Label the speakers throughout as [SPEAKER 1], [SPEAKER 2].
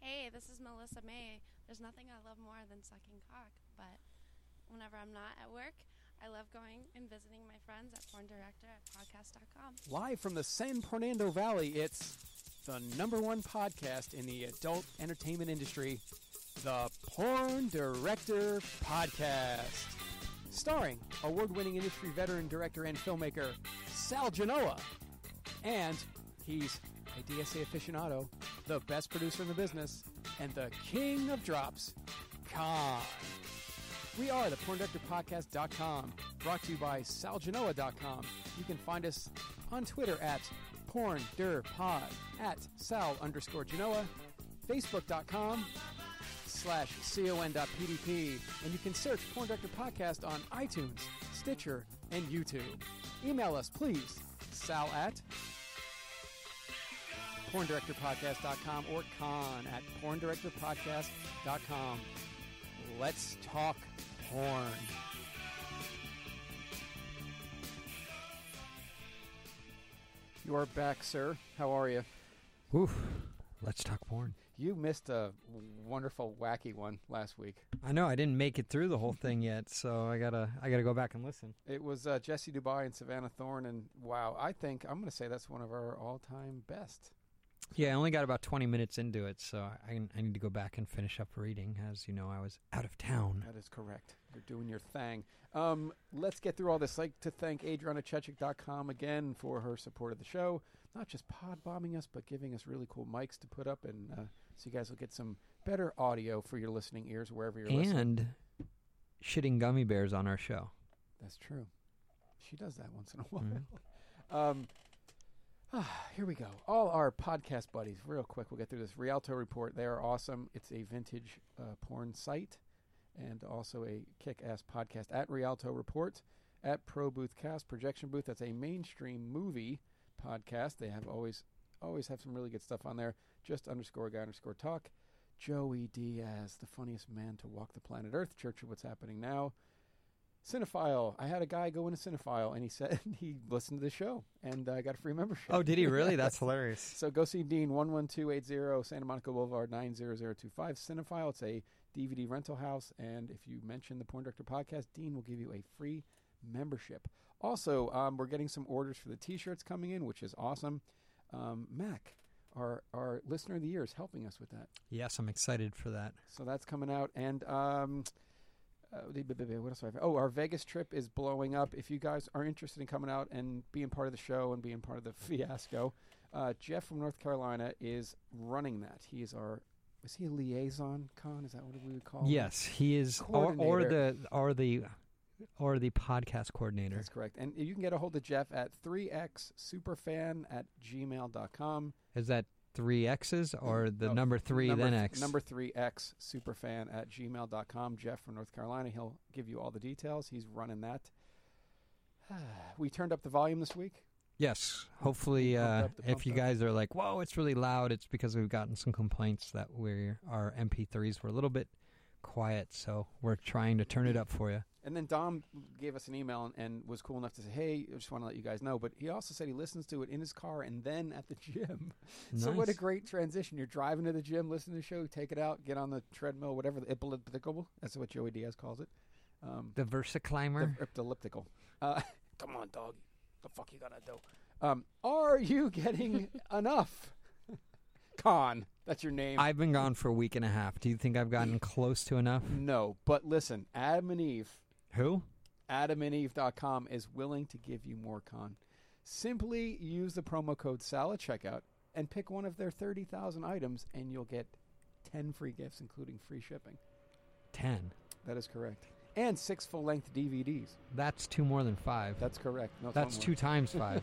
[SPEAKER 1] hey, this is Melissa May. There's nothing I love more than sucking cock, but whenever I'm not at work, I love going and visiting my friends at porndirector at podcast.com.
[SPEAKER 2] Live from the San Fernando Valley, it's the number one podcast in the adult entertainment industry, the Porn Director Podcast. Starring award winning industry veteran, director, and filmmaker Sal Genoa. And he's a DSA aficionado, the best producer in the business, and the king of drops, Khan. We are the porndirectorpodcast.com, brought to you by salgenoa.com. You can find us on Twitter at porndirpod, at sal underscore genoa, facebook.com slash con.pdp, and you can search Porn Director Podcast on iTunes, Stitcher, and YouTube. Email us, please, sal at porndirectorpodcast.com or con at porndirectorpodcast.com. Let's talk porn. You are back, sir. How are you?
[SPEAKER 3] Oof. Let's talk porn.
[SPEAKER 2] You missed a wonderful, wacky one last week.
[SPEAKER 3] I know I didn't make it through the whole thing yet, so I gotta I gotta go back and listen.
[SPEAKER 2] It was uh, Jesse Dubai and Savannah Thorne, and wow, I think I'm going to say that's one of our all-time best.
[SPEAKER 3] Yeah, I only got about twenty minutes into it, so I I need to go back and finish up reading. As you know, I was out of town.
[SPEAKER 2] That is correct. You're doing your thing. Um, let's get through all this. Like to thank AdrianaChechik.com again for her support of the show. Not just pod bombing us, but giving us really cool mics to put up, and uh, so you guys will get some better audio for your listening ears wherever you're listening.
[SPEAKER 3] And shitting gummy bears on our show.
[SPEAKER 2] That's true. She does that once in a while. Um, ah, here we go. All our podcast buddies, real quick, we'll get through this. Rialto Report, they are awesome. It's a vintage uh, porn site and also a kick ass podcast at Rialto Report, at Pro Booth Cast, Projection Booth. That's a mainstream movie podcast. They have always always have some really good stuff on there. Just underscore guy underscore talk. Joey Diaz, the funniest man to walk the planet Earth, Church of What's Happening Now. Cinephile. I had a guy go into Cinephile and he said he listened to the show and I got a free membership.
[SPEAKER 3] Oh, did he really? That's hilarious.
[SPEAKER 2] So go see Dean 11280 Santa Monica Boulevard 90025 Cinephile. It's a DVD rental house. And if you mention the Porn Director podcast, Dean will give you a free membership. Also, um, we're getting some orders for the t shirts coming in, which is awesome. Um, Mac, our, our listener of the year, is helping us with that.
[SPEAKER 3] Yes, I'm excited for that.
[SPEAKER 2] So that's coming out. And um, uh, what else? do I have? Oh, our Vegas trip is blowing up. If you guys are interested in coming out and being part of the show and being part of the fiasco, uh, Jeff from North Carolina is running that. He is our. Is he a liaison con? Is that what we would call? him?
[SPEAKER 3] Yes, he is, or, or the or the or the podcast coordinator.
[SPEAKER 2] That's correct. And you can get a hold of Jeff at 3xsuperfan at gmail.com.
[SPEAKER 3] Is that three X's or the
[SPEAKER 2] No,
[SPEAKER 3] number
[SPEAKER 2] Oh,
[SPEAKER 3] three
[SPEAKER 2] number
[SPEAKER 3] then
[SPEAKER 2] th-
[SPEAKER 3] X?
[SPEAKER 2] Number 3x superfan at gmail.com. Jeff from North Carolina. He'll give you all the details. He's running that. we turned up the volume this week.
[SPEAKER 3] Yes. Hopefully,
[SPEAKER 2] Pumped
[SPEAKER 3] uh,
[SPEAKER 2] up to
[SPEAKER 3] if you
[SPEAKER 2] pumped up.
[SPEAKER 3] guys are like, "Whoa, it's really loud," it's because we've gotten some complaints that we our MP3s were a little bit quiet, so we're trying to turn it up for you.
[SPEAKER 2] And then Dom gave us an email and, and was cool enough to say, hey, I just want to let you guys know. But he also said he listens to it in his car and then at the gym. So what a
[SPEAKER 3] Nice.
[SPEAKER 2] great transition. You're driving to the gym, listen to the show, take it out, get on the treadmill, whatever, the elliptical. That's what Joey Diaz calls it. Um,
[SPEAKER 3] The Versa Climber.
[SPEAKER 2] The elliptical. Uh, come on, dog. The fuck you gonna do? Um, are you getting enough? Con. That's your name.
[SPEAKER 3] I've been gone for a week and a half. Do you think I've gotten close to enough?
[SPEAKER 2] no, but listen, Adam and Eve,
[SPEAKER 3] Who?
[SPEAKER 2] adamandeve.com is willing to give you more con. Simply use the promo code SAL at checkout and pick one of their 30,000 items and you'll get 10 free gifts, including free shipping.
[SPEAKER 3] Ten.
[SPEAKER 2] That is correct. And six full length DVDs.
[SPEAKER 3] That's two more than five.
[SPEAKER 2] That's correct. No, it's
[SPEAKER 3] That's
[SPEAKER 2] one
[SPEAKER 3] two
[SPEAKER 2] more.
[SPEAKER 3] times five.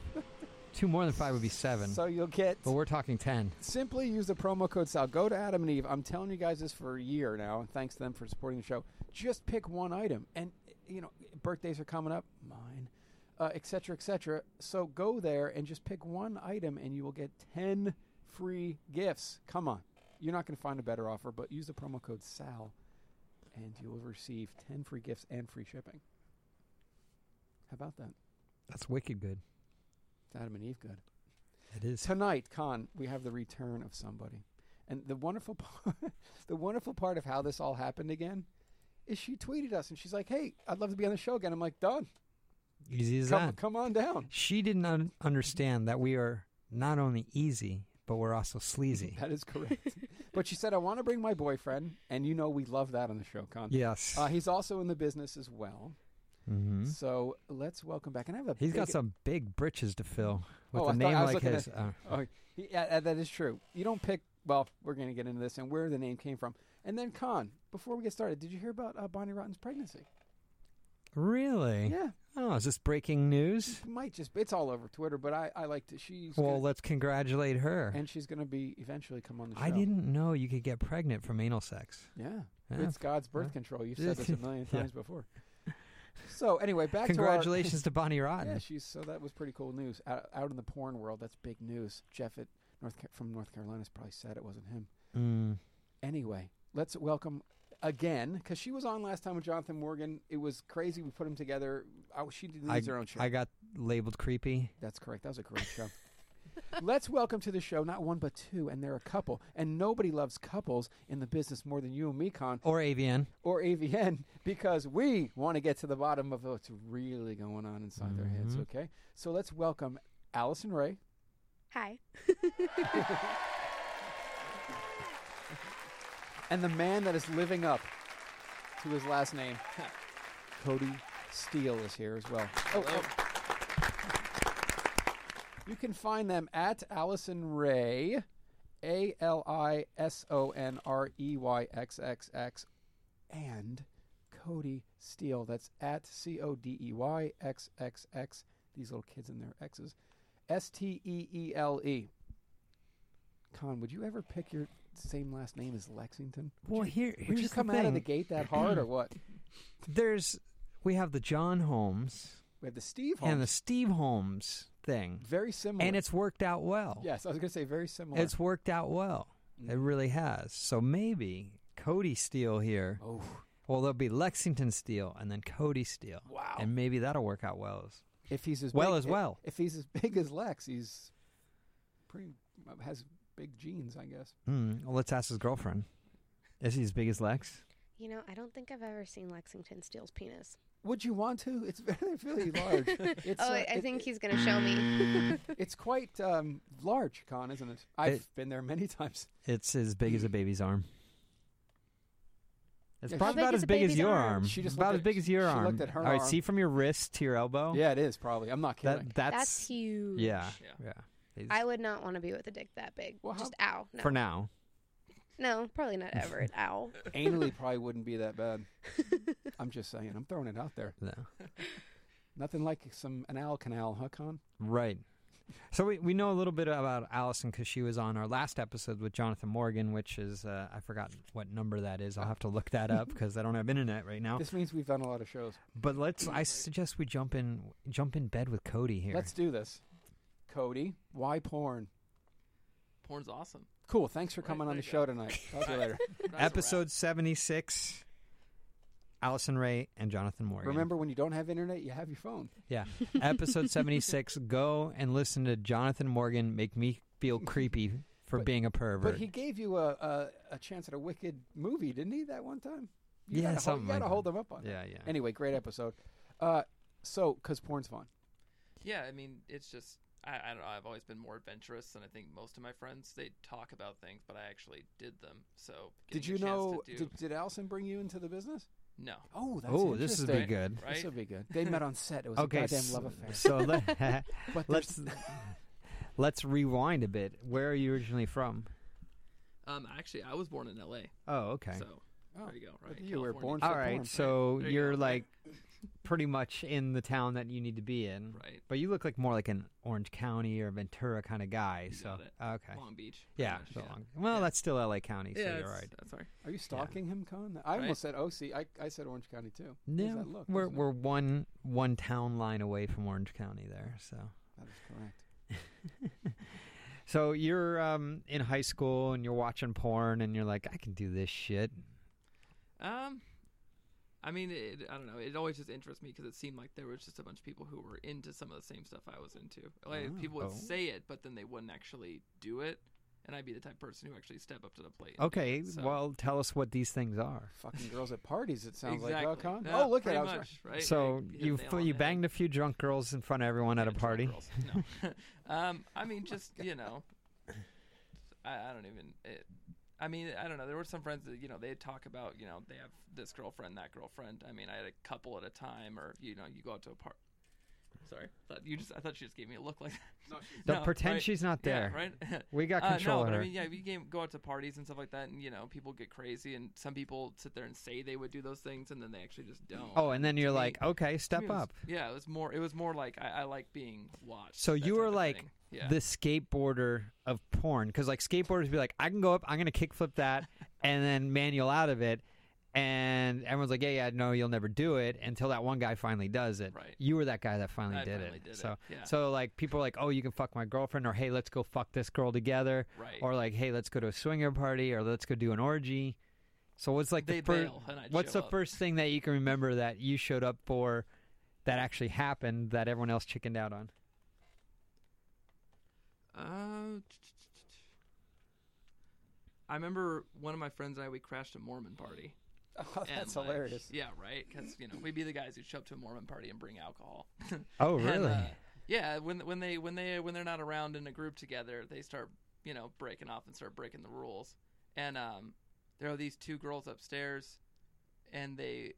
[SPEAKER 3] two more than five would be seven.
[SPEAKER 2] So you'll get.
[SPEAKER 3] but we're talking ten.
[SPEAKER 2] simply use the promo code Sal. Go to Adam and Eve. I'm telling you guys this for a year now, and thanks to them for supporting the show. Just pick one item, and you know birthdays are coming up, mine, uh, et cetera, et cetera. So go there and just pick one item, and you will get ten free gifts. Come on, you're not going to find a better offer, but use the promo code Sal, and you will receive ten free gifts and free shipping. How about that?
[SPEAKER 3] That's wicked good.
[SPEAKER 2] It's Adam and Eve good.
[SPEAKER 3] It is.
[SPEAKER 2] Tonight, Con, we have the return of somebody. And the wonderful part, the wonderful part of how this all happened again is she tweeted us and she's like, "Hey, I'd love to be on the show again." I'm like, "Done.
[SPEAKER 3] Easy as
[SPEAKER 2] Come,
[SPEAKER 3] that.
[SPEAKER 2] come on down."
[SPEAKER 3] She did not understand that we are not only easy, but we're also sleazy.
[SPEAKER 2] That is correct. but she said, "I want to bring my boyfriend, and you know we love that on the show, Con."
[SPEAKER 3] yes.
[SPEAKER 2] Uh, he's also in the business as well.
[SPEAKER 3] hmm
[SPEAKER 2] So let's welcome back. And I have a
[SPEAKER 3] He's got
[SPEAKER 2] big-
[SPEAKER 3] some big britches to fill with
[SPEAKER 2] Oh, I
[SPEAKER 3] a
[SPEAKER 2] thought-
[SPEAKER 3] name
[SPEAKER 2] I was
[SPEAKER 3] like
[SPEAKER 2] looking
[SPEAKER 3] his. uh,
[SPEAKER 2] Oh, he- yeah, uh, that is true. You don't pick. Well, we're going to get into this and where the name came from. And then, Con, before we get started, did you hear about uh, Bonnie Rotten's pregnancy?
[SPEAKER 3] really?
[SPEAKER 2] Yeah,
[SPEAKER 3] Oh, is this breaking news?
[SPEAKER 2] it might just. It's all over Twitter, but I, I like to. She's
[SPEAKER 3] Well,
[SPEAKER 2] gonna,
[SPEAKER 3] let's congratulate her.
[SPEAKER 2] and she's going to be eventually come on the show.
[SPEAKER 3] I didn't know you could get pregnant from anal sex.
[SPEAKER 2] Yeah,
[SPEAKER 3] Yeah.
[SPEAKER 2] it's God's birth
[SPEAKER 3] Yeah.
[SPEAKER 2] control. You've said this a million
[SPEAKER 3] Yeah.
[SPEAKER 2] times before. So anyway, back
[SPEAKER 3] Congratulations to Bonnie
[SPEAKER 2] to our,
[SPEAKER 3] Rotten.
[SPEAKER 2] yeah, she's so that was pretty cool news out, out in the porn world. That's big news. Jeff at North Ca- from North Carolina's probably sad it wasn't him.
[SPEAKER 3] Mm.
[SPEAKER 2] Anyway, let's welcome again because she was on last time with Jonathan Morgan. It was crazy. We put them together. I, she needs
[SPEAKER 3] I-
[SPEAKER 2] her own show.
[SPEAKER 3] I got labeled creepy.
[SPEAKER 2] That's correct. That was a great show. let's welcome to the show not one but two, and they're a couple. And nobody loves couples in the business more than you and me, Con
[SPEAKER 3] Or AVN.
[SPEAKER 2] or AVN, because we want to get to the bottom of what's really going on inside their heads.
[SPEAKER 3] Mhm.
[SPEAKER 2] Okay, so let's welcome Allison Ray.
[SPEAKER 1] Hi.
[SPEAKER 2] and the man that is living up to his last name, Cody Steele, is here as well. Oh, oh. You can find them at Allison Ray, A L I S O N R E Y X X X, and Cody Steele. That's at C O D E Y X X X. These little kids and their X's. S T E E L E. Con, would you ever pick your same last name as Lexington? Would
[SPEAKER 3] Well,
[SPEAKER 2] you-
[SPEAKER 3] here,
[SPEAKER 2] would
[SPEAKER 3] here's
[SPEAKER 2] you come
[SPEAKER 3] the
[SPEAKER 2] out
[SPEAKER 3] thing.
[SPEAKER 2] of the gate that hard or what?
[SPEAKER 3] There's, we have the John Holmes
[SPEAKER 2] We have the Steve Holmes.
[SPEAKER 3] and the Steve Holmes thing,
[SPEAKER 2] very similar.
[SPEAKER 3] and it's worked out well.
[SPEAKER 2] yes, I was going to say very similar. Mm-hmm.
[SPEAKER 3] it's worked out well. It really has. So maybe Cody Steele here.
[SPEAKER 2] oh
[SPEAKER 3] Well, there'll be Lexington Steele and then Cody Steele.
[SPEAKER 2] wow!
[SPEAKER 3] And maybe that'll work out well. as-
[SPEAKER 2] if he's as
[SPEAKER 3] well
[SPEAKER 2] big,
[SPEAKER 3] as
[SPEAKER 2] if-
[SPEAKER 3] well.
[SPEAKER 2] If, he's as big as Lex, he's pretty has big genes, I guess.
[SPEAKER 3] Mm, well, let's ask his girlfriend. Is he as big as Lex?
[SPEAKER 4] You know, I don't think I've ever seen Lexington Steele's penis.
[SPEAKER 2] Would you want to? It's very really large. It's,
[SPEAKER 4] oh,
[SPEAKER 2] uh,
[SPEAKER 4] I I
[SPEAKER 2] it-
[SPEAKER 4] think
[SPEAKER 2] it-
[SPEAKER 4] he's going to show
[SPEAKER 3] Mm,
[SPEAKER 4] me.
[SPEAKER 2] it's quite um, large, Con, isn't it? I've been there many times.
[SPEAKER 3] It's as big as a baby's arm. It's
[SPEAKER 2] Yeah,
[SPEAKER 3] probably
[SPEAKER 2] she-
[SPEAKER 3] about
[SPEAKER 4] How big is
[SPEAKER 3] as
[SPEAKER 4] a
[SPEAKER 3] big as
[SPEAKER 4] baby's
[SPEAKER 3] your
[SPEAKER 4] arm?
[SPEAKER 3] arm.
[SPEAKER 2] She just
[SPEAKER 3] about
[SPEAKER 2] looked
[SPEAKER 3] as
[SPEAKER 2] at-
[SPEAKER 3] big as your
[SPEAKER 2] she
[SPEAKER 3] arm.
[SPEAKER 2] looked at her
[SPEAKER 3] All right,
[SPEAKER 2] arm.
[SPEAKER 3] see from your wrist to your elbow.
[SPEAKER 2] Yeah, it is probably. I'm not kidding.
[SPEAKER 3] that that's,
[SPEAKER 4] That's huge.
[SPEAKER 3] yeah, yeah. He's-
[SPEAKER 4] I would not want to be with a dick that big.
[SPEAKER 2] Well, how-
[SPEAKER 4] Just ow. No.
[SPEAKER 3] for now,
[SPEAKER 4] no, probably not ever. It ow.
[SPEAKER 2] Anally probably wouldn't be that bad. I'm just saying. I'm throwing it out there.
[SPEAKER 3] no.
[SPEAKER 2] Nothing like some an owl canal, huh, Con?
[SPEAKER 3] Right. So we, we know a little bit about Allison because she was on our last episode with Jonathan Morgan, which is uh, I forgot what number that is. I'll have to look that up because I don't have internet right now.
[SPEAKER 2] This means we've done a lot of shows.
[SPEAKER 3] But let's I suggest we jump in jump in bed with Cody here.
[SPEAKER 2] Let's do this. Cody, why porn?
[SPEAKER 5] Porn's awesome.
[SPEAKER 2] Cool. Thanks for
[SPEAKER 5] Right,
[SPEAKER 2] coming on
[SPEAKER 5] there
[SPEAKER 2] the
[SPEAKER 5] you
[SPEAKER 2] show
[SPEAKER 5] go.
[SPEAKER 2] tonight. Talk to you later.
[SPEAKER 5] That's a wrap.
[SPEAKER 3] Episode seventy six. Allison Ray and Jonathan Morgan.
[SPEAKER 2] Remember, when you don't have internet, you have your phone.
[SPEAKER 3] Yeah. Episode seventy six. Go and listen to Jonathan Morgan make me feel creepy for
[SPEAKER 2] But-
[SPEAKER 3] being a pervert.
[SPEAKER 2] But he gave you a, a a chance at a wicked movie, didn't he? That one time. You
[SPEAKER 3] Yeah,
[SPEAKER 2] gotta hold,
[SPEAKER 3] something
[SPEAKER 2] you gotta
[SPEAKER 3] like
[SPEAKER 2] hold
[SPEAKER 3] that.
[SPEAKER 2] them up on. that.
[SPEAKER 3] yeah, yeah.
[SPEAKER 2] Anyway, great episode. Uh, so, cause porn's fun.
[SPEAKER 5] Yeah, I mean, it's just I, I don't know. I've always been more adventurous, and I think most of my friends they talk about things, but I actually did them. So
[SPEAKER 2] Did
[SPEAKER 5] getting
[SPEAKER 2] you
[SPEAKER 5] a chance
[SPEAKER 2] know?
[SPEAKER 5] To do,
[SPEAKER 2] Did, did Allison bring you into the business?
[SPEAKER 5] no,
[SPEAKER 2] Oh, that's
[SPEAKER 3] oh, this is be
[SPEAKER 2] interesting.
[SPEAKER 3] good.
[SPEAKER 5] right?
[SPEAKER 2] This will be good. They met on set. It was
[SPEAKER 3] okay,
[SPEAKER 2] a goddamn
[SPEAKER 3] so,
[SPEAKER 2] love affair.
[SPEAKER 3] so let,
[SPEAKER 2] But there's-
[SPEAKER 3] let's let's rewind a bit. Where are you originally from?
[SPEAKER 5] um, actually, I was born in L.A.
[SPEAKER 3] Oh, okay.
[SPEAKER 5] So
[SPEAKER 2] Oh,
[SPEAKER 5] there you go. Right,
[SPEAKER 2] you were
[SPEAKER 5] California.
[SPEAKER 2] born
[SPEAKER 3] All
[SPEAKER 2] for
[SPEAKER 3] right,
[SPEAKER 2] porn.
[SPEAKER 3] so
[SPEAKER 5] There you
[SPEAKER 3] you're
[SPEAKER 5] go.
[SPEAKER 3] like pretty much in the town that you need to be in.
[SPEAKER 5] right,
[SPEAKER 3] But you look like more like an Orange County or Ventura kind of guy.
[SPEAKER 5] You
[SPEAKER 3] So
[SPEAKER 5] got it.
[SPEAKER 3] okay,
[SPEAKER 5] Long Beach. pretty
[SPEAKER 3] yeah.
[SPEAKER 5] much,
[SPEAKER 3] so
[SPEAKER 5] yeah.
[SPEAKER 3] long- Well,
[SPEAKER 5] Yeah.
[SPEAKER 3] that's still L.A. County, so
[SPEAKER 5] yeah,
[SPEAKER 3] you're
[SPEAKER 5] it's- uh,
[SPEAKER 3] right.
[SPEAKER 5] That's all right.
[SPEAKER 2] Are you stalking him, Con? I
[SPEAKER 5] Right.
[SPEAKER 2] almost said OC. I, I said Orange County too. There's
[SPEAKER 3] No,
[SPEAKER 2] that look,
[SPEAKER 3] we're
[SPEAKER 2] isn't it?
[SPEAKER 3] we're one one town line away from Orange County there. So
[SPEAKER 2] That is correct.
[SPEAKER 3] so you're um, in high school and you're watching porn and you're like, I can do this shit.
[SPEAKER 5] Um, I mean, it, I don't know. It always just interests me because it seemed like there was just a bunch of people who were into some of the same stuff I was into. Like
[SPEAKER 2] Ah,
[SPEAKER 3] Oh.
[SPEAKER 5] people would
[SPEAKER 3] Oh.
[SPEAKER 5] say it, but then they wouldn't actually do it. and I'd be the type of person who actually step up to the plate.
[SPEAKER 2] Oh,
[SPEAKER 5] and do
[SPEAKER 3] Okay,
[SPEAKER 5] it, so-
[SPEAKER 3] well, tell us what these things are.
[SPEAKER 2] Fucking girls at parties. It sounds like.
[SPEAKER 5] Exactly.
[SPEAKER 2] Con-
[SPEAKER 5] Yeah,
[SPEAKER 2] oh, look at
[SPEAKER 5] pretty
[SPEAKER 2] I was right.
[SPEAKER 5] much, right?
[SPEAKER 3] so
[SPEAKER 5] hit the
[SPEAKER 3] you
[SPEAKER 5] nail
[SPEAKER 3] f-
[SPEAKER 5] on
[SPEAKER 3] you
[SPEAKER 5] the head.
[SPEAKER 3] banged a few drunk girls in front of everyone at a
[SPEAKER 5] Yeah, drunk
[SPEAKER 3] party.
[SPEAKER 5] girls. No. um, I mean, just you know, I, I don't even. It, I mean, I don't know. There were some friends that you know they talk about you know they have this girlfriend, that girlfriend. I mean, I had a couple at a time, or you know, you go out to a party. Sorry, thought you just. I thought she just gave me a look like. that.
[SPEAKER 3] Don't
[SPEAKER 5] No,
[SPEAKER 3] pretend
[SPEAKER 5] right.
[SPEAKER 3] she's not
[SPEAKER 5] Yeah,
[SPEAKER 3] there.
[SPEAKER 5] right.
[SPEAKER 3] We got control
[SPEAKER 5] Uh,
[SPEAKER 3] of
[SPEAKER 5] no,
[SPEAKER 3] her.
[SPEAKER 5] but I mean, yeah, we can go out to parties and stuff like that, and you know, people get crazy, and some people sit there and say they would do those things, and then they actually just don't.
[SPEAKER 3] oh, and then you're
[SPEAKER 5] to me-
[SPEAKER 3] like, okay,
[SPEAKER 5] To me,
[SPEAKER 3] step
[SPEAKER 5] it was-
[SPEAKER 3] up.
[SPEAKER 5] Yeah, it was more. It was more like I, I like being watched.
[SPEAKER 3] So
[SPEAKER 5] that
[SPEAKER 3] you
[SPEAKER 5] type
[SPEAKER 3] were
[SPEAKER 5] of
[SPEAKER 3] like
[SPEAKER 5] thing. yeah.
[SPEAKER 3] The skateboarder of porn, because like skateboarders be like, I can go up, I'm gonna kickflip that, and then manual out of it, and everyone's like, yeah, yeah, no, you'll never do it until that one guy finally does it.
[SPEAKER 5] Right.
[SPEAKER 3] You were that guy that finally,
[SPEAKER 5] I
[SPEAKER 3] did,
[SPEAKER 5] finally
[SPEAKER 3] it.
[SPEAKER 5] did it,
[SPEAKER 3] So,
[SPEAKER 5] yeah.
[SPEAKER 3] so like people are like, oh, you can fuck my girlfriend, or hey, let's go fuck this girl together,
[SPEAKER 5] Right.
[SPEAKER 3] or like, hey, let's go to a swinger party, or let's go do an orgy. So what's like
[SPEAKER 5] They
[SPEAKER 3] the first?
[SPEAKER 5] bail, and I
[SPEAKER 3] What's
[SPEAKER 5] show
[SPEAKER 3] the
[SPEAKER 5] up.
[SPEAKER 3] first thing that you can remember that you showed up for, that actually happened that everyone else chickened out on?
[SPEAKER 2] Oh,
[SPEAKER 5] Uh, I remember one of my friends and I we crashed a Mormon party.
[SPEAKER 2] Oh,
[SPEAKER 5] and,
[SPEAKER 2] that's
[SPEAKER 5] like,
[SPEAKER 2] hilarious.
[SPEAKER 5] Yeah, right. Because you know we'd be the guys who show up to a Mormon party and bring alcohol.
[SPEAKER 3] Oh,
[SPEAKER 5] And,
[SPEAKER 3] really?
[SPEAKER 5] uh, yeah, when when they when they when they're not around in a group together, they start you know breaking off and start breaking the rules. And um, there are these two girls upstairs, and they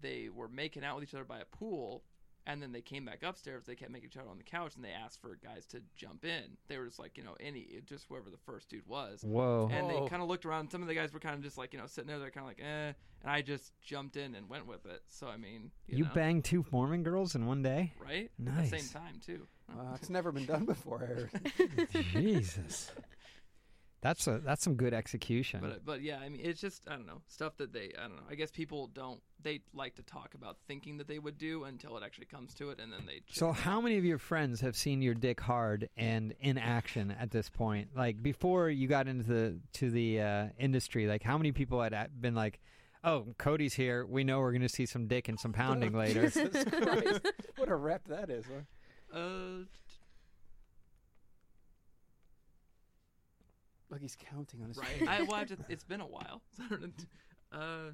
[SPEAKER 5] they were making out with each other by a pool, and then they came back upstairs. They kept making each other on the couch, and they asked for guys to jump in. They were just like you know any just whoever the first dude was.
[SPEAKER 3] Whoa.
[SPEAKER 5] And
[SPEAKER 2] Whoa.
[SPEAKER 5] they kind of looked around. Some of the guys were kind of just like you know sitting there. They're kind of like eh. And I just jumped in and went with it. So I mean, you,
[SPEAKER 3] You
[SPEAKER 5] know,
[SPEAKER 3] banged two Mormon girls in one day?
[SPEAKER 5] right? At the
[SPEAKER 3] Nice.
[SPEAKER 5] same time too.
[SPEAKER 2] Wow, it's never been done before, Eric.
[SPEAKER 3] Jesus. That's a that's some good execution.
[SPEAKER 5] But but yeah, I mean, it's just I don't know stuff that they I don't know. I guess people don't they like to talk about thinking that they would do until it actually comes to it, and then they.
[SPEAKER 3] so how many of your friends have seen your dick hard and in action at this point? Like before you got into the to the uh, industry, like how many people had a- been like, "Oh, Cody's here. We know we're going to see some dick and some pounding later."
[SPEAKER 2] Jesus Christ. What a rep that is. Huh?
[SPEAKER 5] Uh,
[SPEAKER 2] Look, he's counting on his
[SPEAKER 5] right.
[SPEAKER 2] fingers.
[SPEAKER 5] I, well, I just, it's been a while. So I don't- uh,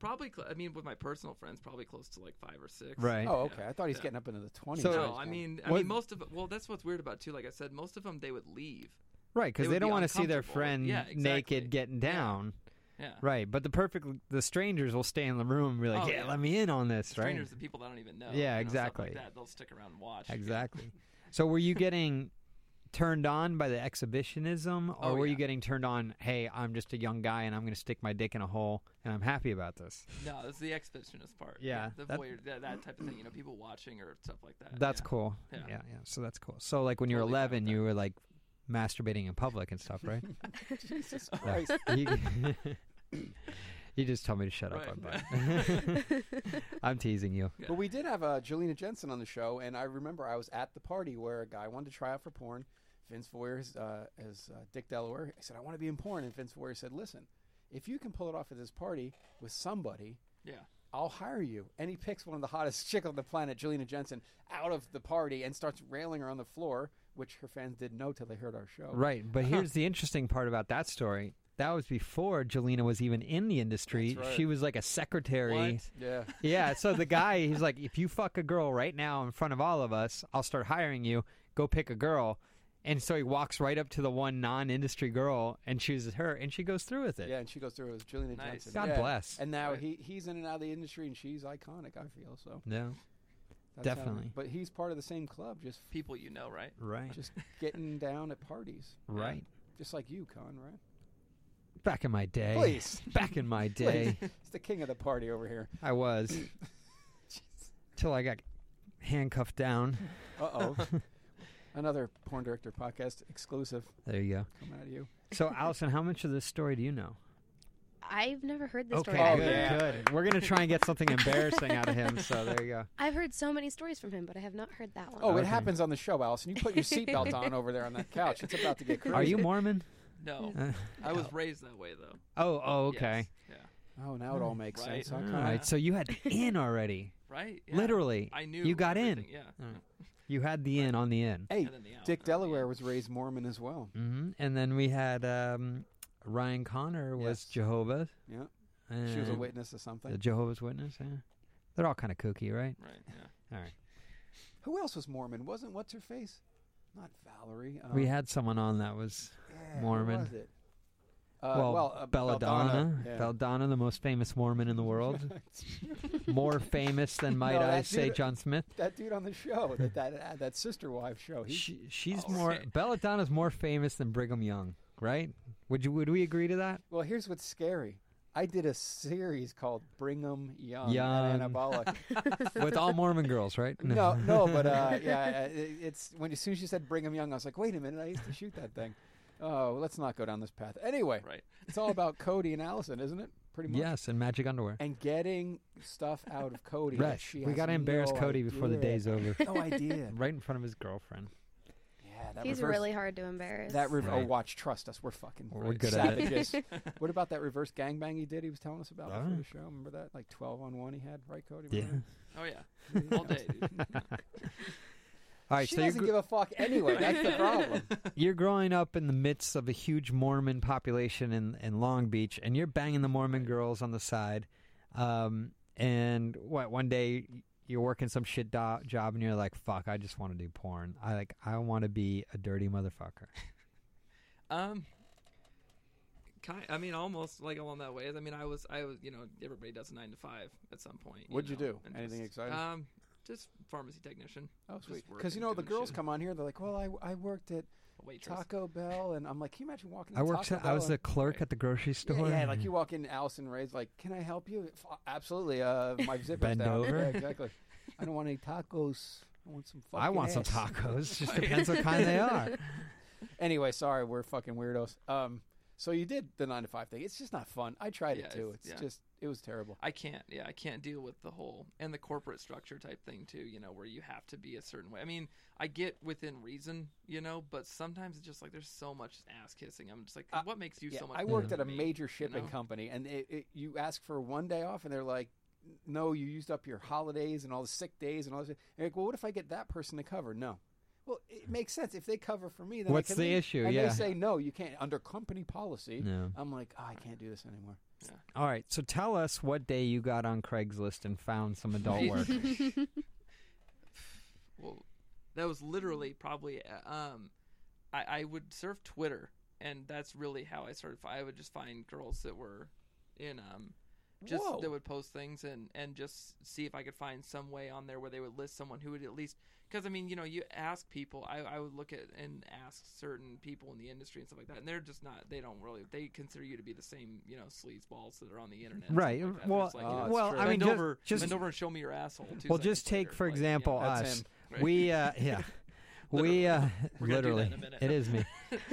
[SPEAKER 5] probably. Cl- I mean, with my personal friends, probably close to like five or six.
[SPEAKER 3] Right.
[SPEAKER 2] Oh, okay.
[SPEAKER 5] Yeah,
[SPEAKER 2] I thought he's
[SPEAKER 5] yeah.
[SPEAKER 2] getting up into the 20s.
[SPEAKER 3] So-
[SPEAKER 2] right
[SPEAKER 5] no,
[SPEAKER 2] now.
[SPEAKER 5] I mean, I
[SPEAKER 3] What-
[SPEAKER 5] mean, most of well, that's what's weird about too. Like I said, most of them they would leave.
[SPEAKER 3] right, cuz
[SPEAKER 5] They
[SPEAKER 3] they,
[SPEAKER 5] would
[SPEAKER 3] don't
[SPEAKER 5] be
[SPEAKER 3] want to see their
[SPEAKER 5] uncomfortable.
[SPEAKER 3] friend
[SPEAKER 5] Yeah, exactly.
[SPEAKER 3] naked getting down.
[SPEAKER 5] Yeah,
[SPEAKER 3] Right, but the perfect the strangers will stay in the room and be like,
[SPEAKER 5] Oh,
[SPEAKER 3] yeah,
[SPEAKER 5] yeah.
[SPEAKER 3] let me in on this, right?
[SPEAKER 5] strangers, the people that I don't even know.
[SPEAKER 3] Yeah,
[SPEAKER 5] you know, stuff like
[SPEAKER 3] exactly.
[SPEAKER 5] that, they'll stick around and watch.
[SPEAKER 3] Exactly. so were you getting turned on by the exhibitionism or
[SPEAKER 5] Oh,
[SPEAKER 3] were you
[SPEAKER 5] yeah.
[SPEAKER 3] getting turned on, hey, I'm just a young guy and I'm going to stick my dick in a hole and I'm happy about this?
[SPEAKER 5] No, it's the exhibitionist part.
[SPEAKER 3] Yeah,
[SPEAKER 5] the
[SPEAKER 3] that-
[SPEAKER 5] voyeur, that, that type of thing. You know, people watching or stuff like that.
[SPEAKER 3] That's
[SPEAKER 5] yeah.
[SPEAKER 3] cool. Yeah.
[SPEAKER 5] Yeah.
[SPEAKER 3] yeah, So that's cool. So like when you were
[SPEAKER 5] Totally fine with
[SPEAKER 3] 11, you
[SPEAKER 5] that.
[SPEAKER 3] were like masturbating in public and stuff, right?
[SPEAKER 2] Jesus
[SPEAKER 3] Yeah.
[SPEAKER 2] Christ.
[SPEAKER 3] you, you just told me to shut up.
[SPEAKER 5] Right.
[SPEAKER 3] I'm, fine. I'm teasing you.
[SPEAKER 2] But we did have uh, Jelena Jensen on the show, and I remember I was at the party where a guy wanted to try out for porn. Vince Foyer is, uh, is uh, Dick Delaware. I said, I want to be in porn. And Vince Foyer said, Listen, if you can pull it off at this party with somebody,
[SPEAKER 5] Yeah.
[SPEAKER 2] I'll hire you. And he picks one of the hottest chick on the planet, Jelena Jensen, out of the party and starts railing her on the floor, which her fans didn't know till they heard our
[SPEAKER 5] Oh.
[SPEAKER 2] show.
[SPEAKER 3] Right, but here's the interesting part about that story. That was before Jelena was even in the industry.
[SPEAKER 2] That's right.
[SPEAKER 3] She was like a secretary.
[SPEAKER 5] What?
[SPEAKER 2] Yeah.
[SPEAKER 3] Yeah, so the guy, he's like, if you fuck a girl right now in front of all of us, I'll start hiring you. Go pick a girl. And so he walks right up to the one non industry girl and chooses her, and she goes through with it.
[SPEAKER 2] Yeah, and she goes through it was Julian
[SPEAKER 5] Nice.
[SPEAKER 2] Johnson.
[SPEAKER 3] God
[SPEAKER 2] Yeah.
[SPEAKER 3] bless.
[SPEAKER 2] And now
[SPEAKER 5] Right.
[SPEAKER 2] he, he's in and out of the industry, and she's iconic. I feel so.
[SPEAKER 3] No,
[SPEAKER 2] That's how-
[SPEAKER 3] Definitely.
[SPEAKER 2] but he's part of the same club, just
[SPEAKER 5] People you know, right?
[SPEAKER 3] right.
[SPEAKER 2] just getting down at parties,
[SPEAKER 3] right.
[SPEAKER 2] just like you, Con. Right?
[SPEAKER 3] Back in my day.
[SPEAKER 2] Please.
[SPEAKER 3] Back in my day,
[SPEAKER 2] He's the king of the party over here.
[SPEAKER 3] I was. Till I got handcuffed down.
[SPEAKER 2] Uh oh. Another porn director podcast exclusive
[SPEAKER 3] There you go.
[SPEAKER 2] coming out of you.
[SPEAKER 3] So, Allison, how much of this story do you know?
[SPEAKER 4] I've never heard this
[SPEAKER 3] Okay,
[SPEAKER 4] story.
[SPEAKER 2] Oh,
[SPEAKER 3] good,
[SPEAKER 4] either.
[SPEAKER 2] yeah.
[SPEAKER 3] good. We're gonna try and get something embarrassing out of him. So there you go.
[SPEAKER 4] I've heard so many stories from him, but I have not heard that one.
[SPEAKER 2] Oh, it
[SPEAKER 3] Okay.
[SPEAKER 2] happens on the show, Allison. You put your seatbelt on over there on that couch. It's about to get crazy.
[SPEAKER 3] Are you Mormon?
[SPEAKER 5] No,
[SPEAKER 3] Uh,
[SPEAKER 5] I was raised that way though.
[SPEAKER 3] oh, oh, okay.
[SPEAKER 5] Yes. Yeah.
[SPEAKER 2] Oh, now it all makes
[SPEAKER 5] Right.
[SPEAKER 2] sense. huh,
[SPEAKER 3] All
[SPEAKER 2] Con?
[SPEAKER 3] right. So you had in already,
[SPEAKER 5] Right. Yeah.
[SPEAKER 3] literally.
[SPEAKER 5] I knew
[SPEAKER 3] you got
[SPEAKER 5] everything,
[SPEAKER 3] in.
[SPEAKER 5] Yeah.
[SPEAKER 3] All right. You had the in on the in.
[SPEAKER 2] Hey,
[SPEAKER 5] And then the out.
[SPEAKER 2] Dick Delaware was raised Mormon as well.
[SPEAKER 3] hmm And then we had um, Ryan Connor
[SPEAKER 2] Yes.
[SPEAKER 3] was Jehovah's.
[SPEAKER 2] Yeah,
[SPEAKER 3] And
[SPEAKER 2] she was a witness to something.
[SPEAKER 3] The Jehovah's Witness. Yeah. They're all kind of kooky, right?
[SPEAKER 5] Right. Yeah.
[SPEAKER 3] All right.
[SPEAKER 2] Who else was Mormon? Wasn't what's her face? Not Valerie. Um,
[SPEAKER 3] we had someone on that was
[SPEAKER 2] yeah, who
[SPEAKER 3] Mormon.
[SPEAKER 2] was it? Uh,
[SPEAKER 3] well,
[SPEAKER 2] uh,
[SPEAKER 3] Belladonna.
[SPEAKER 2] Belladonna. Yeah.
[SPEAKER 3] Belladonna, the most famous Mormon in the world. More famous than might
[SPEAKER 2] No,
[SPEAKER 3] I
[SPEAKER 2] that
[SPEAKER 3] say
[SPEAKER 2] dude-
[SPEAKER 3] John Smith.
[SPEAKER 2] that dude on the show, that that, uh, that sister wife show. He,
[SPEAKER 3] She, she's
[SPEAKER 5] Oh,
[SPEAKER 3] more
[SPEAKER 5] shit.
[SPEAKER 3] Belladonna's more famous than Brigham Young, right? Would you would we agree to that?
[SPEAKER 2] well, here's what's scary. I did a series called Bring 'em Young,
[SPEAKER 3] Young.
[SPEAKER 2] and Anabolic.
[SPEAKER 3] With all Mormon girls, right?
[SPEAKER 2] no, no, but uh, yeah, uh, it, it's when as soon as you said Brigham Young, I was like, wait a minute, I used to shoot that thing. Oh, let's not go down this path. Anyway,
[SPEAKER 5] Right.
[SPEAKER 2] it's all about Cody and Allison, isn't it? Pretty much.
[SPEAKER 3] Yes, and magic underwear.
[SPEAKER 2] And getting stuff out of Cody. that
[SPEAKER 3] Right.
[SPEAKER 2] she
[SPEAKER 3] We
[SPEAKER 2] has
[SPEAKER 3] got to embarrass
[SPEAKER 2] no
[SPEAKER 3] Cody before the
[SPEAKER 2] idea.
[SPEAKER 3] day's over.
[SPEAKER 2] No idea.
[SPEAKER 3] right in front of his girlfriend.
[SPEAKER 2] Yeah, that
[SPEAKER 4] He's
[SPEAKER 2] reverse,
[SPEAKER 4] really hard to embarrass.
[SPEAKER 2] that rev- oh
[SPEAKER 3] Right.
[SPEAKER 2] watch, trust us, we're fucking
[SPEAKER 3] We're good at it.
[SPEAKER 2] savages. what about that reverse gangbang he did? He was telling us about before
[SPEAKER 3] Ah.
[SPEAKER 2] the show. Remember that, like twelve on one he had, right, Cody?
[SPEAKER 3] Yeah.
[SPEAKER 2] Remember
[SPEAKER 5] Oh yeah.
[SPEAKER 2] that?
[SPEAKER 5] All day. Dude.
[SPEAKER 3] All right,
[SPEAKER 2] she
[SPEAKER 3] so you're,
[SPEAKER 2] doesn't
[SPEAKER 3] gr-
[SPEAKER 2] give a fuck anyway. That's the problem.
[SPEAKER 3] you're growing up in the midst of a huge Mormon population in, in Long Beach, and you're banging the Mormon girls on the side. Um, and what one day you're working some shit do- job, and you're like, "Fuck, I just want to do porn. I like, I want to be a dirty motherfucker."
[SPEAKER 5] Um, kind. I mean, almost like along that way. I mean, I was, I was, you know, everybody does a nine to five at some point.
[SPEAKER 2] What'd you
[SPEAKER 5] know,
[SPEAKER 2] do?
[SPEAKER 5] and
[SPEAKER 2] Anything
[SPEAKER 5] just-
[SPEAKER 2] exciting?
[SPEAKER 5] Um, just pharmacy technician,
[SPEAKER 2] Oh, sweet. Because you
[SPEAKER 5] working,
[SPEAKER 2] know the
[SPEAKER 5] doing
[SPEAKER 2] girls
[SPEAKER 5] shit.
[SPEAKER 2] come on here, they're like, "Well, I, I worked at
[SPEAKER 5] waitress.
[SPEAKER 2] Taco Bell," and I'm like, "Can you imagine walking?"
[SPEAKER 3] I
[SPEAKER 2] in
[SPEAKER 3] worked.
[SPEAKER 2] Taco
[SPEAKER 3] I
[SPEAKER 2] Bell
[SPEAKER 3] was
[SPEAKER 2] and-
[SPEAKER 3] the clerk
[SPEAKER 5] Right.
[SPEAKER 3] at the grocery store.
[SPEAKER 2] Yeah, yeah, like you walk in, Allison Ray's like, "Can I help you?" F- Absolutely. Uh, my zipper's
[SPEAKER 3] Bend
[SPEAKER 2] down.
[SPEAKER 3] over.
[SPEAKER 2] Yeah, exactly. I don't want any tacos. I want some. Fucking
[SPEAKER 3] I want some
[SPEAKER 2] ass.
[SPEAKER 3] tacos. Just depends what kind they are.
[SPEAKER 2] Anyway, sorry, we're fucking weirdos. Um, so you did the nine to five thing. It's just not fun. I tried
[SPEAKER 5] Yeah,
[SPEAKER 2] it too.
[SPEAKER 5] it's-
[SPEAKER 2] It's,
[SPEAKER 5] yeah.
[SPEAKER 2] just it was terrible.
[SPEAKER 5] I can't. Yeah, I can't deal with the whole and the corporate structure type thing too. You know, where you have to be a certain way. I mean, I get within reason, you know, but sometimes it's just like there's so much ass kissing. I'm just like,
[SPEAKER 2] Uh,
[SPEAKER 5] what makes you
[SPEAKER 2] Yeah,
[SPEAKER 5] so much?
[SPEAKER 2] I
[SPEAKER 5] better
[SPEAKER 2] worked at
[SPEAKER 5] than
[SPEAKER 2] a
[SPEAKER 5] me?
[SPEAKER 2] major shipping
[SPEAKER 5] know?
[SPEAKER 2] company, and it, it, you ask for one day off, and they're like, "No, you used up your holidays and all the sick days and all this." And you're like, well, what if I get that person to cover? No. Well,
[SPEAKER 5] Hmm.
[SPEAKER 2] it makes sense if they cover for me. Then I
[SPEAKER 3] What's
[SPEAKER 2] can
[SPEAKER 3] the
[SPEAKER 2] leave.
[SPEAKER 3] issue?
[SPEAKER 2] And
[SPEAKER 3] Yeah. Hmm.
[SPEAKER 2] they say no, you can't under company policy.
[SPEAKER 3] No.
[SPEAKER 2] I'm like, oh, I can't do this anymore.
[SPEAKER 3] All right, so tell us what day you got on Craigslist and found some adult work.
[SPEAKER 5] well, that was literally probably uh, um, I, I would surf Twitter, and that's really how I started. fi- I would just find girls that were in um, just
[SPEAKER 2] Whoa.
[SPEAKER 5] that would post things and and just see if I could find some way on there where they would list someone who would at least because I mean you know you ask people I I would look at and ask certain people in the industry and stuff like that, and they're just not they don't really they consider you to be the same you know sleaze balls that are on the internet and
[SPEAKER 3] Right.
[SPEAKER 5] stuff like that.
[SPEAKER 3] well,
[SPEAKER 5] It's like, you know,
[SPEAKER 2] Oh,
[SPEAKER 3] well,
[SPEAKER 2] true.
[SPEAKER 3] I mean,
[SPEAKER 5] bend
[SPEAKER 3] ju-
[SPEAKER 5] over,
[SPEAKER 3] just,
[SPEAKER 5] bend over and show me your asshole. two
[SPEAKER 3] well, just
[SPEAKER 5] seconds
[SPEAKER 3] take
[SPEAKER 5] later.
[SPEAKER 3] for
[SPEAKER 5] Like, you know,
[SPEAKER 3] example
[SPEAKER 2] That's
[SPEAKER 3] us.
[SPEAKER 2] him.
[SPEAKER 5] Right.
[SPEAKER 3] We, uh, yeah, we uh,
[SPEAKER 5] We're gonna do that
[SPEAKER 3] literally,
[SPEAKER 5] in a minute.
[SPEAKER 3] it is me.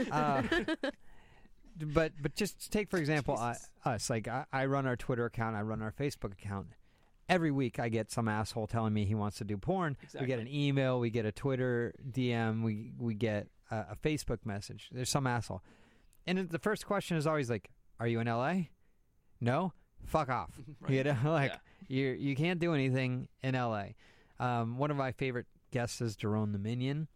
[SPEAKER 3] Uh, but but just take for example uh,
[SPEAKER 5] Jesus.
[SPEAKER 3] us. Like I, I run our Twitter account, I run our Facebook account. Every week, I get some asshole telling me he wants to do porn. We get
[SPEAKER 5] Exactly.
[SPEAKER 3] an email, we get a Twitter DM, we we get a, a Facebook message. There's some asshole, and it- the first question is always like, "Are you in LA? No, fuck off."
[SPEAKER 5] Mm-hmm.
[SPEAKER 3] You
[SPEAKER 5] Right.
[SPEAKER 3] know, like
[SPEAKER 5] Yeah.
[SPEAKER 3] you you can't do anything in LA. Um, one of my favorite guests is Jerome the Minion.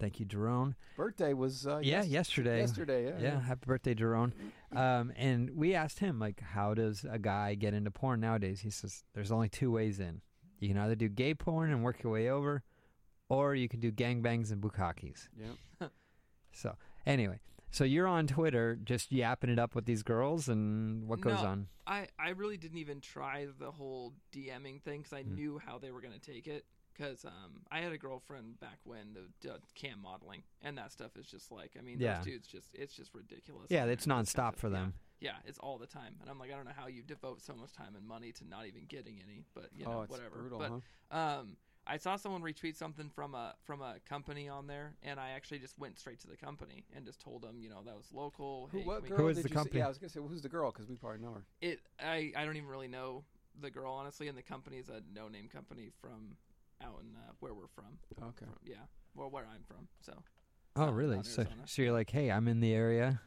[SPEAKER 3] Thank you, Jerome.
[SPEAKER 2] Birthday was uh,
[SPEAKER 3] yeah,
[SPEAKER 2] yes-
[SPEAKER 3] yesterday.
[SPEAKER 2] yesterday, yeah,
[SPEAKER 3] Yeah, happy birthday, Jerome. Um, and we asked him like, how does a guy get into porn nowadays? He says there's only two ways in. You can either do gay porn and work your way over, or you can do gangbangs and bukakis.
[SPEAKER 2] yeah.
[SPEAKER 3] So anyway, so you're on Twitter just yapping it up with these girls, and what goes
[SPEAKER 5] No.
[SPEAKER 3] on?
[SPEAKER 5] I, I really didn't even try the whole DMing thing because I
[SPEAKER 3] Hmm.
[SPEAKER 5] knew how they were going to take it. Because um, I had a girlfriend back when the uh, cam modeling and that stuff is just like, I mean,
[SPEAKER 3] Yeah.
[SPEAKER 5] those dudes just, it's just ridiculous.
[SPEAKER 3] Yeah,
[SPEAKER 5] on
[SPEAKER 3] it's
[SPEAKER 5] there, those kinds
[SPEAKER 3] nonstop
[SPEAKER 5] of-
[SPEAKER 3] for
[SPEAKER 5] yeah.
[SPEAKER 3] them.
[SPEAKER 5] Yeah. it's all the time. And I'm like, I don't know how you devote so much time and money to not even getting any, but you know,
[SPEAKER 2] oh, it's
[SPEAKER 5] whatever.
[SPEAKER 2] brutal,
[SPEAKER 5] but
[SPEAKER 2] huh?
[SPEAKER 5] um, I saw someone retweet something from a from a company on there, and I actually just went straight to the company and just told them, you know, that was local.
[SPEAKER 2] Who,
[SPEAKER 5] hey,
[SPEAKER 2] what
[SPEAKER 5] can we-
[SPEAKER 2] girl
[SPEAKER 3] Who is
[SPEAKER 2] did
[SPEAKER 3] the
[SPEAKER 2] you
[SPEAKER 3] company?
[SPEAKER 2] See? Yeah, I was gonna say who's the girl because we probably know her.
[SPEAKER 5] it I, I don't even really know the girl honestly and the company is a no name company from out in uh, where we're from
[SPEAKER 2] Okay,
[SPEAKER 5] From- yeah well where i'm from so
[SPEAKER 3] Oh,
[SPEAKER 5] Uh,
[SPEAKER 3] really?
[SPEAKER 5] out in
[SPEAKER 3] So,
[SPEAKER 5] Arizona.
[SPEAKER 3] so you're like, hey, I'm in the area.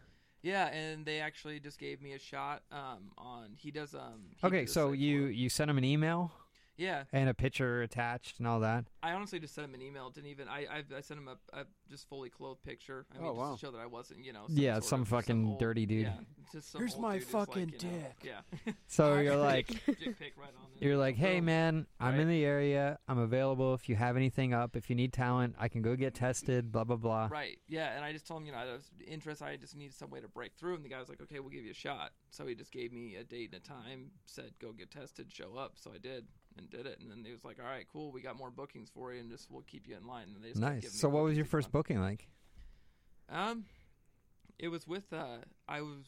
[SPEAKER 5] yeah and they actually just gave me a shot um on he does um he
[SPEAKER 3] Okay,
[SPEAKER 5] does,
[SPEAKER 3] so
[SPEAKER 5] like,
[SPEAKER 3] you
[SPEAKER 5] work-
[SPEAKER 3] you sent him an email.
[SPEAKER 5] Yeah,
[SPEAKER 3] and a picture attached and all that.
[SPEAKER 5] I honestly just sent him an email. Didn't even I. I, I sent him a, a just fully clothed picture. I mean,
[SPEAKER 2] Oh,
[SPEAKER 5] just
[SPEAKER 2] wow.
[SPEAKER 5] to show that I wasn't, you know.
[SPEAKER 3] Yeah,
[SPEAKER 5] sort
[SPEAKER 3] some
[SPEAKER 5] of-
[SPEAKER 3] fucking
[SPEAKER 5] old-
[SPEAKER 3] dirty dude.
[SPEAKER 5] Yeah, just some
[SPEAKER 2] Here's
[SPEAKER 5] old
[SPEAKER 2] my
[SPEAKER 5] dude who's like,
[SPEAKER 2] fucking
[SPEAKER 5] you know,
[SPEAKER 2] dick.
[SPEAKER 5] yeah.
[SPEAKER 3] So you're like,
[SPEAKER 5] Dick pic right on. there.
[SPEAKER 3] you're like, hey
[SPEAKER 5] Boom.
[SPEAKER 3] man, I'm in
[SPEAKER 5] Right.
[SPEAKER 3] the area. I'm available. If you have anything up, if you need talent, I can go get tested. Blah blah blah.
[SPEAKER 5] Right. Yeah, and I just told him, you know, I was interested. I just needed some way to break through, and the guy was like, "Okay, we'll give you a shot." So he just gave me a date and a time, said, "Go get tested, show up." So I did and did it, and then he was like, "All right, cool, we got more bookings for you, and just we'll keep you in line." And they just kept
[SPEAKER 3] Nice.
[SPEAKER 5] giving me
[SPEAKER 3] So what was
[SPEAKER 5] bookings
[SPEAKER 3] your
[SPEAKER 5] each
[SPEAKER 3] first
[SPEAKER 5] month.
[SPEAKER 3] booking like?
[SPEAKER 5] Um, it was with uh, I was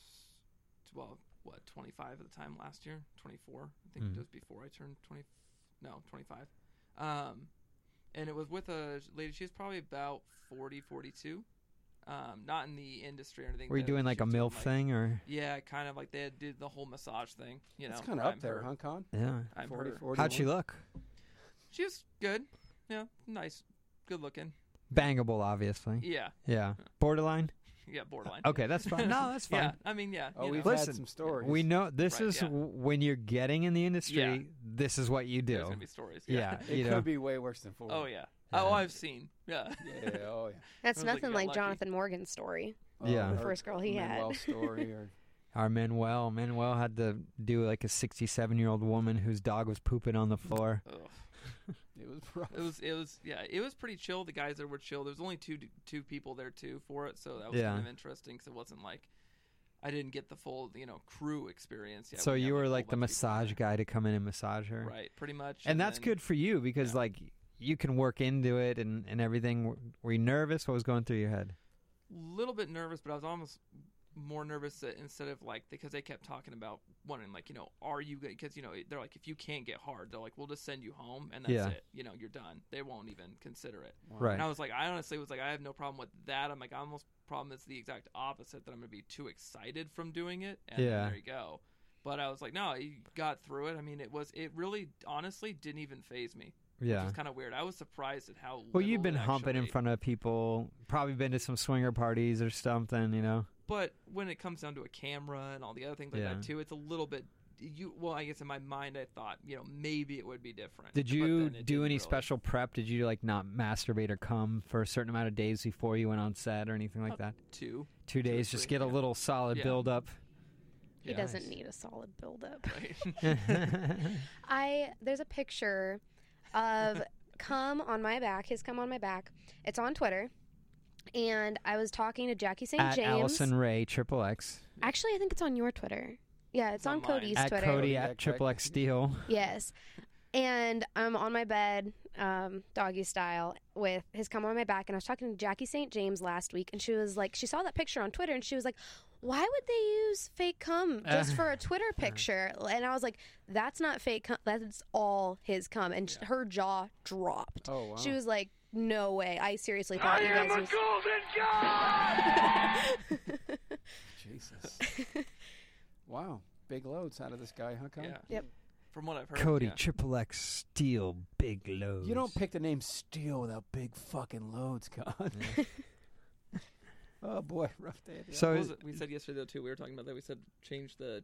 [SPEAKER 5] well, what twenty five at the time last year, twenty four. I think
[SPEAKER 3] Mm.
[SPEAKER 5] it was before I turned twenty, no twenty five. Um, and it was with a lady. She was probably about 40, 42. Um, not in the industry or anything.
[SPEAKER 3] Were you
[SPEAKER 5] that
[SPEAKER 3] doing like
[SPEAKER 5] she
[SPEAKER 3] a
[SPEAKER 5] was doing,
[SPEAKER 3] milf thing or?
[SPEAKER 5] Yeah, kind of like they did the whole massage thing. You know,
[SPEAKER 2] That's kind of up
[SPEAKER 5] I'm
[SPEAKER 2] there,
[SPEAKER 5] her.
[SPEAKER 2] huh, Con?
[SPEAKER 3] Yeah.
[SPEAKER 5] I'm
[SPEAKER 2] 40,
[SPEAKER 5] her.
[SPEAKER 2] 41?
[SPEAKER 3] How'd she look?
[SPEAKER 5] She was good. Yeah, nice, good looking.
[SPEAKER 3] Bangable, obviously.
[SPEAKER 5] Yeah,
[SPEAKER 3] Yeah. Borderline.
[SPEAKER 5] yeah, borderline.
[SPEAKER 3] Mm. Okay, that's fine. No, that's fine.
[SPEAKER 5] Yeah, I mean, yeah.
[SPEAKER 2] Oh,
[SPEAKER 5] you
[SPEAKER 2] we've
[SPEAKER 5] know.
[SPEAKER 2] had
[SPEAKER 3] Listen,
[SPEAKER 2] some stories.
[SPEAKER 3] We know this
[SPEAKER 5] Right,
[SPEAKER 3] is
[SPEAKER 5] yeah.
[SPEAKER 3] w- when you're getting in the industry.
[SPEAKER 5] Yeah.
[SPEAKER 3] This is what you
[SPEAKER 5] There's
[SPEAKER 3] do.
[SPEAKER 5] gonna be stories.
[SPEAKER 3] yeah,
[SPEAKER 2] it
[SPEAKER 3] you
[SPEAKER 2] could
[SPEAKER 3] know.
[SPEAKER 2] be way worse than forty.
[SPEAKER 5] Oh yeah. Oh,
[SPEAKER 3] Yeah.
[SPEAKER 5] I've seen. Yeah.
[SPEAKER 2] yeah, oh yeah.
[SPEAKER 4] That's
[SPEAKER 5] Sounds like you
[SPEAKER 4] nothing
[SPEAKER 5] got
[SPEAKER 4] like
[SPEAKER 5] lucky.
[SPEAKER 4] Jonathan Morgan's story.
[SPEAKER 2] Oh,
[SPEAKER 3] Yeah. The
[SPEAKER 2] or
[SPEAKER 4] first girl he had.
[SPEAKER 2] Manuel's story or
[SPEAKER 3] Our Manuel, Manuel had to do like a 67 year old woman whose dog was pooping on the floor.
[SPEAKER 5] Ugh.
[SPEAKER 2] it was rough.
[SPEAKER 5] It was. It was. Yeah. It was pretty chill. The guys there were chill. There was only two two people there too for it, so that was
[SPEAKER 3] Yeah.
[SPEAKER 5] kind of interesting because it wasn't like I didn't get the full you know crew experience. yet.
[SPEAKER 3] so
[SPEAKER 5] We had,
[SPEAKER 3] you were
[SPEAKER 5] a whole
[SPEAKER 3] like the
[SPEAKER 5] bunch of people
[SPEAKER 3] massage guy to come in and massage her,
[SPEAKER 5] there. right? Pretty much.
[SPEAKER 3] And, that's
[SPEAKER 5] then-
[SPEAKER 3] good for you because
[SPEAKER 5] yeah.
[SPEAKER 3] like you can work into it and and everything. Were- Were you nervous? What was going through your head?
[SPEAKER 5] little bit nervous, but I was almost more nervous that instead of like because they kept talking about wondering like you know are you good because you know they're like if you can't get hard they're like we'll just send you home and that's
[SPEAKER 3] Yeah.
[SPEAKER 5] it you know you're done they won't even consider it
[SPEAKER 2] Wow.
[SPEAKER 3] Right.
[SPEAKER 5] And I was like, I honestly was like, I have no problem with that. I'm like, I almost problem is the exact opposite that I'm gonna be too excited from doing it. And then
[SPEAKER 3] Yeah.
[SPEAKER 5] there you go. But I was like, no, you got through it. I mean, it was it really honestly didn't even phase me. Which
[SPEAKER 3] Yeah.
[SPEAKER 5] is kind of weird. I was surprised at how
[SPEAKER 3] Well, you've
[SPEAKER 5] little
[SPEAKER 3] been
[SPEAKER 5] it
[SPEAKER 3] humping in
[SPEAKER 5] actually-
[SPEAKER 3] front of people. Probably been to some swinger parties or something. You know.
[SPEAKER 5] But when it comes down to a camera and all the other things like
[SPEAKER 3] Yeah.
[SPEAKER 5] that too, it's a little bit. You well, I guess in my mind I thought you know maybe it would be different.
[SPEAKER 3] Did
[SPEAKER 5] But
[SPEAKER 3] you
[SPEAKER 5] then
[SPEAKER 3] do
[SPEAKER 5] it didn't
[SPEAKER 3] any
[SPEAKER 5] really.
[SPEAKER 3] special prep? Did you like not masturbate or come for a certain amount of days before you went on set or anything like
[SPEAKER 5] Uh,
[SPEAKER 3] that?
[SPEAKER 5] two?
[SPEAKER 3] Two
[SPEAKER 5] two or
[SPEAKER 3] days, just
[SPEAKER 5] three,
[SPEAKER 3] get a
[SPEAKER 5] yeah.
[SPEAKER 3] little solid
[SPEAKER 5] Yeah.
[SPEAKER 3] build up.
[SPEAKER 4] He
[SPEAKER 5] Yeah.
[SPEAKER 4] doesn't
[SPEAKER 3] Nice.
[SPEAKER 4] need a solid buildup.
[SPEAKER 5] Right.
[SPEAKER 4] I there's a picture of cum on my back. His cum on my back. It's on Twitter, and I was talking to Jackie St.
[SPEAKER 3] at
[SPEAKER 4] James.
[SPEAKER 3] Allison Ray Triple X
[SPEAKER 4] Actually, I think it's on your Twitter. Yeah, it's
[SPEAKER 5] on
[SPEAKER 4] on,
[SPEAKER 5] mine.
[SPEAKER 4] Cody's
[SPEAKER 3] at
[SPEAKER 4] Twitter.
[SPEAKER 3] Cody
[SPEAKER 2] Cody
[SPEAKER 3] at
[SPEAKER 2] Eck
[SPEAKER 3] Triple
[SPEAKER 2] Eck.
[SPEAKER 3] X Steel.
[SPEAKER 4] Yes. And I'm on my bed, um, doggy style, with his cum on my back. And I was talking to Jackie St. James last week, and she was like, she saw that picture on Twitter, and she was like, why would they use fake cum just for a Twitter picture? And I was like, that's not fake cum. That's all his cum. And sh her jaw dropped.
[SPEAKER 2] Oh wow.
[SPEAKER 4] She was like, no way. I seriously thought you guys used.
[SPEAKER 2] Jesus. wow. Big loads out of this guy, huh, Con?
[SPEAKER 5] Yeah.
[SPEAKER 4] Yep.
[SPEAKER 5] From what I've heard,
[SPEAKER 3] Cody
[SPEAKER 5] yeah.
[SPEAKER 3] Triple X Steel Big Lows.
[SPEAKER 2] You don't pick the name Steel without big fucking loads, Con. oh boy, rough day. At the
[SPEAKER 3] So
[SPEAKER 5] What
[SPEAKER 3] is-
[SPEAKER 5] was it? we said yesterday though too. We were talking about that. We said change the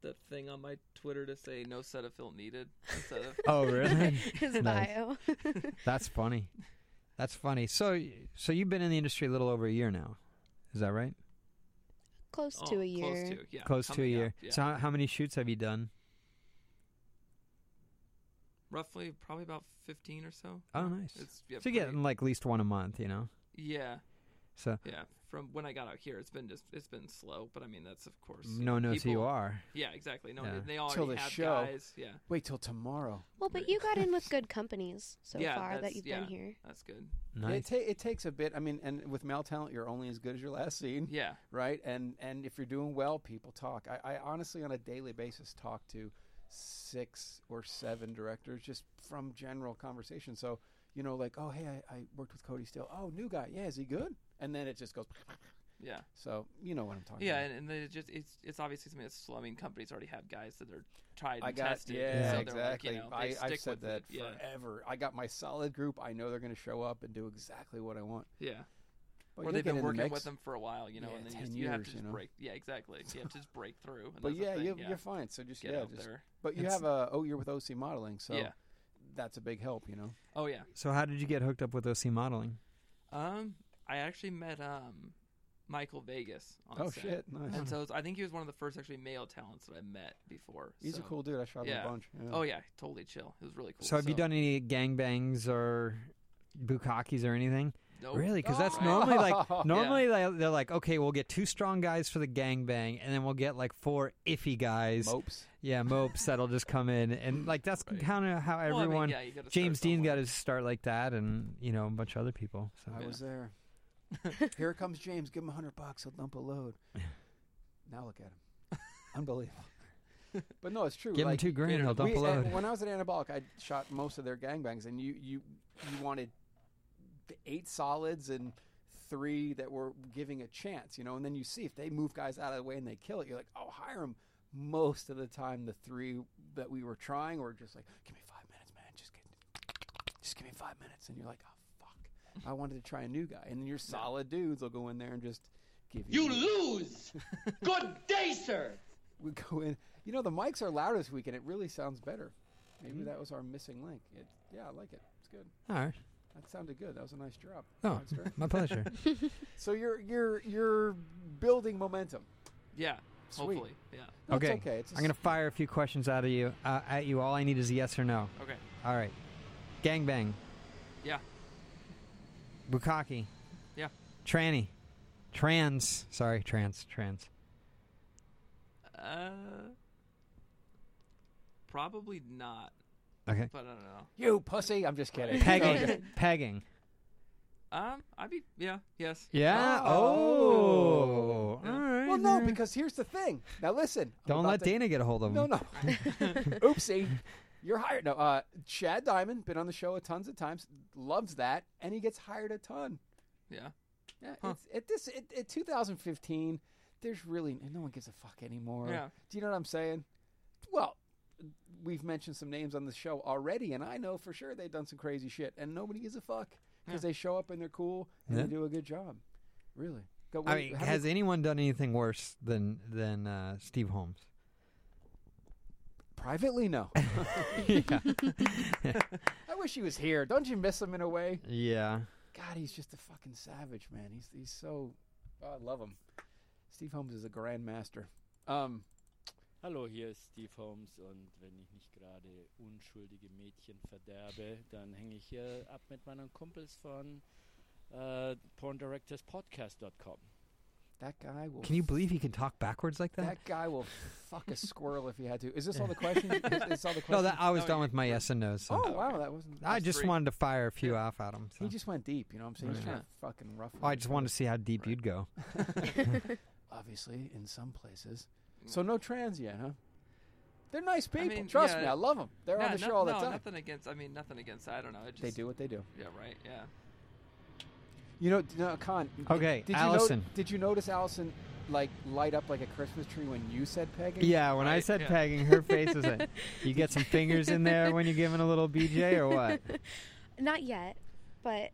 [SPEAKER 5] the thing on my Twitter to say no Cetaphil needed instead of
[SPEAKER 3] oh really?
[SPEAKER 4] His
[SPEAKER 3] Nice.
[SPEAKER 4] bio.
[SPEAKER 3] That's funny. That's funny. So so you've been in the industry a little over a year now. Is that right?
[SPEAKER 4] Close
[SPEAKER 5] oh,
[SPEAKER 4] to a year.
[SPEAKER 5] Close to yeah.
[SPEAKER 3] Close to a
[SPEAKER 5] coming up,
[SPEAKER 3] year.
[SPEAKER 5] yeah.
[SPEAKER 3] So how, how many shoots have you done?
[SPEAKER 5] roughly probably about fifteen or so.
[SPEAKER 3] Oh, nice.
[SPEAKER 5] It's yeah.
[SPEAKER 3] so you're
[SPEAKER 5] pretty-
[SPEAKER 3] getting like at least one a month, you know.
[SPEAKER 5] yeah,
[SPEAKER 3] So
[SPEAKER 5] yeah. From when I got out here, it's been just it's been slow. But I mean, that's of course you
[SPEAKER 3] no
[SPEAKER 5] know,
[SPEAKER 3] knows who you
[SPEAKER 5] people-
[SPEAKER 3] are.
[SPEAKER 5] Yeah, exactly. No,
[SPEAKER 3] Yeah.
[SPEAKER 5] they
[SPEAKER 2] Till
[SPEAKER 5] already
[SPEAKER 2] the
[SPEAKER 5] have
[SPEAKER 2] show.
[SPEAKER 5] guys. Yeah,
[SPEAKER 2] Wait till tomorrow.
[SPEAKER 4] Well, but you got in with good companies so
[SPEAKER 5] Yeah,
[SPEAKER 4] far that
[SPEAKER 5] that's-
[SPEAKER 4] you've
[SPEAKER 5] yeah.
[SPEAKER 4] been here.
[SPEAKER 5] that's good.
[SPEAKER 3] Nice.
[SPEAKER 2] It, ta- it takes a bit. I mean, and with male talent, you're only as good as your last scene.
[SPEAKER 5] Yeah,
[SPEAKER 2] right? And and if you're doing well, people talk. I, I honestly, on a daily basis, talk to six or seven directors just from general conversation. So you know, like, oh hey, I, I worked with Cody Steele. Oh, new guy. Yeah, is he good? And then it just goes.
[SPEAKER 5] yeah,
[SPEAKER 2] So you know what I'm talking
[SPEAKER 5] yeah.
[SPEAKER 2] about.
[SPEAKER 5] And, and then it just it's it's obviously something that's slow. I mean, companies already have guys that are tried and
[SPEAKER 2] I got
[SPEAKER 5] tested.
[SPEAKER 2] yeah,
[SPEAKER 5] so they're like, you
[SPEAKER 2] exactly.
[SPEAKER 5] know, they
[SPEAKER 2] I, I've
[SPEAKER 5] stick
[SPEAKER 2] said
[SPEAKER 5] with
[SPEAKER 2] that
[SPEAKER 5] it. Yeah,
[SPEAKER 2] forever. I got my solid group. I know they're going to show up and do exactly what I want.
[SPEAKER 5] yeah.
[SPEAKER 2] But
[SPEAKER 5] or
[SPEAKER 2] you'll
[SPEAKER 5] they've
[SPEAKER 2] get
[SPEAKER 5] been
[SPEAKER 2] in the
[SPEAKER 5] working
[SPEAKER 2] mix.
[SPEAKER 5] with them for a while, you know,
[SPEAKER 2] Yeah,
[SPEAKER 5] and then
[SPEAKER 2] 10
[SPEAKER 5] you, just, you have
[SPEAKER 2] years,
[SPEAKER 5] to
[SPEAKER 2] you
[SPEAKER 5] just
[SPEAKER 2] know.
[SPEAKER 5] break. Yeah, exactly. You have to just break through. And
[SPEAKER 2] But
[SPEAKER 5] that's the
[SPEAKER 2] yeah,
[SPEAKER 5] thing,
[SPEAKER 2] you,
[SPEAKER 5] yeah.
[SPEAKER 2] you're fine. So just
[SPEAKER 5] get
[SPEAKER 2] yeah,
[SPEAKER 5] out
[SPEAKER 2] just
[SPEAKER 5] there.
[SPEAKER 2] But you
[SPEAKER 3] It's-
[SPEAKER 2] have a oh, you're with OC modeling, so
[SPEAKER 5] Yeah.
[SPEAKER 2] that's a big help, you know.
[SPEAKER 5] Oh yeah.
[SPEAKER 3] So how did you get hooked up with OC modeling?
[SPEAKER 5] Um, I actually met um Michael Vegas on
[SPEAKER 2] Oh
[SPEAKER 5] set.
[SPEAKER 2] shit, nice.
[SPEAKER 5] And so I think he was one of the first actually male talents that I met before.
[SPEAKER 2] He's a
[SPEAKER 5] so-
[SPEAKER 2] cool dude. I shot him
[SPEAKER 5] yeah.
[SPEAKER 2] a bunch. Yeah.
[SPEAKER 5] Oh yeah, totally chill. It was really cool.
[SPEAKER 3] So have you done any gangbangs or bukakis or anything?
[SPEAKER 5] Nope.
[SPEAKER 3] Really? Because that's
[SPEAKER 5] Right.
[SPEAKER 3] normally like normally like, they're like, okay, we'll get two strong guys for the gangbang, and then we'll get like four iffy guys.
[SPEAKER 2] Mopes.
[SPEAKER 3] Yeah, mopes that'll just come in, and like that's
[SPEAKER 5] Right.
[SPEAKER 3] kind of how
[SPEAKER 5] Well, I mean,
[SPEAKER 3] everyone.
[SPEAKER 5] yeah, you gotta
[SPEAKER 3] James
[SPEAKER 5] start
[SPEAKER 3] Dean
[SPEAKER 5] somewhere.
[SPEAKER 3] got his start like that, and you know a bunch of other people. So
[SPEAKER 2] I
[SPEAKER 5] Yeah.
[SPEAKER 2] was there. Here comes James. Give him a hundred bucks. He'll dump a load. now look at him. Unbelievable. But no, it's true.
[SPEAKER 3] give him
[SPEAKER 2] like,
[SPEAKER 3] two grand,
[SPEAKER 5] we-
[SPEAKER 3] he'll dump
[SPEAKER 2] we-
[SPEAKER 3] a load.
[SPEAKER 2] and when I was at Anabolic, I shot most of their gangbangs, and you you you wanted the eight solids and three that were giving a chance, you know. And then you see if they move guys out of the way and they kill it, you're like, oh, hire them. Most of the time, the three that we were trying were just like, give me five minutes, man. Just get, just give me five minutes, and you're like, oh fuck, I wanted to try a new guy, and then your solid dudes will go in there and just give you.
[SPEAKER 6] You lose. Good day, sir.
[SPEAKER 2] we go in. You know, the mics are louder this week, and it really sounds better. Maybe
[SPEAKER 3] Mm-hmm.
[SPEAKER 2] that was our missing link. It, yeah, I like it. It's good.
[SPEAKER 3] All right.
[SPEAKER 2] That sounded good. That was a nice drop.
[SPEAKER 3] Oh,
[SPEAKER 2] Nice drop.
[SPEAKER 3] my pleasure.
[SPEAKER 2] so you're you're you're building momentum.
[SPEAKER 5] Yeah.
[SPEAKER 2] Sweet.
[SPEAKER 5] Hopefully. Yeah.
[SPEAKER 2] No,
[SPEAKER 3] okay.
[SPEAKER 2] It's okay. It's a
[SPEAKER 3] I'm gonna
[SPEAKER 2] s-
[SPEAKER 3] fire a few questions out of you uh, at you. All I need is a yes or no.
[SPEAKER 5] Okay.
[SPEAKER 3] All right. Gangbang.
[SPEAKER 5] Yeah.
[SPEAKER 3] Bukaki.
[SPEAKER 5] Yeah.
[SPEAKER 3] Tranny. Trans. Sorry, trans. Trans.
[SPEAKER 5] Uh. Probably not,
[SPEAKER 3] Okay.
[SPEAKER 5] but I don't know.
[SPEAKER 2] you pussy. I'm just kidding. Okay.
[SPEAKER 3] Pegging. Pegging.
[SPEAKER 5] Um, I'd be yeah, yes.
[SPEAKER 3] Yeah.
[SPEAKER 2] Oh.
[SPEAKER 3] Oh. All right.
[SPEAKER 2] Well, no,
[SPEAKER 3] there.
[SPEAKER 2] because here's the thing. Now listen. I'm
[SPEAKER 3] don't
[SPEAKER 2] about
[SPEAKER 3] let
[SPEAKER 2] to-
[SPEAKER 3] Dana get a hold of him.
[SPEAKER 2] No, no. Oopsie. You're hired. No, uh, Chad Diamond been on the show a tons of times. Loves that, and he gets hired a ton.
[SPEAKER 5] Yeah.
[SPEAKER 2] Yeah,
[SPEAKER 5] Huh.
[SPEAKER 2] it's at this it, at 2015. There's really no one gives a fuck anymore.
[SPEAKER 5] Yeah.
[SPEAKER 2] Do you know what I'm saying? Well, we've mentioned some names on the show already, and I know for sure they've done some crazy shit, and nobody gives a fuck because they show up and they're cool and
[SPEAKER 3] Yeah.
[SPEAKER 2] they do a good job. Really. Go,
[SPEAKER 3] I
[SPEAKER 2] wait,
[SPEAKER 3] mean,
[SPEAKER 2] how do
[SPEAKER 3] has
[SPEAKER 2] we-
[SPEAKER 3] anyone done anything worse than than uh, Steve Holmes?
[SPEAKER 2] privately? No.
[SPEAKER 3] yeah.
[SPEAKER 2] I wish he was here. Don't you miss him in a way?
[SPEAKER 3] yeah.
[SPEAKER 2] God, he's just a fucking savage, man. He's he's so. Oh, I love him. Steve Holmes is a grandmaster. Um,
[SPEAKER 7] Hallo, hier ist Steve Holmes und wenn ich nicht gerade unschuldige Mädchen verderbe, dann hänge ich hier ab mit meinen Kumpels von äh, PornDirectorsPodcast.com.
[SPEAKER 2] that guy will
[SPEAKER 3] Can you believe he can talk backwards like that?
[SPEAKER 2] That guy will fuck a squirrel if he had to. Is this all the questions? Is this all the questions?
[SPEAKER 3] no, that I was
[SPEAKER 5] No,
[SPEAKER 3] done
[SPEAKER 5] you-
[SPEAKER 3] with my yes and no's. So.
[SPEAKER 2] oh wow, that wasn't.
[SPEAKER 3] I
[SPEAKER 5] that's
[SPEAKER 3] just
[SPEAKER 5] three.
[SPEAKER 3] wanted to fire a few off at him. So.
[SPEAKER 2] He just went deep. You know what I'm saying? He's
[SPEAKER 3] Right.
[SPEAKER 2] trying to fucking rough.
[SPEAKER 3] Oh, I just wanted to see how deep
[SPEAKER 5] Right.
[SPEAKER 3] you'd go.
[SPEAKER 2] Obviously, in some places. So no trans yet, huh? They're nice people.
[SPEAKER 5] Mm. mean,
[SPEAKER 2] Trust
[SPEAKER 5] yeah.
[SPEAKER 2] me, I love them. They're
[SPEAKER 5] yeah,
[SPEAKER 2] on the
[SPEAKER 5] no-
[SPEAKER 2] show all the
[SPEAKER 5] no,
[SPEAKER 2] time.
[SPEAKER 5] Nothing against. I mean, nothing against. I don't know. It just,
[SPEAKER 2] They do what they do.
[SPEAKER 5] Yeah. Right. Yeah.
[SPEAKER 2] You know, d- no, Con. d-
[SPEAKER 3] Okay,
[SPEAKER 2] did You
[SPEAKER 3] Allison.
[SPEAKER 2] know, did you notice Allison like light up like a Christmas tree when you said pegging?
[SPEAKER 3] Yeah, when I
[SPEAKER 5] Right,
[SPEAKER 3] said
[SPEAKER 5] yeah.
[SPEAKER 3] pegging, her face was like, you get some fingers in there when you're giving a little BJ or what?
[SPEAKER 4] Not yet, but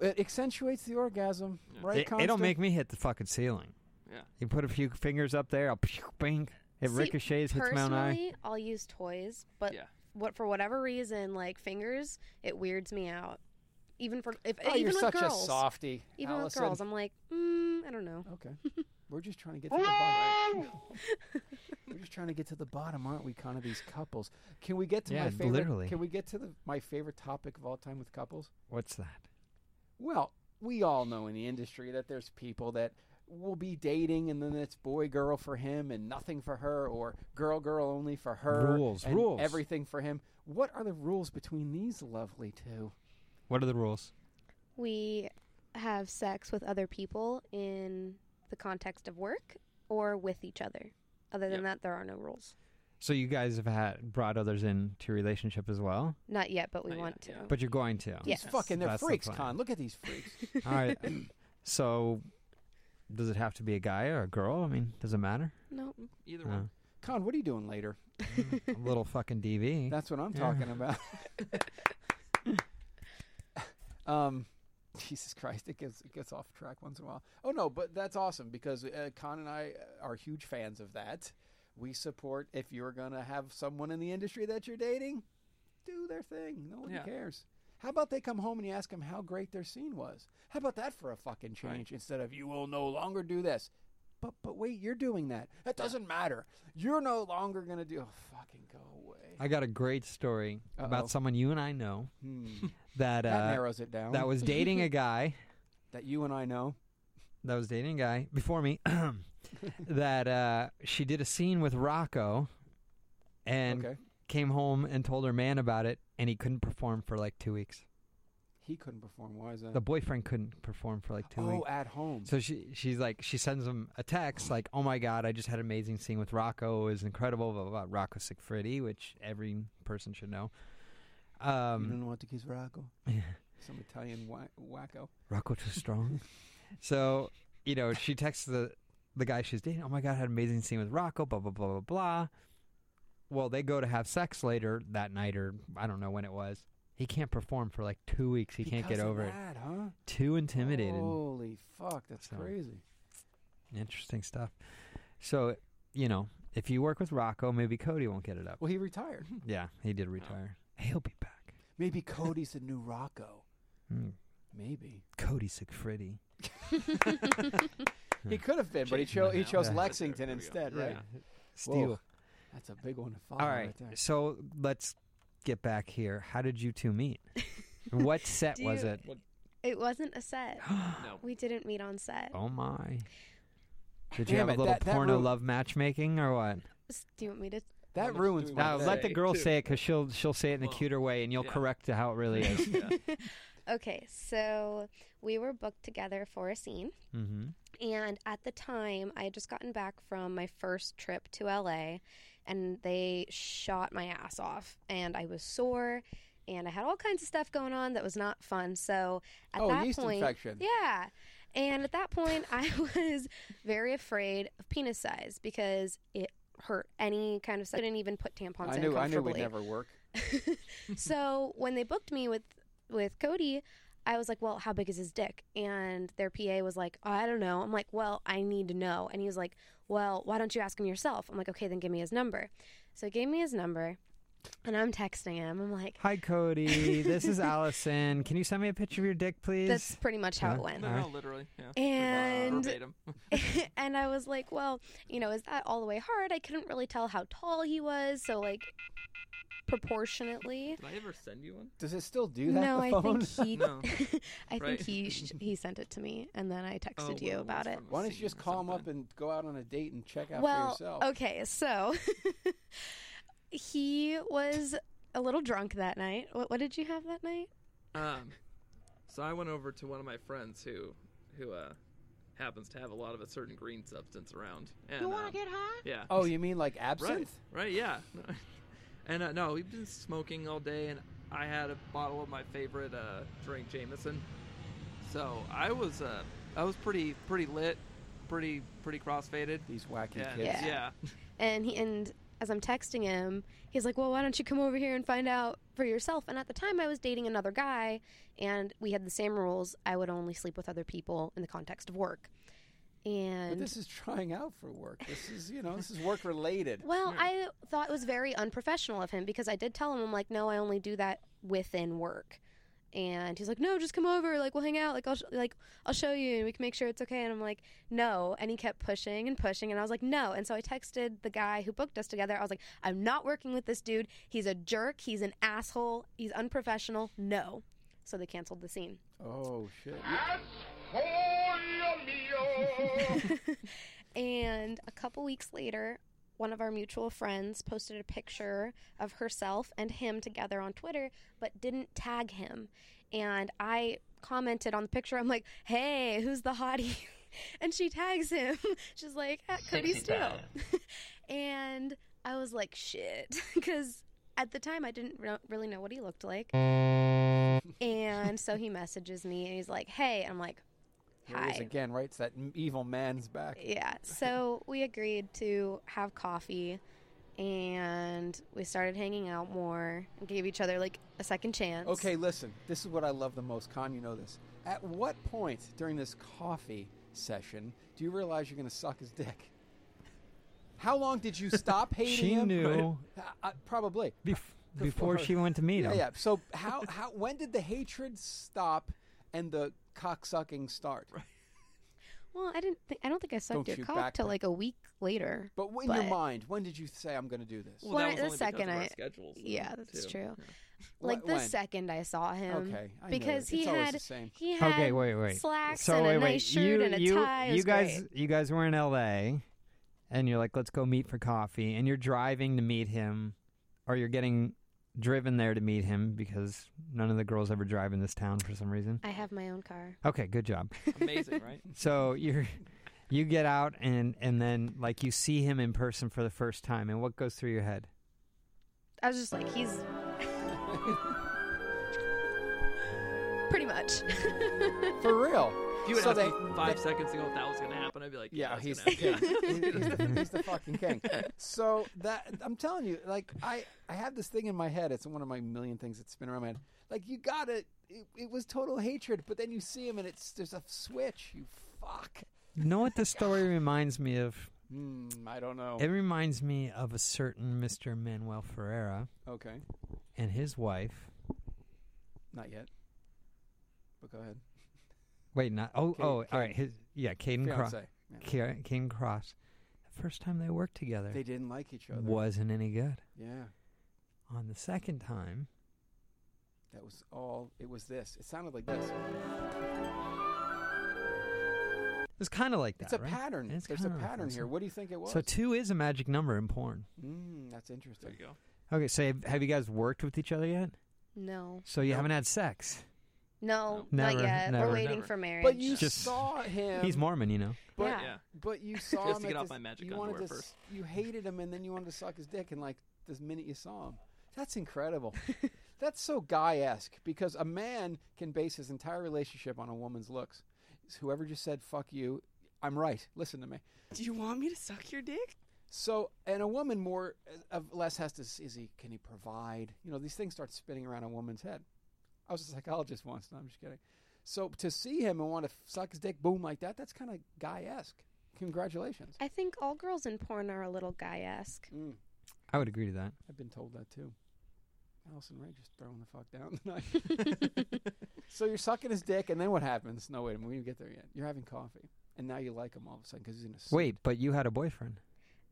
[SPEAKER 2] It accentuates the orgasm,
[SPEAKER 5] Yeah.
[SPEAKER 2] right?
[SPEAKER 3] It, it'll
[SPEAKER 2] Consta?
[SPEAKER 3] make me hit the fucking ceiling.
[SPEAKER 5] Yeah.
[SPEAKER 3] You put a few fingers up there, I'll pew, bing. It
[SPEAKER 4] See,
[SPEAKER 3] ricochets, hits my own eye.
[SPEAKER 4] personally, I'll use toys, but
[SPEAKER 5] Yeah.
[SPEAKER 4] what for whatever reason, like fingers, it weirds me out. Even for if,
[SPEAKER 2] Oh,
[SPEAKER 4] even
[SPEAKER 2] you're
[SPEAKER 4] with
[SPEAKER 2] such
[SPEAKER 4] girls,
[SPEAKER 2] a softy.
[SPEAKER 4] even
[SPEAKER 2] Allison.
[SPEAKER 4] with girls, I'm like, mm, I don't know.
[SPEAKER 2] Okay. We're just trying to get to the bottom. We're just trying to get to the bottom, aren't we, kind of these couples? Can we get to
[SPEAKER 3] Yeah,
[SPEAKER 2] my favorite
[SPEAKER 3] literally.
[SPEAKER 2] Can we get to the, my favorite topic of all time with couples?
[SPEAKER 3] What's that?
[SPEAKER 2] Well, we all know in the industry that there's people that will be dating and then it's boy girl for him and nothing for her or girl girl only for her.
[SPEAKER 3] Rules,
[SPEAKER 2] and
[SPEAKER 3] rules.
[SPEAKER 2] Everything for him. What are the rules between these lovely two?
[SPEAKER 3] What are the rules?
[SPEAKER 4] We have sex with other people in the context of work or with each other. Other than
[SPEAKER 5] Yep.
[SPEAKER 4] that, there are no rules.
[SPEAKER 3] So you guys have had brought others into your relationship as well,
[SPEAKER 4] Not yet, but we
[SPEAKER 5] Not yet,
[SPEAKER 4] want
[SPEAKER 5] yeah.
[SPEAKER 4] to.
[SPEAKER 3] but you're going to.
[SPEAKER 4] Yes.
[SPEAKER 2] These fucking they're
[SPEAKER 3] That's the
[SPEAKER 2] freaks,
[SPEAKER 3] plan.
[SPEAKER 2] Con. Look at these freaks.
[SPEAKER 3] All right. So does it have to be a guy or a girl? I mean, does it matter?
[SPEAKER 4] no.
[SPEAKER 5] Either
[SPEAKER 3] No.
[SPEAKER 5] one.
[SPEAKER 2] Con, what are you doing later?
[SPEAKER 3] Uh, A little fucking DV.
[SPEAKER 2] That's what I'm
[SPEAKER 3] Yeah.
[SPEAKER 2] talking about. um, Jesus Christ, it gets it gets off track once in a while. Oh no, but that's awesome because uh, Con and I are huge fans of that. We support if you're gonna have someone in the industry that you're dating, do their thing. No one
[SPEAKER 5] Yeah.
[SPEAKER 2] cares. How about they come home and you ask them how great their scene was? How about that for a fucking change instead of you will no longer do this? But but wait, you're doing that. That doesn't matter. You're no longer gonna do. Oh, fucking go away.
[SPEAKER 3] I got a great story
[SPEAKER 2] Uh-oh.
[SPEAKER 3] about someone you and I know
[SPEAKER 2] Hmm.
[SPEAKER 3] that
[SPEAKER 2] that
[SPEAKER 3] uh,
[SPEAKER 2] narrows it down.
[SPEAKER 3] that was dating a guy
[SPEAKER 2] that you and I know.
[SPEAKER 3] that was dating a guy before me that uh, she did a scene with Rocco and
[SPEAKER 2] okay,
[SPEAKER 3] came home and told her man about it and he couldn't perform for like 2 weeks.
[SPEAKER 2] he couldn't perform. Why is that?
[SPEAKER 3] The boyfriend couldn't perform for like 2
[SPEAKER 2] oh,
[SPEAKER 3] weeks.
[SPEAKER 2] at home.
[SPEAKER 3] So she she's like she sends him a text like, "Oh my god, I just had an amazing scene with Rocco. It was incredible." Blah blah. blah. Rocco Siffredi, which every person should know.
[SPEAKER 2] you
[SPEAKER 3] Um,
[SPEAKER 2] don't want to kiss Rocco. Some Italian wha- wacko.
[SPEAKER 3] Rocco too strong. so you know she texts the the guy she's dating. Oh my god, I had an amazing scene with Rocco. Blah blah blah blah blah. Well, they go to have sex later that night, or I don't know when it was. He can't perform for like two weeks. He can't get
[SPEAKER 2] Because of
[SPEAKER 3] over it.
[SPEAKER 2] that, Oh. huh?
[SPEAKER 3] Too intimidated.
[SPEAKER 2] Holy fuck, that's
[SPEAKER 3] So-
[SPEAKER 2] crazy.
[SPEAKER 3] Interesting stuff. So, you know, if you work with Rocco, maybe Cody won't get it up.
[SPEAKER 2] Well, he retired.
[SPEAKER 3] Yeah, he did retire. He'll be back.
[SPEAKER 2] Maybe Cody's the new Rocco.
[SPEAKER 3] Hmm.
[SPEAKER 2] Maybe
[SPEAKER 3] Cody Sigfriedi.
[SPEAKER 2] he could have been, but he
[SPEAKER 5] Jason
[SPEAKER 2] chose he
[SPEAKER 5] Manel.
[SPEAKER 2] chose
[SPEAKER 3] Yeah.
[SPEAKER 2] Lexington
[SPEAKER 5] There we go.
[SPEAKER 2] instead, right?
[SPEAKER 5] Yeah.
[SPEAKER 3] Steel.
[SPEAKER 2] That's a big one to follow.
[SPEAKER 3] All
[SPEAKER 2] right.
[SPEAKER 3] right.
[SPEAKER 2] there.
[SPEAKER 3] So let's get back here. How did you two meet? And what set
[SPEAKER 4] Do
[SPEAKER 3] was
[SPEAKER 4] you-
[SPEAKER 3] it?
[SPEAKER 4] It wasn't a set.
[SPEAKER 2] Uh,
[SPEAKER 5] No.
[SPEAKER 4] We didn't meet on set.
[SPEAKER 3] Oh my. Did
[SPEAKER 2] Damn
[SPEAKER 3] you have
[SPEAKER 2] it,
[SPEAKER 3] a little
[SPEAKER 2] that- that
[SPEAKER 3] porno
[SPEAKER 2] ru-
[SPEAKER 3] love matchmaking or what?
[SPEAKER 4] S- Do you want me to?
[SPEAKER 2] That ruins
[SPEAKER 5] do we
[SPEAKER 2] my
[SPEAKER 3] No,
[SPEAKER 5] Well,
[SPEAKER 3] let
[SPEAKER 2] day.
[SPEAKER 3] the
[SPEAKER 5] say
[SPEAKER 3] girl
[SPEAKER 5] too.
[SPEAKER 3] say it because she'll she'll say it in a
[SPEAKER 5] Well,
[SPEAKER 3] cuter way and you'll
[SPEAKER 5] yeah.
[SPEAKER 3] correct how it really is.
[SPEAKER 5] Yeah.
[SPEAKER 4] Okay, so we were booked together for a scene,
[SPEAKER 3] mm-hmm.
[SPEAKER 4] and at the time, I had just gotten back from my first trip to LA, and they shot my ass off, and I was sore, and I had all kinds of stuff going on that was not fun. So at
[SPEAKER 2] oh,
[SPEAKER 4] that
[SPEAKER 2] yeast
[SPEAKER 4] point,
[SPEAKER 2] infection.
[SPEAKER 4] Yeah. And at that point, I was very afraid of penis size because it hurt any kind of size. I couldn't even put tampons
[SPEAKER 2] I
[SPEAKER 4] in
[SPEAKER 2] knew I knew
[SPEAKER 4] comfortably.
[SPEAKER 2] we'd never work.
[SPEAKER 4] so when they booked me with with Cody, I was like, "Well, how big is his dick?" And their PA was like, oh, "I don't know." I'm like, "Well, I need to know." And he was like, "Well, why don't you ask him yourself?" I'm like, "Okay, then give me his number." So he gave me his number, and I'm texting him. I'm like,
[SPEAKER 3] Hi Cody, this is Allison. Can you send me a picture of your dick, please?
[SPEAKER 4] "That's pretty much how
[SPEAKER 3] Yeah.
[SPEAKER 4] it went."
[SPEAKER 5] No,
[SPEAKER 3] All right.
[SPEAKER 5] no, literally. Yeah.
[SPEAKER 4] And
[SPEAKER 5] Verbatim.
[SPEAKER 4] and I was like, well, you know, is that all the way hard? I couldn't really tell how tall he was, so like proportionately.
[SPEAKER 5] Did I ever send you one?
[SPEAKER 2] Does it still do that?
[SPEAKER 4] No,
[SPEAKER 2] the
[SPEAKER 4] I
[SPEAKER 2] phone?
[SPEAKER 4] think he.
[SPEAKER 5] No.
[SPEAKER 4] I
[SPEAKER 5] Right.
[SPEAKER 4] think he sh- he sent it to me, and then I
[SPEAKER 5] Oh,
[SPEAKER 4] texted
[SPEAKER 5] well,
[SPEAKER 4] you
[SPEAKER 5] was
[SPEAKER 4] about it.
[SPEAKER 5] from a
[SPEAKER 2] Why don't you
[SPEAKER 5] scene
[SPEAKER 2] just
[SPEAKER 5] or
[SPEAKER 2] call him up
[SPEAKER 5] something.
[SPEAKER 2] and go out on a date and check out for
[SPEAKER 4] Well,
[SPEAKER 2] yourself?
[SPEAKER 4] okay, so he was a little drunk that night. What, what did you have that night?
[SPEAKER 5] Um, so I went over to one of my friends who, who uh, happens to have a lot of a certain green substance around. And, you want to get high? Yeah.
[SPEAKER 2] Oh, you mean like
[SPEAKER 5] right.
[SPEAKER 2] absinthe?
[SPEAKER 5] Right. Yeah. and uh, no, we've been smoking all day, and I had a bottle of my favorite uh, drink, Jameson. So I was, uh, I was pretty, pretty lit, pretty, pretty crossfaded.
[SPEAKER 2] These wacky
[SPEAKER 5] And,
[SPEAKER 2] kids.
[SPEAKER 4] Yeah.
[SPEAKER 5] yeah.
[SPEAKER 4] And he and as I'm texting him, he's like, "Well, why don't you come over here and find out for yourself?" And at the time, I was dating another guy, and we had the same rules. I would only sleep with other people in the context of work.
[SPEAKER 2] But
[SPEAKER 4] And
[SPEAKER 2] this is trying out for work. This is you know this is work related.
[SPEAKER 4] well, I thought it was very unprofessional of him because I did tell him, "I'm like, no, I only do that within work." And he's like, "No, just come over. Like, we'll hang out. Like, I'll sh- like I'll show you, and we can make sure it's okay." And I'm like, "No." And he kept pushing and pushing, and I was like, "No." And so I texted the guy who booked us together. I was like, "I'm not working with this dude. He's a jerk. He's an asshole. He's unprofessional. No." So they canceled the scene.
[SPEAKER 2] Oh shit.
[SPEAKER 4] And a couple weeks later, one of our mutual friends posted a picture of herself and him together on Twitter, but didn't tag him. And I commented on the picture, I'm like, hey, who's the hottie? And she tags him. She's like, "At Cody Steele. and I was like, shit. Because at the time, I didn't re- really know what he looked like. and so he messages me and he's like, hey. And I'm like,
[SPEAKER 2] Here he is
[SPEAKER 4] hi.
[SPEAKER 2] again, right? It's that m- evil man's back.
[SPEAKER 4] Yeah. So we agreed to have coffee and we started hanging out more and gave each other like a second chance.
[SPEAKER 2] Okay, listen. This is what I love the most, Con. You know this. At what point during this coffee session do you realize you're going to suck his dick? How long did you stop hating
[SPEAKER 3] She
[SPEAKER 2] him?
[SPEAKER 3] knew.
[SPEAKER 2] Uh, uh, probably.
[SPEAKER 3] Bef- before she went to meet
[SPEAKER 2] yeah,
[SPEAKER 3] him.
[SPEAKER 2] yeah. So how how when did the hatred stop and the cocksucking start?
[SPEAKER 4] Well, I didn't. Think, I don't think I sucked
[SPEAKER 2] Don't you
[SPEAKER 4] your cock till
[SPEAKER 2] backpedal.
[SPEAKER 4] like a week later.
[SPEAKER 2] But in your
[SPEAKER 4] But-
[SPEAKER 2] mind, when did you say I'm going to do this?
[SPEAKER 5] Well,
[SPEAKER 4] When
[SPEAKER 5] that
[SPEAKER 4] I-
[SPEAKER 5] was
[SPEAKER 4] the
[SPEAKER 5] only because
[SPEAKER 4] second
[SPEAKER 5] of our
[SPEAKER 4] I-
[SPEAKER 5] schedules, though,
[SPEAKER 4] yeah, that's
[SPEAKER 5] too.
[SPEAKER 4] true.
[SPEAKER 2] Wh-
[SPEAKER 4] Like the
[SPEAKER 2] when?
[SPEAKER 4] second I saw him.
[SPEAKER 2] Okay, I knew
[SPEAKER 4] because
[SPEAKER 2] it.
[SPEAKER 4] he
[SPEAKER 2] It's always
[SPEAKER 4] had
[SPEAKER 2] the same.
[SPEAKER 4] he had
[SPEAKER 3] Okay, wait, wait.
[SPEAKER 4] slacks
[SPEAKER 3] so
[SPEAKER 4] and
[SPEAKER 3] wait,
[SPEAKER 4] a
[SPEAKER 3] wait.
[SPEAKER 4] nice shirt
[SPEAKER 3] you,
[SPEAKER 4] and a
[SPEAKER 3] you,
[SPEAKER 4] tie. It
[SPEAKER 3] You
[SPEAKER 4] was
[SPEAKER 3] guys,
[SPEAKER 4] great.
[SPEAKER 3] you guys were in L.A. and you're like, let's go meet for coffee, and you're driving to meet him, or you're getting driven there to meet him because none of the girls ever drive in this town for some reason.
[SPEAKER 4] I have my own car.
[SPEAKER 3] Okay, good job.
[SPEAKER 5] Amazing, right?
[SPEAKER 3] So you're. You get out and and then like you see him in person for the first time, and what goes through your head?
[SPEAKER 4] I was just like, he's pretty much.
[SPEAKER 2] For real?
[SPEAKER 5] If you had
[SPEAKER 2] So
[SPEAKER 5] asked
[SPEAKER 2] they-
[SPEAKER 5] me five
[SPEAKER 2] they-
[SPEAKER 5] seconds ago if that was going to happen, I'd be like,
[SPEAKER 2] Yeah,
[SPEAKER 5] that's
[SPEAKER 2] he's,
[SPEAKER 5] gonna
[SPEAKER 2] yeah,
[SPEAKER 5] happen.
[SPEAKER 2] he- he's, the, he's the fucking king. So that I'm telling you, like I, I have this thing in my head. It's one of my million things that spin around my head. Like you got it. It was total hatred, but then you see him, and it's there's a switch. You fuck.
[SPEAKER 3] You know what the story reminds me of?
[SPEAKER 2] Mm, I don't know.
[SPEAKER 3] It reminds me of a certain Mr. Manuel Ferreira
[SPEAKER 2] okay,
[SPEAKER 3] and his wife.
[SPEAKER 2] not yet. But go ahead.
[SPEAKER 3] Wait, not oh
[SPEAKER 2] Kate-
[SPEAKER 3] oh.
[SPEAKER 2] Kate.
[SPEAKER 3] All right, his yeah, Caden Cross.
[SPEAKER 2] Fiance. Yeah.
[SPEAKER 3] Caden Cross. The first time they worked together
[SPEAKER 2] They didn't like each other.
[SPEAKER 3] wasn't any good.
[SPEAKER 2] Yeah,
[SPEAKER 3] On the second time,
[SPEAKER 2] that was all. It was this. It sounded like this.
[SPEAKER 3] it was kind of like that.
[SPEAKER 2] It's a
[SPEAKER 3] right?
[SPEAKER 2] pattern.
[SPEAKER 3] It's
[SPEAKER 2] There's a
[SPEAKER 3] kinda like
[SPEAKER 2] pattern
[SPEAKER 3] that,
[SPEAKER 2] here.
[SPEAKER 3] so-
[SPEAKER 2] What do you think it was?
[SPEAKER 3] So two is a magic number in porn.
[SPEAKER 2] mm, that's
[SPEAKER 5] There
[SPEAKER 2] interesting.
[SPEAKER 5] you go.
[SPEAKER 3] Okay, so have- have you guys worked with each other yet?
[SPEAKER 4] No,
[SPEAKER 3] So you
[SPEAKER 2] Nope.
[SPEAKER 3] haven't had sex.
[SPEAKER 4] no,
[SPEAKER 3] Never,
[SPEAKER 4] not yet.
[SPEAKER 3] never,
[SPEAKER 4] We're waiting
[SPEAKER 5] never.
[SPEAKER 4] for marriage.
[SPEAKER 2] But you
[SPEAKER 3] Just-
[SPEAKER 2] saw him.
[SPEAKER 3] He's Mormon, you know.
[SPEAKER 2] But,
[SPEAKER 4] Yeah.
[SPEAKER 5] Yeah.
[SPEAKER 2] but you saw
[SPEAKER 5] Just
[SPEAKER 2] him.
[SPEAKER 5] to
[SPEAKER 2] at
[SPEAKER 5] get off
[SPEAKER 2] this-
[SPEAKER 5] my magic
[SPEAKER 2] you wanted
[SPEAKER 5] underwear
[SPEAKER 2] to s-
[SPEAKER 5] first.
[SPEAKER 2] You hated him, and then you wanted to suck his dick, and like the minute you saw him, that's incredible. that's so guy-esque because a man can base his entire relationship on a woman's looks. It's Whoever just said "fuck you," I'm right. Listen to me.
[SPEAKER 8] Do you want me to suck your dick?
[SPEAKER 2] So, and a woman more uh, of less has to s- is he can he provide? You know, these things start spinning around a woman's head. I was a psychologist once, no, I'm just kidding. So to see him and want to suck his dick, boom like that, that's kind of guy-esque. Congratulations.
[SPEAKER 4] I think all girls in porn are a little guy-esque.
[SPEAKER 2] Mm,
[SPEAKER 3] I would agree to that.
[SPEAKER 2] I've been told that too. Allison Ray just throwing the fuck down tonight. so you're sucking his dick, and then what happens? No, wait a minute, we didn't get there yet. You're having coffee, and now you like him all of a sudden because he's in a suit.
[SPEAKER 3] Wait, but you had a boyfriend.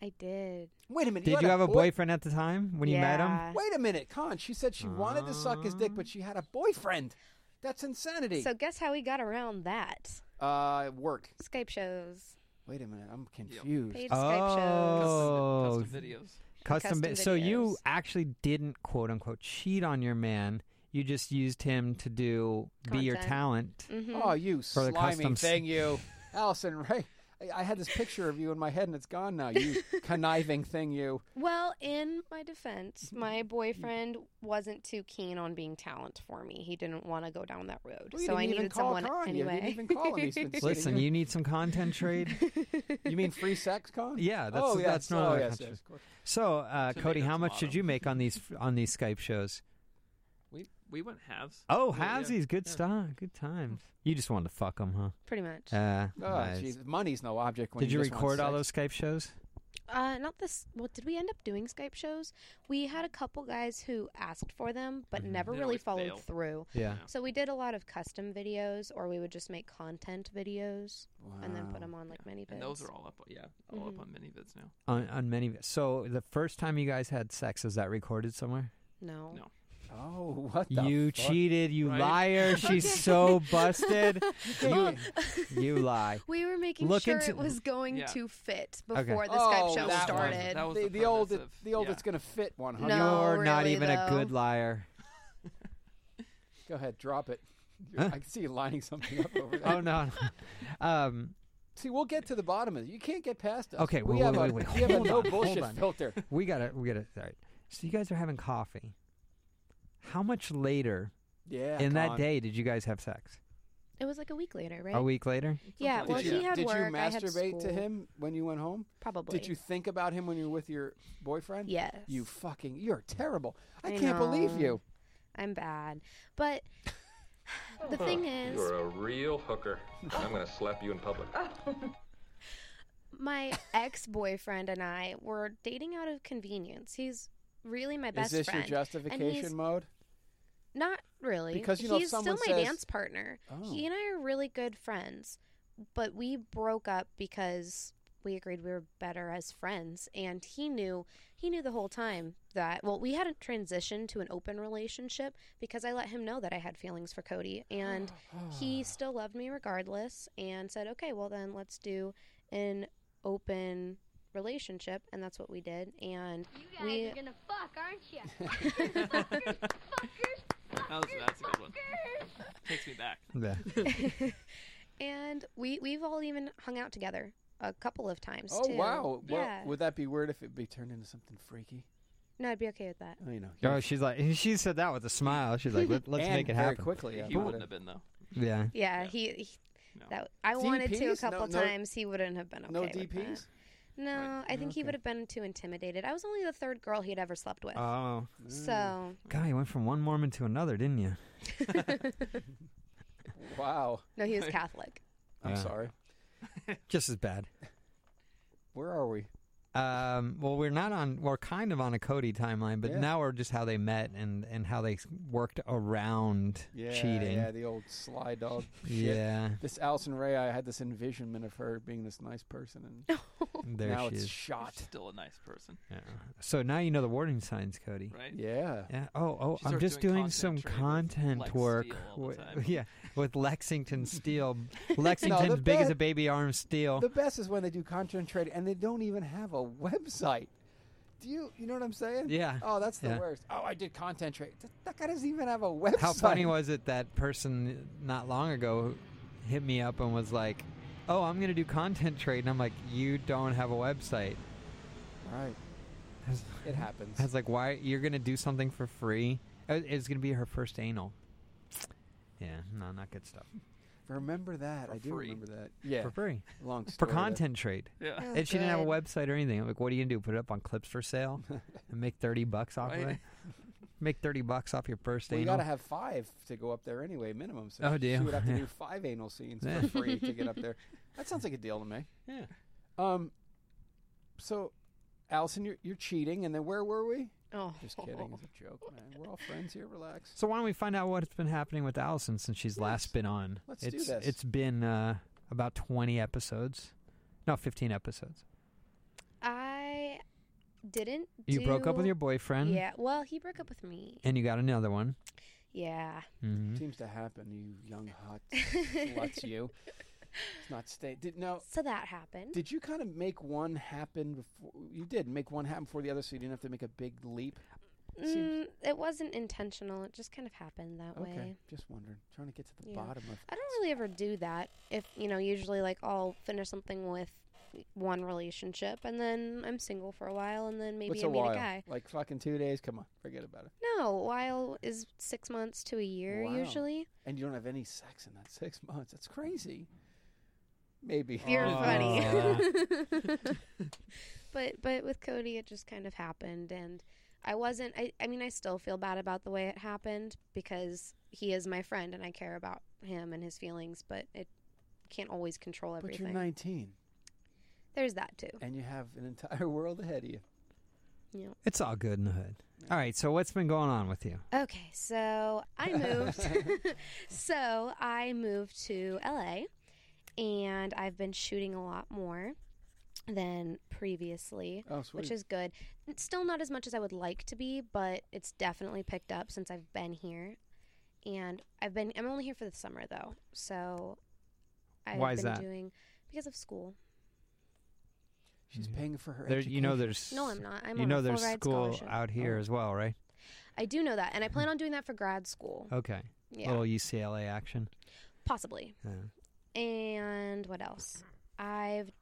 [SPEAKER 4] I did.
[SPEAKER 2] wait a minute.
[SPEAKER 3] Did
[SPEAKER 2] had
[SPEAKER 3] you have a
[SPEAKER 2] boy-
[SPEAKER 3] boyfriend at the time when you met him?
[SPEAKER 4] Yeah.
[SPEAKER 2] Wait a minute, Con. She said she wanted to suck his dick, but she had a boyfriend. That's insanity.
[SPEAKER 4] So guess how we got around that?
[SPEAKER 2] uh, work.
[SPEAKER 4] Skype shows,
[SPEAKER 2] Wait a minute, I'm confused.
[SPEAKER 4] paid Skype shows.
[SPEAKER 3] Oh,
[SPEAKER 5] Custom, custom videos.
[SPEAKER 3] custom.
[SPEAKER 4] Custom
[SPEAKER 3] vi- so you
[SPEAKER 4] videos.
[SPEAKER 3] actually didn't quote unquote cheat on your man. You just used him to do be your
[SPEAKER 4] Content.
[SPEAKER 3] talent.
[SPEAKER 4] hmm
[SPEAKER 2] Oh, you
[SPEAKER 3] For the
[SPEAKER 2] slimy
[SPEAKER 3] customs.
[SPEAKER 2] thing, you, Allison Ray. I, I had this picture of you in my head, and it's gone now. You conniving thing, you.
[SPEAKER 4] Well, in my defense, my boyfriend wasn't too keen on being talent for me. He didn't want to go down that road,
[SPEAKER 2] Well, you
[SPEAKER 4] so
[SPEAKER 2] didn't
[SPEAKER 4] I
[SPEAKER 2] even
[SPEAKER 4] needed
[SPEAKER 2] call
[SPEAKER 4] someone
[SPEAKER 2] Kanye. You
[SPEAKER 4] anyway.
[SPEAKER 2] didn't even call him. He's been sitting
[SPEAKER 3] Listen,
[SPEAKER 2] here.
[SPEAKER 3] you need some content trade.
[SPEAKER 2] You mean free sex, Con?
[SPEAKER 3] Yeah, that's-
[SPEAKER 2] oh,
[SPEAKER 3] that's
[SPEAKER 2] yes.
[SPEAKER 3] not
[SPEAKER 2] oh,
[SPEAKER 3] our
[SPEAKER 2] yes,
[SPEAKER 3] country.
[SPEAKER 2] yes, of course.
[SPEAKER 3] So, uh,
[SPEAKER 5] To me,
[SPEAKER 3] Cody,
[SPEAKER 5] that's
[SPEAKER 3] how
[SPEAKER 5] a
[SPEAKER 3] much
[SPEAKER 5] lot
[SPEAKER 3] did
[SPEAKER 5] of-
[SPEAKER 3] you make on these on these Skype shows?
[SPEAKER 5] We we went halves.
[SPEAKER 3] Oh,
[SPEAKER 5] Yeah, yeah,
[SPEAKER 3] halvesies, good
[SPEAKER 5] yeah.
[SPEAKER 3] stuff, good times. You just wanted to fuck them, huh?
[SPEAKER 4] Pretty much.
[SPEAKER 3] Uh,
[SPEAKER 2] Oh, jeez, money's no object. When
[SPEAKER 3] Did you
[SPEAKER 2] just want
[SPEAKER 3] record all
[SPEAKER 2] sex.
[SPEAKER 3] those Skype shows?
[SPEAKER 4] Uh, not this. Well, did we end up doing Skype shows? We had a couple guys who asked for them, but
[SPEAKER 3] Mhm.
[SPEAKER 4] never
[SPEAKER 5] Mm-hmm. They
[SPEAKER 4] really
[SPEAKER 5] always
[SPEAKER 4] followed
[SPEAKER 5] fail.
[SPEAKER 4] through.
[SPEAKER 3] Yeah.
[SPEAKER 4] So we did a lot of custom videos, or we would just make content videos and then
[SPEAKER 2] Wow.
[SPEAKER 4] put them on like many
[SPEAKER 5] And
[SPEAKER 4] vids.
[SPEAKER 5] those are all up. Yeah, all
[SPEAKER 4] Mhm.
[SPEAKER 5] up on mini vids now.
[SPEAKER 3] On, on many. So the first time you guys had sex, is that recorded somewhere?
[SPEAKER 4] no.
[SPEAKER 5] No.
[SPEAKER 2] Oh, what the
[SPEAKER 3] you
[SPEAKER 2] fuck?
[SPEAKER 3] cheated, you
[SPEAKER 5] Right?
[SPEAKER 3] liar. She's so busted.
[SPEAKER 2] Well,
[SPEAKER 3] you, you lie.
[SPEAKER 4] We were making
[SPEAKER 3] Look
[SPEAKER 4] sure
[SPEAKER 3] into-
[SPEAKER 4] it was going
[SPEAKER 5] Yeah.
[SPEAKER 4] to fit
[SPEAKER 3] Okay.
[SPEAKER 4] before the Skype
[SPEAKER 2] Oh,
[SPEAKER 4] show
[SPEAKER 2] that
[SPEAKER 4] started.
[SPEAKER 5] was- that was
[SPEAKER 2] the,
[SPEAKER 5] the
[SPEAKER 2] the old,
[SPEAKER 5] premise of-
[SPEAKER 2] the old.
[SPEAKER 5] yeah.
[SPEAKER 2] It's gonna fit one hundred.
[SPEAKER 4] No,
[SPEAKER 3] Uh-huh. You're not
[SPEAKER 4] really,
[SPEAKER 3] even a good
[SPEAKER 4] though.
[SPEAKER 3] liar.
[SPEAKER 2] Go ahead, drop it. You're-
[SPEAKER 3] Huh?
[SPEAKER 2] I can see you lining something up over there.
[SPEAKER 3] Oh no. Um,
[SPEAKER 2] See, we'll get to the bottom of it. You can't get past us.
[SPEAKER 3] Okay,
[SPEAKER 2] we
[SPEAKER 3] wait,
[SPEAKER 2] have
[SPEAKER 3] wait,
[SPEAKER 2] a,
[SPEAKER 3] wait, wait.
[SPEAKER 2] we have a
[SPEAKER 3] Hold
[SPEAKER 2] no
[SPEAKER 3] on, hold
[SPEAKER 2] bullshit
[SPEAKER 3] on.
[SPEAKER 2] filter.
[SPEAKER 3] we gotta, we gotta. All right. So you guys are having coffee. How much later
[SPEAKER 2] Yeah.
[SPEAKER 3] in that
[SPEAKER 2] Con.
[SPEAKER 3] day did you guys have sex?
[SPEAKER 4] It was like a week later, right?
[SPEAKER 3] A week later.
[SPEAKER 4] yeah.
[SPEAKER 5] Something
[SPEAKER 4] well,
[SPEAKER 5] like
[SPEAKER 2] did
[SPEAKER 5] that.
[SPEAKER 2] you,
[SPEAKER 4] he had
[SPEAKER 2] did
[SPEAKER 4] work.
[SPEAKER 2] you
[SPEAKER 4] I had
[SPEAKER 2] masturbate to
[SPEAKER 4] school.
[SPEAKER 2] him when you went home?
[SPEAKER 4] Probably.
[SPEAKER 2] Did you think about him when you were with your boyfriend?
[SPEAKER 4] Yes.
[SPEAKER 2] You fucking, you're terrible. I,
[SPEAKER 4] I
[SPEAKER 2] can't believe
[SPEAKER 4] know.
[SPEAKER 2] you.
[SPEAKER 4] I'm bad, but the thing is,
[SPEAKER 9] You're a real hooker. and I'm going to slap you in public.
[SPEAKER 4] my ex boyfriend and I were dating out of convenience. He's really my best
[SPEAKER 2] Is this
[SPEAKER 4] friend.
[SPEAKER 2] your justification mode?
[SPEAKER 4] Not really.
[SPEAKER 2] Because, you know, if
[SPEAKER 4] he's still my
[SPEAKER 2] someone says-
[SPEAKER 4] dance partner.
[SPEAKER 2] Oh.
[SPEAKER 4] He and I are really good friends, but we broke up because we agreed we were better as friends, and he knew he knew the whole time that well, we hadn't transitioned to an open relationship because I let him know that I had feelings for Cody, and he still loved me regardless, and said, okay, well then let's do an open relationship, and that's what we did, and we
[SPEAKER 10] gonna fuck, aren't you? fuckers, fuckers,
[SPEAKER 5] That was- that's a good one.
[SPEAKER 10] fuckers.
[SPEAKER 5] Takes me back.
[SPEAKER 3] Yeah.
[SPEAKER 4] and we we've all even hung out together a couple of times.
[SPEAKER 2] Oh
[SPEAKER 4] too.
[SPEAKER 2] wow!
[SPEAKER 4] Yeah.
[SPEAKER 2] Well, would that be weird if it be turned into something freaky?
[SPEAKER 4] no, I'd be okay with that.
[SPEAKER 2] Oh, you know.
[SPEAKER 3] Oh, she's like she said that with a smile. She's like, Let, let's
[SPEAKER 2] and
[SPEAKER 3] make it
[SPEAKER 2] very
[SPEAKER 3] happen.
[SPEAKER 2] quickly.
[SPEAKER 5] He
[SPEAKER 2] about
[SPEAKER 5] wouldn't
[SPEAKER 2] it.
[SPEAKER 5] have been though.
[SPEAKER 3] Yeah.
[SPEAKER 4] Yeah,
[SPEAKER 5] Yeah.
[SPEAKER 4] he. he-
[SPEAKER 5] No.
[SPEAKER 4] That I wanted to a
[SPEAKER 2] DPs?
[SPEAKER 4] couple
[SPEAKER 2] No- no-
[SPEAKER 4] times. He wouldn't have been okay.
[SPEAKER 2] no
[SPEAKER 4] with that.
[SPEAKER 2] DPs.
[SPEAKER 4] No, I think he
[SPEAKER 2] Okay.
[SPEAKER 4] would have been too intimidated. I was only the third girl he'd ever slept with.
[SPEAKER 3] Oh,
[SPEAKER 2] Mm.
[SPEAKER 4] so
[SPEAKER 3] God, you went from one Mormon to another, didn't you?
[SPEAKER 2] Wow.
[SPEAKER 4] no, he was Catholic.
[SPEAKER 2] I'm
[SPEAKER 3] Yeah.
[SPEAKER 2] sorry.
[SPEAKER 3] Just as bad.
[SPEAKER 2] Where are we?
[SPEAKER 3] Um, well, we're not on. We're kind of on a Cody timeline, but
[SPEAKER 2] Yeah.
[SPEAKER 3] now we're just how they met and and how they worked around
[SPEAKER 2] Yeah,
[SPEAKER 3] cheating.
[SPEAKER 2] Yeah, the old sly dog. shit.
[SPEAKER 3] Yeah,
[SPEAKER 2] This Allison Ray, I had this envisionment of her being this nice person, and
[SPEAKER 3] there
[SPEAKER 2] now
[SPEAKER 3] she
[SPEAKER 2] it's
[SPEAKER 3] is.
[SPEAKER 2] shot.
[SPEAKER 5] Still a nice person,
[SPEAKER 3] Yeah. So now you know the warning signs, Cody.
[SPEAKER 5] right?
[SPEAKER 2] Yeah.
[SPEAKER 3] Yeah. Oh, oh,
[SPEAKER 5] She
[SPEAKER 3] I'm
[SPEAKER 5] starts
[SPEAKER 3] just
[SPEAKER 5] doing
[SPEAKER 3] doing
[SPEAKER 5] content
[SPEAKER 3] some
[SPEAKER 5] trade with
[SPEAKER 3] content
[SPEAKER 5] Lex
[SPEAKER 3] work.
[SPEAKER 5] Steele all the
[SPEAKER 3] wi-
[SPEAKER 5] time.
[SPEAKER 3] yeah, with Lexington Steel. Lexington's big as
[SPEAKER 2] bad-
[SPEAKER 3] a baby arm steel.
[SPEAKER 2] The best is when they do content trade and they don't even have a website. Do you you know what I'm saying?
[SPEAKER 3] Yeah.
[SPEAKER 2] Oh, that's the
[SPEAKER 3] Yeah.
[SPEAKER 2] worst. Oh, I did content trade. That, that guy doesn't even have a website.
[SPEAKER 3] How funny was it that person not long ago hit me up and was like, "Oh, I'm gonna do content trade," and I'm like, "You don't have a website."
[SPEAKER 2] Right.
[SPEAKER 3] I was,
[SPEAKER 2] It happens.
[SPEAKER 3] I was like, "Why? You're gonna do something for free?" Uh, It's gonna be her first anal. Yeah, no, not good stuff
[SPEAKER 2] Remember that.
[SPEAKER 5] For
[SPEAKER 2] I do
[SPEAKER 5] free.
[SPEAKER 2] remember that. Yeah.
[SPEAKER 3] for free
[SPEAKER 2] Long
[SPEAKER 3] for
[SPEAKER 2] story. that-
[SPEAKER 3] content trade.
[SPEAKER 5] Yeah.
[SPEAKER 4] Oh,
[SPEAKER 3] and she didn't have a
[SPEAKER 4] good.
[SPEAKER 3] website or anything. I'm like, what are you gonna do? Put it up on clips for sale and make thirty bucks off of
[SPEAKER 5] Right.
[SPEAKER 3] it? Make thirty bucks off your first
[SPEAKER 2] Well, you
[SPEAKER 3] anal?
[SPEAKER 2] gotta have five to go up there anyway, minimum. So
[SPEAKER 3] Oh,
[SPEAKER 2] she-
[SPEAKER 3] do
[SPEAKER 2] She
[SPEAKER 3] you?
[SPEAKER 2] would have to
[SPEAKER 3] Yeah.
[SPEAKER 2] do five anal scenes
[SPEAKER 3] Yeah.
[SPEAKER 2] for free to get up there. That sounds like a deal to me.
[SPEAKER 3] Yeah.
[SPEAKER 2] Um. So, Allison, you're you're cheating, and then where were we?
[SPEAKER 4] Oh,
[SPEAKER 2] Just kidding. It's a joke, man. We're all friends here. Relax.
[SPEAKER 3] So why don't we find out what's been happening with Allison since she's last been on?
[SPEAKER 2] Let's do
[SPEAKER 3] it's,
[SPEAKER 2] this.
[SPEAKER 3] It's been uh, about twenty episodes, no, fifteen episodes.
[SPEAKER 4] I didn't.
[SPEAKER 3] You broke up with
[SPEAKER 4] do-
[SPEAKER 3] your boyfriend,
[SPEAKER 4] Yeah. Well, he broke up with me.
[SPEAKER 3] and you got another one.
[SPEAKER 4] Yeah.
[SPEAKER 3] hmm
[SPEAKER 2] Seems to happen, you young hot sluts. You. It's not stay. Did now.
[SPEAKER 4] So that happened.
[SPEAKER 2] Did you kind of make one happen before? You did make one happen before the other, so you didn't have to make a big leap.
[SPEAKER 4] mm, it wasn't intentional. It just kind of happened that way.
[SPEAKER 2] Okay, just wondering. Trying to get to the
[SPEAKER 4] Yeah.
[SPEAKER 2] bottom of.
[SPEAKER 4] I don't really ever do that. If you know, usually like I'll finish something with one relationship, and then I'm single for a while, and then maybe
[SPEAKER 2] What's
[SPEAKER 4] I
[SPEAKER 2] a
[SPEAKER 4] meet
[SPEAKER 2] while?
[SPEAKER 4] a guy.
[SPEAKER 2] Like fucking two days. Come on, forget about it.
[SPEAKER 4] No, while is six months to a year
[SPEAKER 2] Wow.
[SPEAKER 4] usually.
[SPEAKER 2] And you don't have any sex in that six months. That's crazy. Maybe.
[SPEAKER 4] You're
[SPEAKER 5] Oh.
[SPEAKER 4] funny. but but with Cody, it just kind of happened, and I wasn't. I I mean, I still feel bad about the way it happened because he is my friend, and I care about him and his feelings, but it can't always control
[SPEAKER 2] But you're
[SPEAKER 4] everything.
[SPEAKER 2] 19
[SPEAKER 4] There's that too.
[SPEAKER 2] and you have an entire world ahead of you.
[SPEAKER 3] It's all good in the hood. All right, so what's been going on with you?
[SPEAKER 4] Okay, so I moved. so I moved to LA and I've been shooting a lot more than previously,
[SPEAKER 2] Oh, sweet.
[SPEAKER 4] which is good. It's Still not as much as I would like to be, but it's definitely picked up since I've been here. And I've been I'm only here for the summer though. So I've
[SPEAKER 3] Why is
[SPEAKER 4] been
[SPEAKER 3] that?
[SPEAKER 4] doing because of school.
[SPEAKER 2] She's
[SPEAKER 3] Mhm.
[SPEAKER 2] paying for her
[SPEAKER 3] There,
[SPEAKER 2] education.
[SPEAKER 3] you know, there's
[SPEAKER 4] No, I'm not. I'm
[SPEAKER 3] you
[SPEAKER 4] on
[SPEAKER 3] know,
[SPEAKER 4] a full
[SPEAKER 3] there's
[SPEAKER 4] ride
[SPEAKER 3] school
[SPEAKER 4] scholarship. Oh.
[SPEAKER 3] out here as well, right?
[SPEAKER 4] I do know that, and I plan on doing that for grad school.
[SPEAKER 3] Okay,
[SPEAKER 4] Yeah,
[SPEAKER 3] little UCLA action.
[SPEAKER 4] possibly.
[SPEAKER 3] Yeah.
[SPEAKER 4] And what else? I've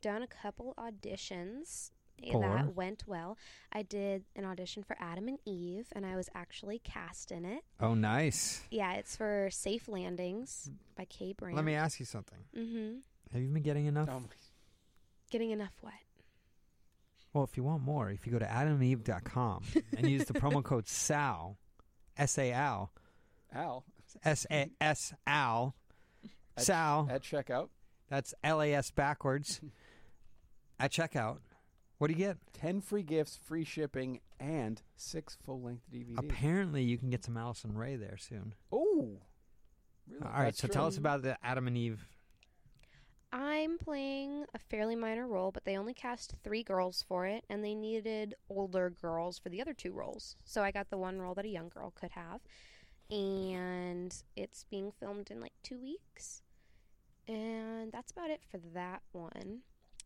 [SPEAKER 4] done a couple auditions
[SPEAKER 3] For?
[SPEAKER 4] that went well. I did an audition for Adam and Eve, and I was actually cast in it.
[SPEAKER 3] Oh, nice.
[SPEAKER 4] Yeah, it's for Safe Landings by Kay Brand.
[SPEAKER 3] Let me ask you something.
[SPEAKER 4] Mm-hmm.
[SPEAKER 3] Have you been getting enough?
[SPEAKER 2] Oh, my-
[SPEAKER 4] Getting enough what?
[SPEAKER 3] Well, if you want more, if you go to adamandeve.com and use the promo code SAL, S A L,
[SPEAKER 2] Al,
[SPEAKER 3] S A S Al,
[SPEAKER 2] At-
[SPEAKER 3] Sal,
[SPEAKER 2] at checkout.
[SPEAKER 3] that's L A S backwards, at checkout, What do you get?
[SPEAKER 2] 10 free gifts, free shipping, and six full length DVDs.
[SPEAKER 3] Apparently, you can get some Allison Ray there soon.
[SPEAKER 2] Oh, really?
[SPEAKER 3] All right,
[SPEAKER 2] That's
[SPEAKER 3] so tell
[SPEAKER 2] true.
[SPEAKER 3] us about the Adam and Eve.
[SPEAKER 4] I'm playing a fairly minor role, but they only cast three girls for it, and they needed older girls for the other two roles. So I got the one role that a young girl could have, and it's being filmed in like two weeks. And that's about it for that one.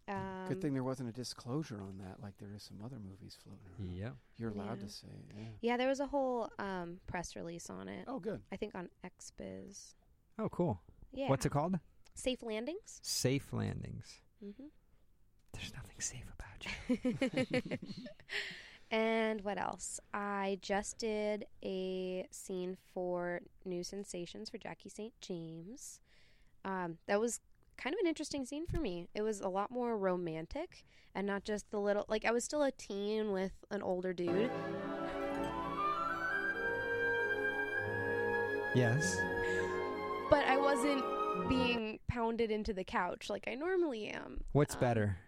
[SPEAKER 4] Um,
[SPEAKER 2] Good thing there wasn't a disclosure on that, like there is some other movies floating around.
[SPEAKER 3] Yeah.
[SPEAKER 2] You're allowed
[SPEAKER 4] Yeah.
[SPEAKER 2] to say it. Yeah.
[SPEAKER 4] Yeah, there was a whole um, press release on it.
[SPEAKER 2] Oh, good.
[SPEAKER 4] I think on XBiz.
[SPEAKER 3] Oh, cool.
[SPEAKER 4] Yeah.
[SPEAKER 3] What's it called?
[SPEAKER 4] Safe landings.
[SPEAKER 3] Safe landings.
[SPEAKER 4] hmm
[SPEAKER 3] There's nothing safe about you.
[SPEAKER 4] and what else? I just did a scene for New Sensations for Jackie St. James. Um, that was kind of an interesting scene for me. It was a lot more romantic and not just the little, like, I was still a teen with an older dude.
[SPEAKER 3] yes.
[SPEAKER 4] but I wasn't being pounded into the couch like I normally am.
[SPEAKER 3] What's
[SPEAKER 4] Um,
[SPEAKER 3] better?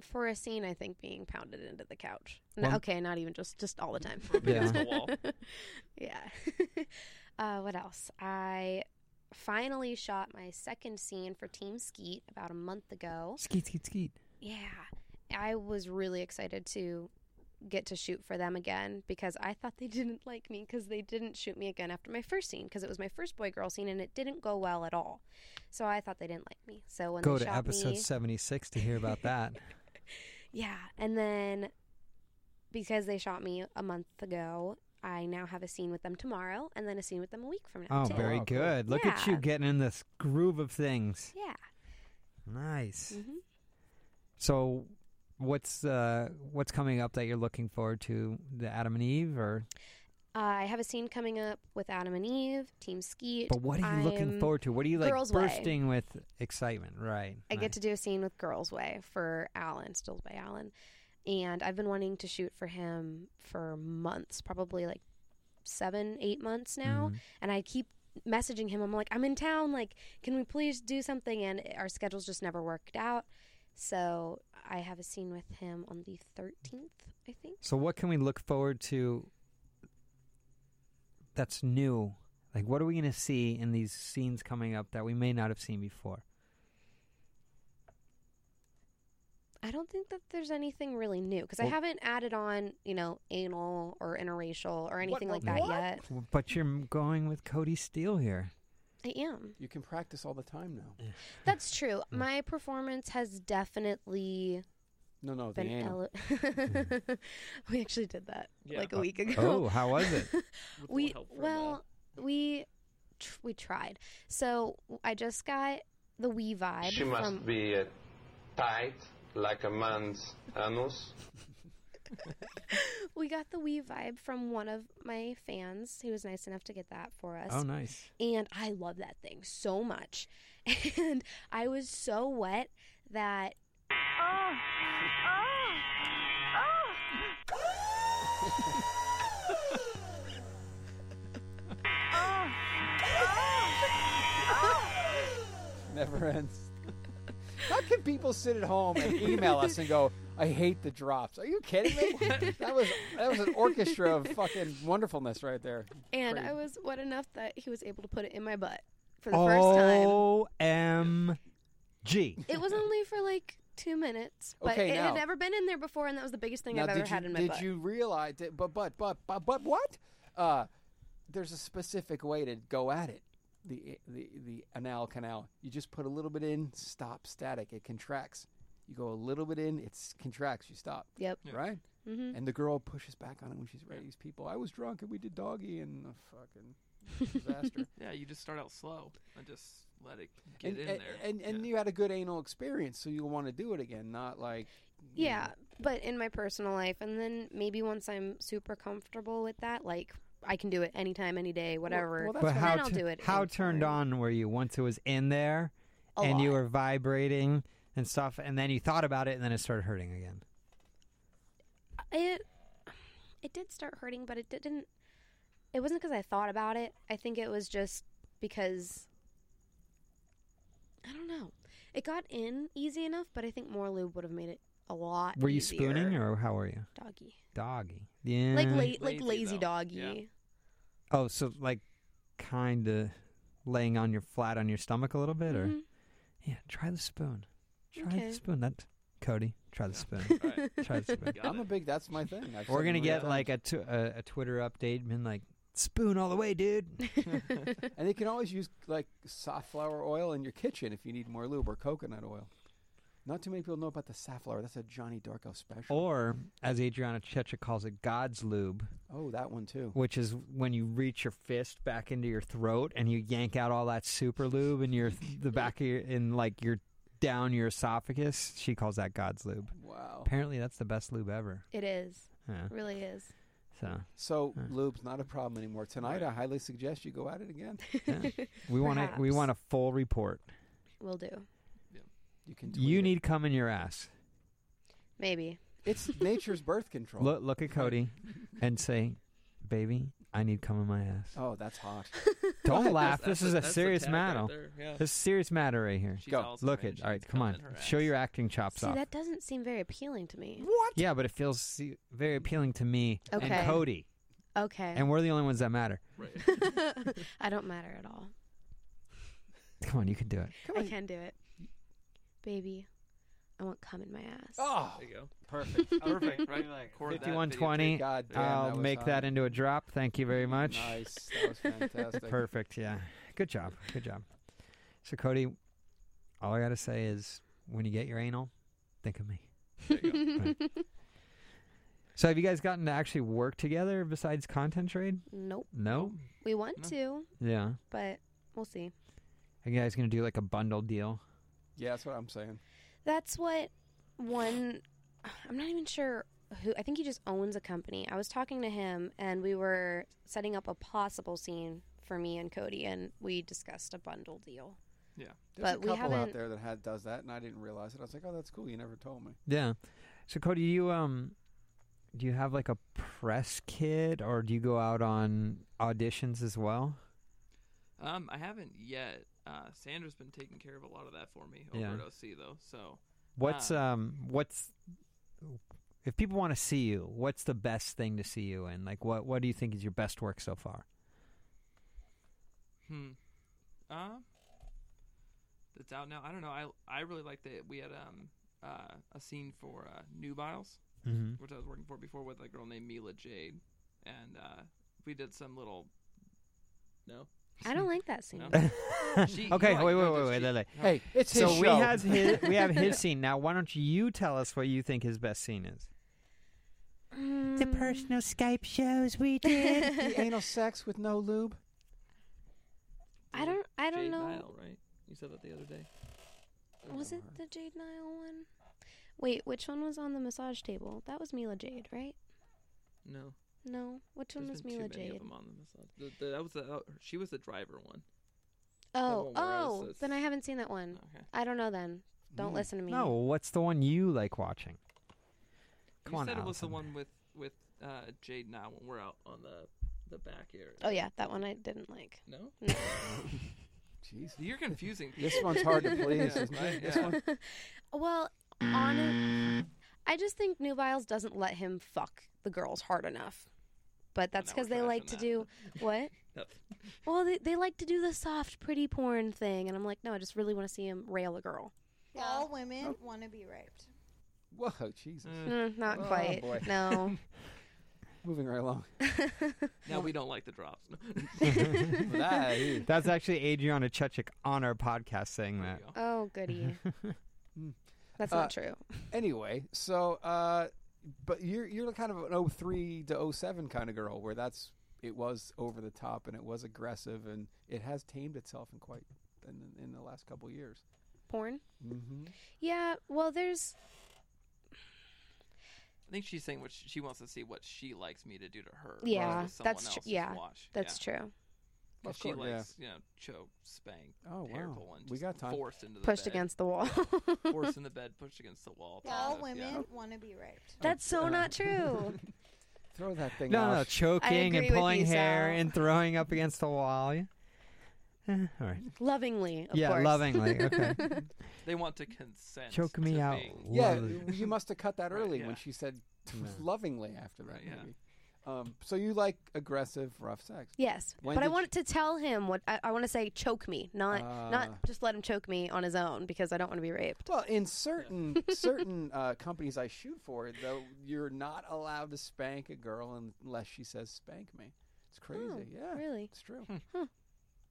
[SPEAKER 4] for a scene? I think being pounded into the couch. No,
[SPEAKER 3] Well-
[SPEAKER 4] okay, not even just just all the time.
[SPEAKER 3] against
[SPEAKER 5] the wall.
[SPEAKER 4] yeah. uh, what else? I finally shot my second scene for Team Skeet about a month ago.
[SPEAKER 3] Skeet, skeet, skeet.
[SPEAKER 4] Yeah. I was really excited to get to shoot for them again because I thought they didn't like me because they didn't shoot me again after my first scene because it was my first boy girl scene and it didn't go well at all. So I thought they didn't like me. So when
[SPEAKER 3] Go to
[SPEAKER 4] they shot
[SPEAKER 3] episode
[SPEAKER 4] me,
[SPEAKER 3] 76 to hear about that.
[SPEAKER 4] yeah, and then because they shot me a month ago, I now have a scene with them tomorrow and then a scene with them a week from now.
[SPEAKER 3] Oh,
[SPEAKER 4] too.
[SPEAKER 3] very
[SPEAKER 2] wow, cool.
[SPEAKER 3] good. Look at you
[SPEAKER 4] Yeah.
[SPEAKER 3] getting in this groove of things.
[SPEAKER 4] Yeah.
[SPEAKER 3] Nice.
[SPEAKER 4] hmm
[SPEAKER 3] So, what's uh, what's coming up that you're looking forward to? The Adam and Eve, or
[SPEAKER 4] Uh, I have a scene coming up with Adam and Eve, Team Skeet.
[SPEAKER 3] but what are you looking
[SPEAKER 4] I'm-
[SPEAKER 3] forward to? What are you like
[SPEAKER 4] Girls Way.
[SPEAKER 3] bursting with excitement? Right.
[SPEAKER 4] I get
[SPEAKER 3] nice.
[SPEAKER 4] to do a scene with Girls Way for Alan, Stills by Alan. And I've been wanting to shoot for him for months, probably like seven, eight months now.
[SPEAKER 3] Mhm.
[SPEAKER 4] And I keep messaging him. I'm like, I'm in town. Like, can we please do something? And our schedules just never worked out. So I have a scene with him on the 13th, I think.
[SPEAKER 3] So, what can we look forward to? That's new. Like, what are we going to see in these scenes coming up that we may not have seen before?
[SPEAKER 4] I don't think that there's anything really new because I
[SPEAKER 3] Well-
[SPEAKER 4] haven't added on, you know, anal or interracial or anything
[SPEAKER 2] what,
[SPEAKER 4] like that
[SPEAKER 2] what?
[SPEAKER 4] yet.
[SPEAKER 3] But you're going with Cody Steele here.
[SPEAKER 4] I am.
[SPEAKER 2] You can practice all the time now.
[SPEAKER 4] That's true. My performance has definitely
[SPEAKER 2] No, no, the
[SPEAKER 4] been.
[SPEAKER 2] anal.
[SPEAKER 4] Ele- we actually did that
[SPEAKER 5] Yeah.
[SPEAKER 4] like a week ago.
[SPEAKER 3] Oh, how was it?
[SPEAKER 5] With a
[SPEAKER 4] we
[SPEAKER 5] little help from, uh,
[SPEAKER 4] well we tr- we tried. So I just got the wee vibe
[SPEAKER 9] She
[SPEAKER 4] from
[SPEAKER 9] must be uh, tight like a man's anus.
[SPEAKER 4] we got the wee vibe from one of my fans who was nice enough to get that for us.
[SPEAKER 3] Oh, nice.
[SPEAKER 4] and I love that thing so much. And I was so wet that
[SPEAKER 2] Never ends. How can people sit at home and email us and go, I hate the drops? Are you kidding me? that was that was an orchestra of fucking wonderfulness right there.
[SPEAKER 4] and
[SPEAKER 2] Crazy.
[SPEAKER 4] I was wet enough that he was able to put it in my butt for the first time.
[SPEAKER 3] O M G.
[SPEAKER 4] It was only for like two minutes, but
[SPEAKER 2] Okay,
[SPEAKER 4] it
[SPEAKER 2] now-
[SPEAKER 4] had never been in there before, and that was the biggest thing I've
[SPEAKER 2] did
[SPEAKER 4] ever
[SPEAKER 2] you,
[SPEAKER 4] had in my
[SPEAKER 2] did
[SPEAKER 4] butt.
[SPEAKER 2] you realize that, but but but but but what? Uh there's a specific way to go at it. The the the anal canal. You just put a little bit in, stop static, it contracts. You go a little bit in, it contracts, you stop.
[SPEAKER 4] Yep.
[SPEAKER 5] Yeah.
[SPEAKER 2] Right?
[SPEAKER 4] Mm-hmm.
[SPEAKER 2] And the girl pushes back on it when she's ready. These people, I was drunk and we did doggy and a fucking disaster.
[SPEAKER 5] Yeah, you just start out slow and just let it get
[SPEAKER 2] and,
[SPEAKER 5] in
[SPEAKER 2] and,
[SPEAKER 5] there.
[SPEAKER 2] and and
[SPEAKER 5] yeah.
[SPEAKER 2] you had a good anal experience, so you'll want to do it again. Not like you know,
[SPEAKER 4] Yeah, but in my personal life, and then maybe once I'm super comfortable with that, like I can do it anytime, any day, whatever.
[SPEAKER 2] well, that's
[SPEAKER 3] But
[SPEAKER 2] fine.
[SPEAKER 4] And
[SPEAKER 3] how
[SPEAKER 4] then I'll
[SPEAKER 3] tu-
[SPEAKER 4] do it.
[SPEAKER 3] how
[SPEAKER 4] in-
[SPEAKER 3] turned on were you once it was in there
[SPEAKER 4] A
[SPEAKER 3] and you
[SPEAKER 4] lot.
[SPEAKER 3] were vibrating and stuff, and then you thought about it and then it started hurting again.
[SPEAKER 4] it it did start hurting but it didn't it wasn't because i thought about it i think it was just because i don't know it got in easy enough but i think more lube would have made it a lot.
[SPEAKER 3] Were you
[SPEAKER 4] Uh, easier.
[SPEAKER 3] spooning or how were you?
[SPEAKER 4] doggy?
[SPEAKER 3] Doggy. Yeah.
[SPEAKER 4] Like la- like
[SPEAKER 5] Lazy,
[SPEAKER 4] lazy
[SPEAKER 5] though.
[SPEAKER 4] doggy.
[SPEAKER 5] Yeah.
[SPEAKER 3] Oh, so like kind of laying on your flat on your stomach a little bit or
[SPEAKER 4] Mhm.
[SPEAKER 3] Yeah, try the spoon. Try
[SPEAKER 4] Okay.
[SPEAKER 3] the spoon. That Cody, try the spoon.
[SPEAKER 5] Right.
[SPEAKER 3] try the spoon.
[SPEAKER 5] Got
[SPEAKER 2] I'm a
[SPEAKER 5] it.
[SPEAKER 2] big. That's my thing. I've
[SPEAKER 3] We're
[SPEAKER 2] said
[SPEAKER 3] gonna
[SPEAKER 2] it many
[SPEAKER 3] get
[SPEAKER 2] times.
[SPEAKER 3] like a, tw- a a Twitter update, been like spoon all the way, dude.
[SPEAKER 2] and you can always use like safflower oil in your kitchen if you need more lube or coconut oil. Not too many people know about the safflower. That's a Johnny Darko special.
[SPEAKER 3] Or as Adriana Checha calls it, God's lube,
[SPEAKER 2] oh, that one too.
[SPEAKER 3] which is when you reach your fist back into your throat and you yank out all that super lube in your the back of your in like your down your esophagus. She calls that God's lube.
[SPEAKER 2] Wow.
[SPEAKER 3] Apparently, that's the best lube ever.
[SPEAKER 4] It is.
[SPEAKER 3] Yeah.
[SPEAKER 4] It really is.
[SPEAKER 3] So
[SPEAKER 2] So
[SPEAKER 3] Huh.
[SPEAKER 2] lube's not a problem anymore. Tonight, I highly suggest you go at it again.
[SPEAKER 3] we want to we
[SPEAKER 4] Perhaps.
[SPEAKER 3] want a full report.
[SPEAKER 4] Will do.
[SPEAKER 2] You can. Tweet
[SPEAKER 3] You
[SPEAKER 2] it.
[SPEAKER 3] need cum in your ass.
[SPEAKER 4] Maybe.
[SPEAKER 2] It's nature's birth control.
[SPEAKER 3] Look look at Cody and say, "Baby, I need cum in my ass."
[SPEAKER 2] Oh, that's hot.
[SPEAKER 3] Don't
[SPEAKER 2] That's-
[SPEAKER 3] laugh.
[SPEAKER 5] That's-
[SPEAKER 3] this is a
[SPEAKER 5] that's
[SPEAKER 3] serious
[SPEAKER 5] tag
[SPEAKER 3] matter.
[SPEAKER 5] right there, yeah.
[SPEAKER 3] this is serious matter right here.
[SPEAKER 5] She's
[SPEAKER 2] Go.
[SPEAKER 5] also
[SPEAKER 3] Look
[SPEAKER 5] in,
[SPEAKER 3] at.
[SPEAKER 5] she
[SPEAKER 3] All right,
[SPEAKER 5] needs
[SPEAKER 3] come
[SPEAKER 5] cum
[SPEAKER 3] on.
[SPEAKER 5] in her
[SPEAKER 3] Show
[SPEAKER 5] ass.
[SPEAKER 3] your acting chops
[SPEAKER 4] See,
[SPEAKER 3] off.
[SPEAKER 4] that doesn't seem very appealing to me.
[SPEAKER 3] Yeah, but it feels se- very appealing to me
[SPEAKER 4] Okay.
[SPEAKER 3] and Cody,
[SPEAKER 4] Okay.
[SPEAKER 3] and we're the only ones that matter.
[SPEAKER 5] Right.
[SPEAKER 4] I don't matter at all.
[SPEAKER 3] Come on, you can do it.
[SPEAKER 4] I can do it. Baby, I want cum in my ass.
[SPEAKER 3] Ah.
[SPEAKER 2] Oh,
[SPEAKER 5] There you go.
[SPEAKER 2] perfect.
[SPEAKER 5] Perfect. Right. Record that
[SPEAKER 3] Fifty-one
[SPEAKER 5] videotape.
[SPEAKER 3] twenty.
[SPEAKER 2] God damn,
[SPEAKER 3] I'll
[SPEAKER 2] that was
[SPEAKER 3] make
[SPEAKER 2] hot.
[SPEAKER 3] that into a drop. Thank you very much.
[SPEAKER 2] Nice. That was fantastic.
[SPEAKER 3] Perfect. Yeah. Good job. Good job. So Cody, all I gotta say is when you get your anal, think of me.
[SPEAKER 5] There you go.
[SPEAKER 3] So have you guys gotten to actually work together besides content trade?
[SPEAKER 4] Nope.
[SPEAKER 3] No.
[SPEAKER 4] We want
[SPEAKER 5] No.
[SPEAKER 4] to,
[SPEAKER 3] Yeah.
[SPEAKER 4] but we'll see.
[SPEAKER 3] Are you guys gonna do like a bundle deal?
[SPEAKER 2] Yeah, that's what I'm saying.
[SPEAKER 4] That's what one. I'm not even sure who. I think he just owns a company. I was talking to him, and we were setting up a possible scene for me and Cody, and we discussed a bundle deal.
[SPEAKER 2] There's
[SPEAKER 4] But
[SPEAKER 2] a
[SPEAKER 4] we
[SPEAKER 2] couple out
[SPEAKER 4] haven't-
[SPEAKER 2] there that had, does that, and I didn't realize it. I was like, oh, that's cool. You never told me.
[SPEAKER 3] Yeah. So Cody, you um, do you have like a press kit, or do you go out on auditions as well?
[SPEAKER 5] Um, I haven't yet. Uh, Sandra's been taking care of a lot of that for me over
[SPEAKER 3] Yeah.
[SPEAKER 5] at OC though. So
[SPEAKER 3] What's
[SPEAKER 5] Uh,
[SPEAKER 3] um, what's if people want to see you, what's the best thing to see you in? Like, what what do you think is your best work so far?
[SPEAKER 5] hmm. Um, that's out now. I don't know. I I really like that we had um uh, a scene for uh, Nubiles,
[SPEAKER 3] Mm-hmm.
[SPEAKER 5] which I was working for before with a girl named Mila Jade, and uh, we did some little. No.
[SPEAKER 4] I don't like that scene.
[SPEAKER 5] No. She-
[SPEAKER 3] okay,
[SPEAKER 5] you
[SPEAKER 3] wait,
[SPEAKER 5] know what?
[SPEAKER 3] wait,
[SPEAKER 5] No,
[SPEAKER 3] wait, wait,
[SPEAKER 5] just
[SPEAKER 3] wait, wait.
[SPEAKER 5] she- no.
[SPEAKER 2] Hey, it's his
[SPEAKER 3] So we
[SPEAKER 2] show.
[SPEAKER 3] has his, we have his scene now. Why don't you tell us what you think his best scene is?
[SPEAKER 4] The
[SPEAKER 3] Skype shows we
[SPEAKER 2] the anal sex with no lube.
[SPEAKER 4] I don't. I don't
[SPEAKER 5] Jade
[SPEAKER 4] know.
[SPEAKER 5] Nile, right? You said that the other day.
[SPEAKER 4] Was it the Jade Nile one? Wait, which one was on the massage table? That was Mila Jade, right?
[SPEAKER 5] No.
[SPEAKER 4] No, which one
[SPEAKER 5] There's
[SPEAKER 4] was
[SPEAKER 5] been too
[SPEAKER 4] Mila
[SPEAKER 5] many of
[SPEAKER 4] Jade?
[SPEAKER 5] them on the massage. The- the- that was the, uh, she was the driver one.
[SPEAKER 4] Oh,
[SPEAKER 5] one where I was
[SPEAKER 4] oh,
[SPEAKER 5] the
[SPEAKER 4] then I haven't seen that one.
[SPEAKER 5] Okay.
[SPEAKER 4] I don't know. Then don't
[SPEAKER 2] Mm.
[SPEAKER 4] listen to me.
[SPEAKER 3] No, what's the one you like watching? Come
[SPEAKER 5] you
[SPEAKER 3] on,
[SPEAKER 5] said it was the
[SPEAKER 3] Allison.
[SPEAKER 5] one with with uh, Jade now when we're out on the the back area.
[SPEAKER 4] Oh yeah, that one I didn't like.
[SPEAKER 5] No,
[SPEAKER 2] Jeez.
[SPEAKER 5] you're confusing.
[SPEAKER 2] This
[SPEAKER 5] people.
[SPEAKER 2] one's hard to please.
[SPEAKER 5] Yeah,
[SPEAKER 2] isn't
[SPEAKER 5] right,
[SPEAKER 2] it? This
[SPEAKER 5] yeah.
[SPEAKER 2] one-
[SPEAKER 4] Well, on a- I just think Nubiles doesn't let him fuck the girls hard enough. But that's
[SPEAKER 5] now we're
[SPEAKER 4] because they like to
[SPEAKER 5] trashing
[SPEAKER 4] do what?
[SPEAKER 5] Nothing.
[SPEAKER 4] Well, they, they like to do the soft, pretty porn thing, and I'm like, no, I just really want to see him rail a girl.
[SPEAKER 11] All women want to be raped.
[SPEAKER 2] Whoa, Jesus.
[SPEAKER 5] Uh,
[SPEAKER 4] Mm, not
[SPEAKER 2] Oh,
[SPEAKER 4] quite.
[SPEAKER 2] boy.
[SPEAKER 4] No.
[SPEAKER 2] Moving right along.
[SPEAKER 5] now we don't like the drops. No.
[SPEAKER 2] That, ew.
[SPEAKER 3] That's actually Adriana Chechik on our podcast saying that.
[SPEAKER 5] There you go.
[SPEAKER 4] oh goody.
[SPEAKER 2] Mm.
[SPEAKER 4] That's
[SPEAKER 2] Uh,
[SPEAKER 4] not true.
[SPEAKER 2] anyway, so, uh, but you're you're kind of an 03 to 07 kind of girl where that's it was over the top and it was aggressive and it has tamed itself in quite in, in the last couple years.
[SPEAKER 4] Porn.
[SPEAKER 2] Mm-hmm.
[SPEAKER 4] Yeah. Well, there's
[SPEAKER 5] I think she's saying what she, she wants to see what she likes me to do to her.
[SPEAKER 4] Yeah,
[SPEAKER 5] versus someone
[SPEAKER 4] that's tr-
[SPEAKER 5] else's
[SPEAKER 4] yeah,
[SPEAKER 5] Wash.
[SPEAKER 4] that's
[SPEAKER 5] yeah.
[SPEAKER 4] true.
[SPEAKER 5] Because
[SPEAKER 2] Of
[SPEAKER 5] she
[SPEAKER 2] course, yeah.
[SPEAKER 5] likes you know choke, spank,
[SPEAKER 2] Oh,
[SPEAKER 5] hair
[SPEAKER 2] wow.
[SPEAKER 5] pull, and
[SPEAKER 2] We
[SPEAKER 5] just
[SPEAKER 2] got time.
[SPEAKER 5] forced into the
[SPEAKER 4] Pushed
[SPEAKER 5] bed.
[SPEAKER 4] against the wall.
[SPEAKER 5] forced in the bed, pushed against the wall. type
[SPEAKER 11] All
[SPEAKER 5] of- yeah.
[SPEAKER 11] women want to be raped.
[SPEAKER 4] that's so
[SPEAKER 2] uh,
[SPEAKER 4] not true.
[SPEAKER 2] Throw that thing
[SPEAKER 3] No,
[SPEAKER 2] out.
[SPEAKER 3] no, choking
[SPEAKER 4] agree
[SPEAKER 3] and
[SPEAKER 4] with
[SPEAKER 3] pulling
[SPEAKER 4] you,
[SPEAKER 3] hair
[SPEAKER 4] Sal.
[SPEAKER 3] and throwing up against the wall. Yeah. Eh, all right.
[SPEAKER 4] Lovingly, of
[SPEAKER 3] yeah,
[SPEAKER 4] course.
[SPEAKER 3] lovingly. Okay.
[SPEAKER 5] They want to consent.
[SPEAKER 3] Choke me
[SPEAKER 5] to
[SPEAKER 3] out.
[SPEAKER 5] being-
[SPEAKER 2] Yeah,
[SPEAKER 3] Lovely.
[SPEAKER 2] you must have cut that
[SPEAKER 5] Right,
[SPEAKER 2] early
[SPEAKER 5] yeah.
[SPEAKER 2] when she said
[SPEAKER 3] No.
[SPEAKER 2] lovingly after that.
[SPEAKER 5] Right, yeah.
[SPEAKER 2] maybe. Um, so you like aggressive, rough sex?
[SPEAKER 4] Yes,
[SPEAKER 2] When
[SPEAKER 4] but I
[SPEAKER 2] did
[SPEAKER 4] want to tell him what I, I want to say. Choke me, not
[SPEAKER 2] Ah.
[SPEAKER 4] Uh, not just let him choke me on his own because I don't want to be raped.
[SPEAKER 2] Well, in certain certain uh, companies I shoot for, though, you're not allowed to spank a girl unless she says "spank me." It's crazy.
[SPEAKER 4] Oh,
[SPEAKER 2] yeah,
[SPEAKER 4] really? Hmm.
[SPEAKER 2] it's true.
[SPEAKER 4] Huh.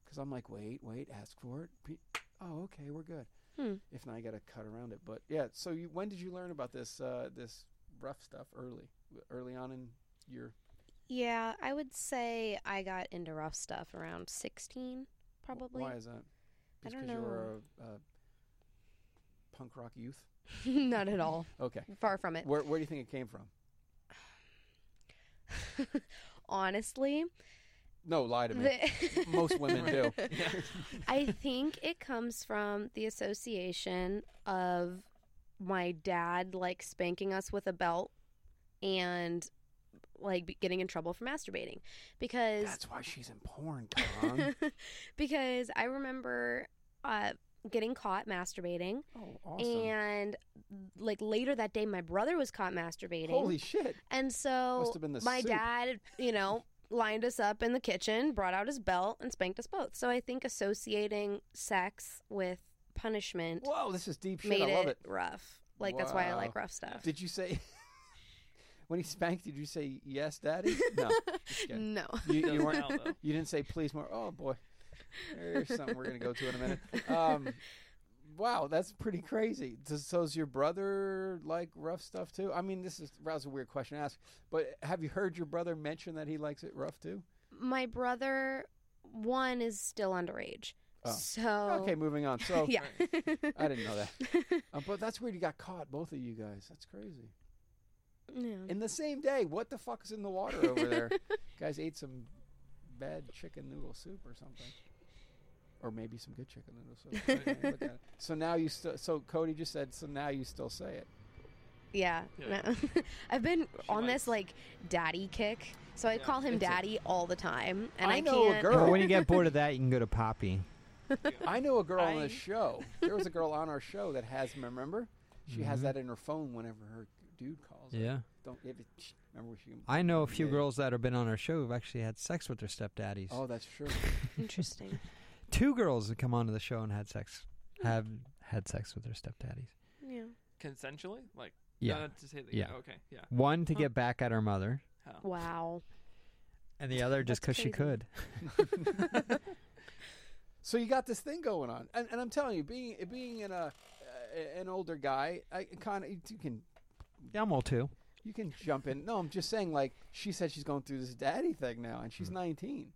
[SPEAKER 2] Because I'm like, wait, wait, ask for it. Pe- Oh, okay, we're good.
[SPEAKER 4] Hmm.
[SPEAKER 2] If not, I got to cut around it. But yeah, so you, when did you learn about this uh, this rough stuff early? W- Early on in your
[SPEAKER 4] Yeah, I would say I got into rough stuff around sixteen, probably.
[SPEAKER 2] Why is that? Just
[SPEAKER 4] don't
[SPEAKER 2] because you were a, a punk rock youth.
[SPEAKER 4] not at all.
[SPEAKER 2] Okay,
[SPEAKER 4] Far from it.
[SPEAKER 2] where where do you think it came from?
[SPEAKER 4] Honestly,
[SPEAKER 2] No, lie to me.
[SPEAKER 4] the-
[SPEAKER 2] Most women do.
[SPEAKER 4] I think it comes from the association of my dad like spanking us with a belt and like be- getting in trouble for masturbating because
[SPEAKER 2] That's why she's in porn, Tom.
[SPEAKER 4] because I remember uh, getting caught masturbating
[SPEAKER 2] oh, awesome.
[SPEAKER 4] and like later that day my brother was caught masturbating
[SPEAKER 2] Holy shit.
[SPEAKER 4] and so
[SPEAKER 2] Must have been the
[SPEAKER 4] my
[SPEAKER 2] soup.
[SPEAKER 4] dad, you know, lined us up in the kitchen, brought out his belt, and spanked us both. So I think associating sex with punishment
[SPEAKER 2] Whoa, this is deep shit.
[SPEAKER 4] made
[SPEAKER 2] I love it.
[SPEAKER 4] rough. Like that's why I like
[SPEAKER 2] Wow.
[SPEAKER 4] rough stuff.
[SPEAKER 2] Did you say when he spanked? Did you say yes, daddy? No, just kidding.
[SPEAKER 4] No.
[SPEAKER 2] You,
[SPEAKER 5] Doesn't
[SPEAKER 2] you weren't.
[SPEAKER 5] count, though.
[SPEAKER 2] You didn't say please more. Oh boy, there's something we're gonna go to in a minute. Um, wow, that's pretty crazy. Does- So is your brother like rough stuff too? I mean, this is that was a weird question to ask, but have you heard your brother mention that he likes it rough too?
[SPEAKER 4] My brother one is still underage.
[SPEAKER 2] Oh.
[SPEAKER 4] So
[SPEAKER 2] Okay, moving on. So
[SPEAKER 4] yeah.
[SPEAKER 2] I didn't know that. Uh, but that's weird. You got caught, both of you guys. That's crazy.
[SPEAKER 4] Yeah.
[SPEAKER 2] In the same day, what the fuck is in the water over there? guys ate some bad chicken noodle soup or something, or maybe some good chicken noodle soup. I didn't look at it. So now you still. So Cody just said. So now you still say it.
[SPEAKER 4] Yeah.
[SPEAKER 5] Yeah.
[SPEAKER 4] no. I've been on
[SPEAKER 5] likes-
[SPEAKER 4] this like daddy kick. So I call him
[SPEAKER 2] it's a-
[SPEAKER 4] daddy all the time and
[SPEAKER 2] I
[SPEAKER 4] I,
[SPEAKER 2] know a
[SPEAKER 4] can't
[SPEAKER 2] girl-
[SPEAKER 3] Well, Oh, when you get bored of that, you can go to Poppy.
[SPEAKER 2] I know a girl on this
[SPEAKER 5] I-
[SPEAKER 2] show. There was a girl on our show that has. Remember, she has
[SPEAKER 3] Mhm.
[SPEAKER 2] that in her phone whenever her dude calls. her. Don't if it, remember she.
[SPEAKER 3] I know a few
[SPEAKER 2] Yeah.
[SPEAKER 3] girls that have been on our show who've actually had sex with their stepdaddies.
[SPEAKER 2] Oh, that's true.
[SPEAKER 4] Interesting.
[SPEAKER 3] Two girls that come onto the show and had sex have had sex with their stepdaddies.
[SPEAKER 4] Yeah.
[SPEAKER 5] Consensually, like
[SPEAKER 3] Yeah.
[SPEAKER 5] not to say that.
[SPEAKER 3] Yeah.
[SPEAKER 5] Okay. Yeah.
[SPEAKER 3] One to
[SPEAKER 5] Huh.
[SPEAKER 3] get back at her mother,
[SPEAKER 5] How?
[SPEAKER 4] Wow.
[SPEAKER 3] and the other just because
[SPEAKER 4] That's
[SPEAKER 3] she could.
[SPEAKER 4] crazy.
[SPEAKER 2] So you got this thing going on, and, and I'm telling you, being being in a uh, an older guy, I kind of you can
[SPEAKER 3] Yeah, I'm old too.
[SPEAKER 2] you can jump in. No, I'm just saying, like she said, she's going through this daddy thing now, and she's
[SPEAKER 3] Hmm.
[SPEAKER 2] 19.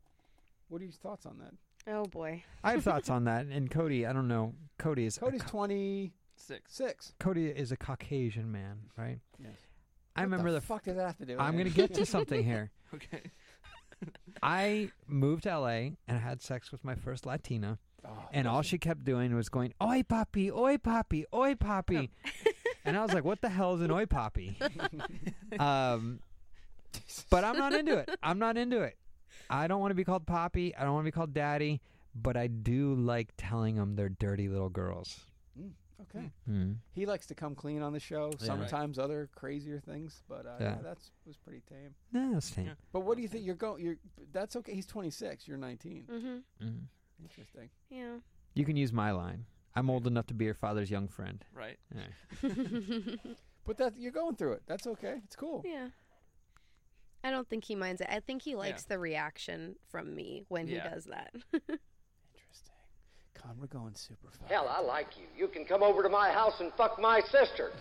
[SPEAKER 2] What are your thoughts on that?
[SPEAKER 4] Oh boy.
[SPEAKER 3] I have thoughts on that. And Cody, I don't know. Cody is a
[SPEAKER 2] Cody's
[SPEAKER 3] co-
[SPEAKER 2] 26.
[SPEAKER 5] Six.
[SPEAKER 3] Cody is a Caucasian man, right?
[SPEAKER 2] Yes.
[SPEAKER 3] I remember
[SPEAKER 2] what the,
[SPEAKER 3] the.
[SPEAKER 2] fuck does that have to do? with
[SPEAKER 3] I'm going to
[SPEAKER 2] anything?
[SPEAKER 3] get to something here.
[SPEAKER 5] Okay.
[SPEAKER 3] I moved to LA and had sex with my first Latina,
[SPEAKER 2] Oh,
[SPEAKER 3] and all
[SPEAKER 2] listen.
[SPEAKER 3] she kept doing was going, "Oi, papi, oi, papi, oi, papi," and I was like, "What the hell is an oi, papi?" um, but I'm not into it. I'm not into it. I don't want to be called Poppy. I don't want to be called Daddy. But I do like telling them they're dirty little girls.
[SPEAKER 2] okay.
[SPEAKER 3] Mm.
[SPEAKER 2] He likes to come clean on the show.
[SPEAKER 3] Yeah.
[SPEAKER 2] Sometimes other crazier things, but uh, yeah.
[SPEAKER 3] Yeah.
[SPEAKER 2] that's was pretty tame.
[SPEAKER 3] No, that's tame.
[SPEAKER 2] But what do you think? You're going. You're that's okay. He's 26. You're 19.
[SPEAKER 4] Mhm.
[SPEAKER 3] Mm.
[SPEAKER 2] Interesting.
[SPEAKER 4] Yeah.
[SPEAKER 3] You can use my line. I'm old enough to be your father's young friend.
[SPEAKER 5] Right.
[SPEAKER 3] Yeah.
[SPEAKER 2] But that you're going through it. That's okay. It's cool.
[SPEAKER 4] yeah. I don't think he minds it. I think he likes the reaction from me when
[SPEAKER 5] Yeah.
[SPEAKER 4] he does that.
[SPEAKER 2] Interesting. Con, we're going super far.
[SPEAKER 12] Hell, I like you. You can come over to my house and fuck my sister.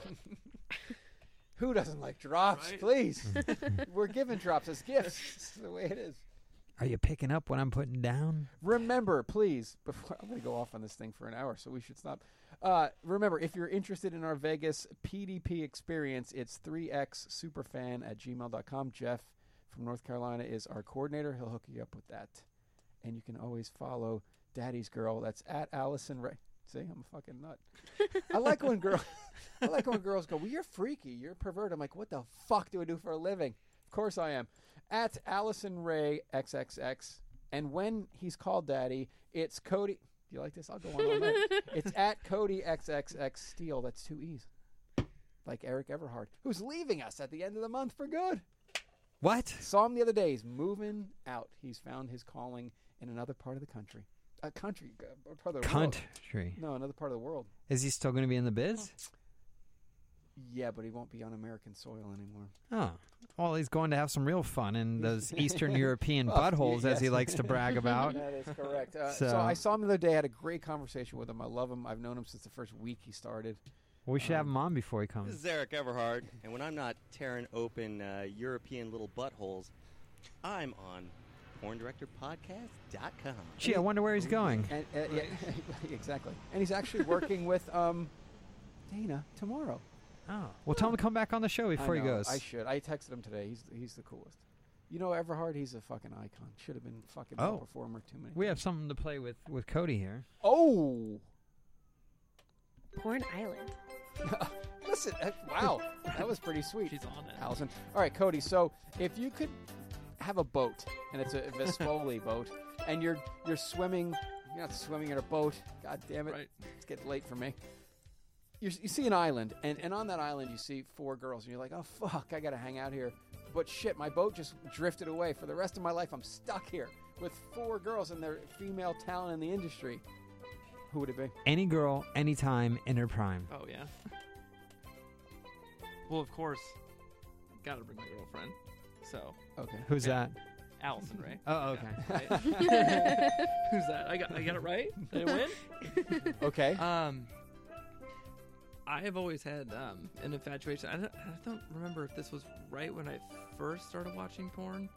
[SPEAKER 2] Who doesn't like drops?
[SPEAKER 5] Right?
[SPEAKER 2] Please, we're giving drops as gifts. It's the way it is.
[SPEAKER 3] Are you picking up what I'm putting down?
[SPEAKER 2] Remember, please, before I'm going to go off on this thing for an hour, so we should stop. Uh, remember, if you're interested in our Vegas PDP experience, it's 3xsuperfan at gmail.com. Jeff from North Carolina is our coordinator. He'll hook you up with that. And you can always follow Daddy's Girl. That's at Allison Ray. See, I'm a fucking nut. I like when girl, I like when girls go, "Well, you're freaky, you're a pervert." I'm like, "What the fuck do I do for a living?" Of course I am. At Allison Ray XXX And when he's called daddy, it's Cody. Do you like this? I'll go on. all night. it's at Cody XXX Steele. That's two E's. Like Eric Everhard, who's leaving us at the end of the month for good.
[SPEAKER 3] What?
[SPEAKER 2] Saw him the other day. He's moving out. He's found his calling in another part of the country. A country, uh, a part of the world.
[SPEAKER 3] Country.
[SPEAKER 2] No, another part of the world.
[SPEAKER 3] Is he still going to be in the biz?
[SPEAKER 2] Yeah, but he won't be on American soil anymore.
[SPEAKER 3] Oh. Well, he's going to have some real fun in those Eastern European
[SPEAKER 2] Well,
[SPEAKER 3] buttholes,
[SPEAKER 2] y-
[SPEAKER 3] as he
[SPEAKER 2] yes.
[SPEAKER 3] likes to brag about.
[SPEAKER 2] that is correct. Uh, so. I saw him the other day. I had a great conversation with him. I love him. I've known him since the first week he started.
[SPEAKER 3] we should have him on before he
[SPEAKER 13] This
[SPEAKER 3] comes.
[SPEAKER 13] is Eric Everhard, and when I'm not tearing open uh, European little buttholes, I'm on PornDirectorPodcast.com.
[SPEAKER 3] Gee, I wonder where he's going.
[SPEAKER 2] And, uh, yeah, exactly. And he's actually working with um, Dana tomorrow.
[SPEAKER 3] Oh. Well, tell him to come back on the show
[SPEAKER 2] I
[SPEAKER 3] before he
[SPEAKER 2] know,
[SPEAKER 3] goes.
[SPEAKER 2] I should. I texted him today. He's he's the coolest. You know, Everhard, he's a fucking icon. Should have been fucking
[SPEAKER 3] Oh.
[SPEAKER 2] a performer too many.
[SPEAKER 3] we have something to play with with Cody here.
[SPEAKER 2] Oh,
[SPEAKER 4] Porn Island.
[SPEAKER 2] listen, that, wow, that was pretty sweet.
[SPEAKER 5] She's on it.
[SPEAKER 2] Allison. All right, Cody. So if you could have a boat, and it's a Vespoli boat, and you're you're swimming, you're not swimming in a boat. God damn it, it's getting late for me. You're, you see an island, and, and on that island you see four girls, and you're like, oh fuck, I gotta hang out here. But shit, my boat just drifted away. For the rest of my life, I'm stuck here with four girls and their female talent in the industry. Who would it be?
[SPEAKER 3] Any girl, anytime, in her prime.
[SPEAKER 5] Oh yeah. well, of course, gotta bring my girlfriend. So.
[SPEAKER 2] Okay.
[SPEAKER 3] Who's
[SPEAKER 5] Yeah.
[SPEAKER 3] that?
[SPEAKER 5] Allison, right?
[SPEAKER 3] Oh, okay.
[SPEAKER 5] Yeah, right. Who's that? I got, I got it right. Did I win?
[SPEAKER 2] Okay.
[SPEAKER 5] Um, I have always had um, an infatuation. I don't, I don't remember if this was right when I first started watching porn.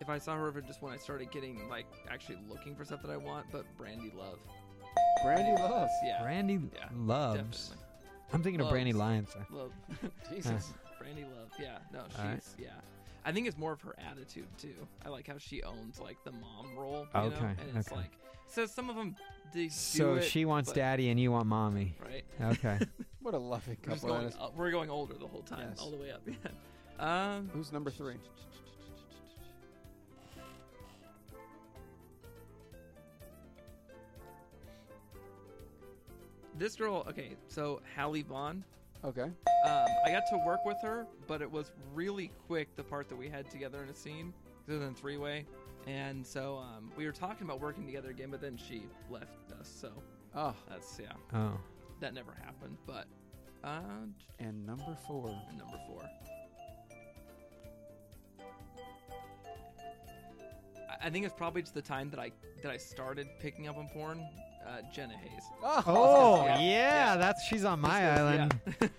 [SPEAKER 5] If I saw her, or just when I started getting like actually looking for stuff that I want, but Brandy Love.
[SPEAKER 2] Brandy Love.
[SPEAKER 5] Yeah.
[SPEAKER 3] Brandy
[SPEAKER 5] Yeah,
[SPEAKER 3] loves.
[SPEAKER 5] definitely.
[SPEAKER 3] I'm thinking of Brandy Lyons.
[SPEAKER 5] Loves. Love.
[SPEAKER 2] Jesus.
[SPEAKER 5] Brandy Love. Yeah. No, she's
[SPEAKER 3] All right.
[SPEAKER 5] yeah. I think it's more of her attitude too. I like how she owns like the mom role. You
[SPEAKER 3] Okay,
[SPEAKER 5] Know? And it's
[SPEAKER 3] okay.
[SPEAKER 5] like so some of them they
[SPEAKER 3] So
[SPEAKER 5] do it,
[SPEAKER 3] she wants
[SPEAKER 5] but-
[SPEAKER 3] daddy and you want mommy.
[SPEAKER 5] Right.
[SPEAKER 3] Okay.
[SPEAKER 2] What a loving
[SPEAKER 5] We're, just
[SPEAKER 2] couple that
[SPEAKER 5] going,
[SPEAKER 2] is.
[SPEAKER 5] uh, we're going older the whole time,
[SPEAKER 2] Yes.
[SPEAKER 5] all the way up. Yeah. Um,
[SPEAKER 2] Who's number three?
[SPEAKER 5] this girl. Okay, so Hallie Vaughn.
[SPEAKER 2] Okay.
[SPEAKER 5] Um, I got to work with her, but it was really quick the part that we had together in a scene, other than three way. And so um, we were talking about working together again, but then she left us. So
[SPEAKER 2] Oh.
[SPEAKER 5] that's yeah,
[SPEAKER 3] Oh.
[SPEAKER 5] that never happened. But uh,
[SPEAKER 2] And number four.
[SPEAKER 5] number four, I- I think it's probably just the time that I that I started picking up on porn. Uh, Jenna Hayes. Oh,
[SPEAKER 2] Oh,
[SPEAKER 3] Oh yeah, that's she's on my island.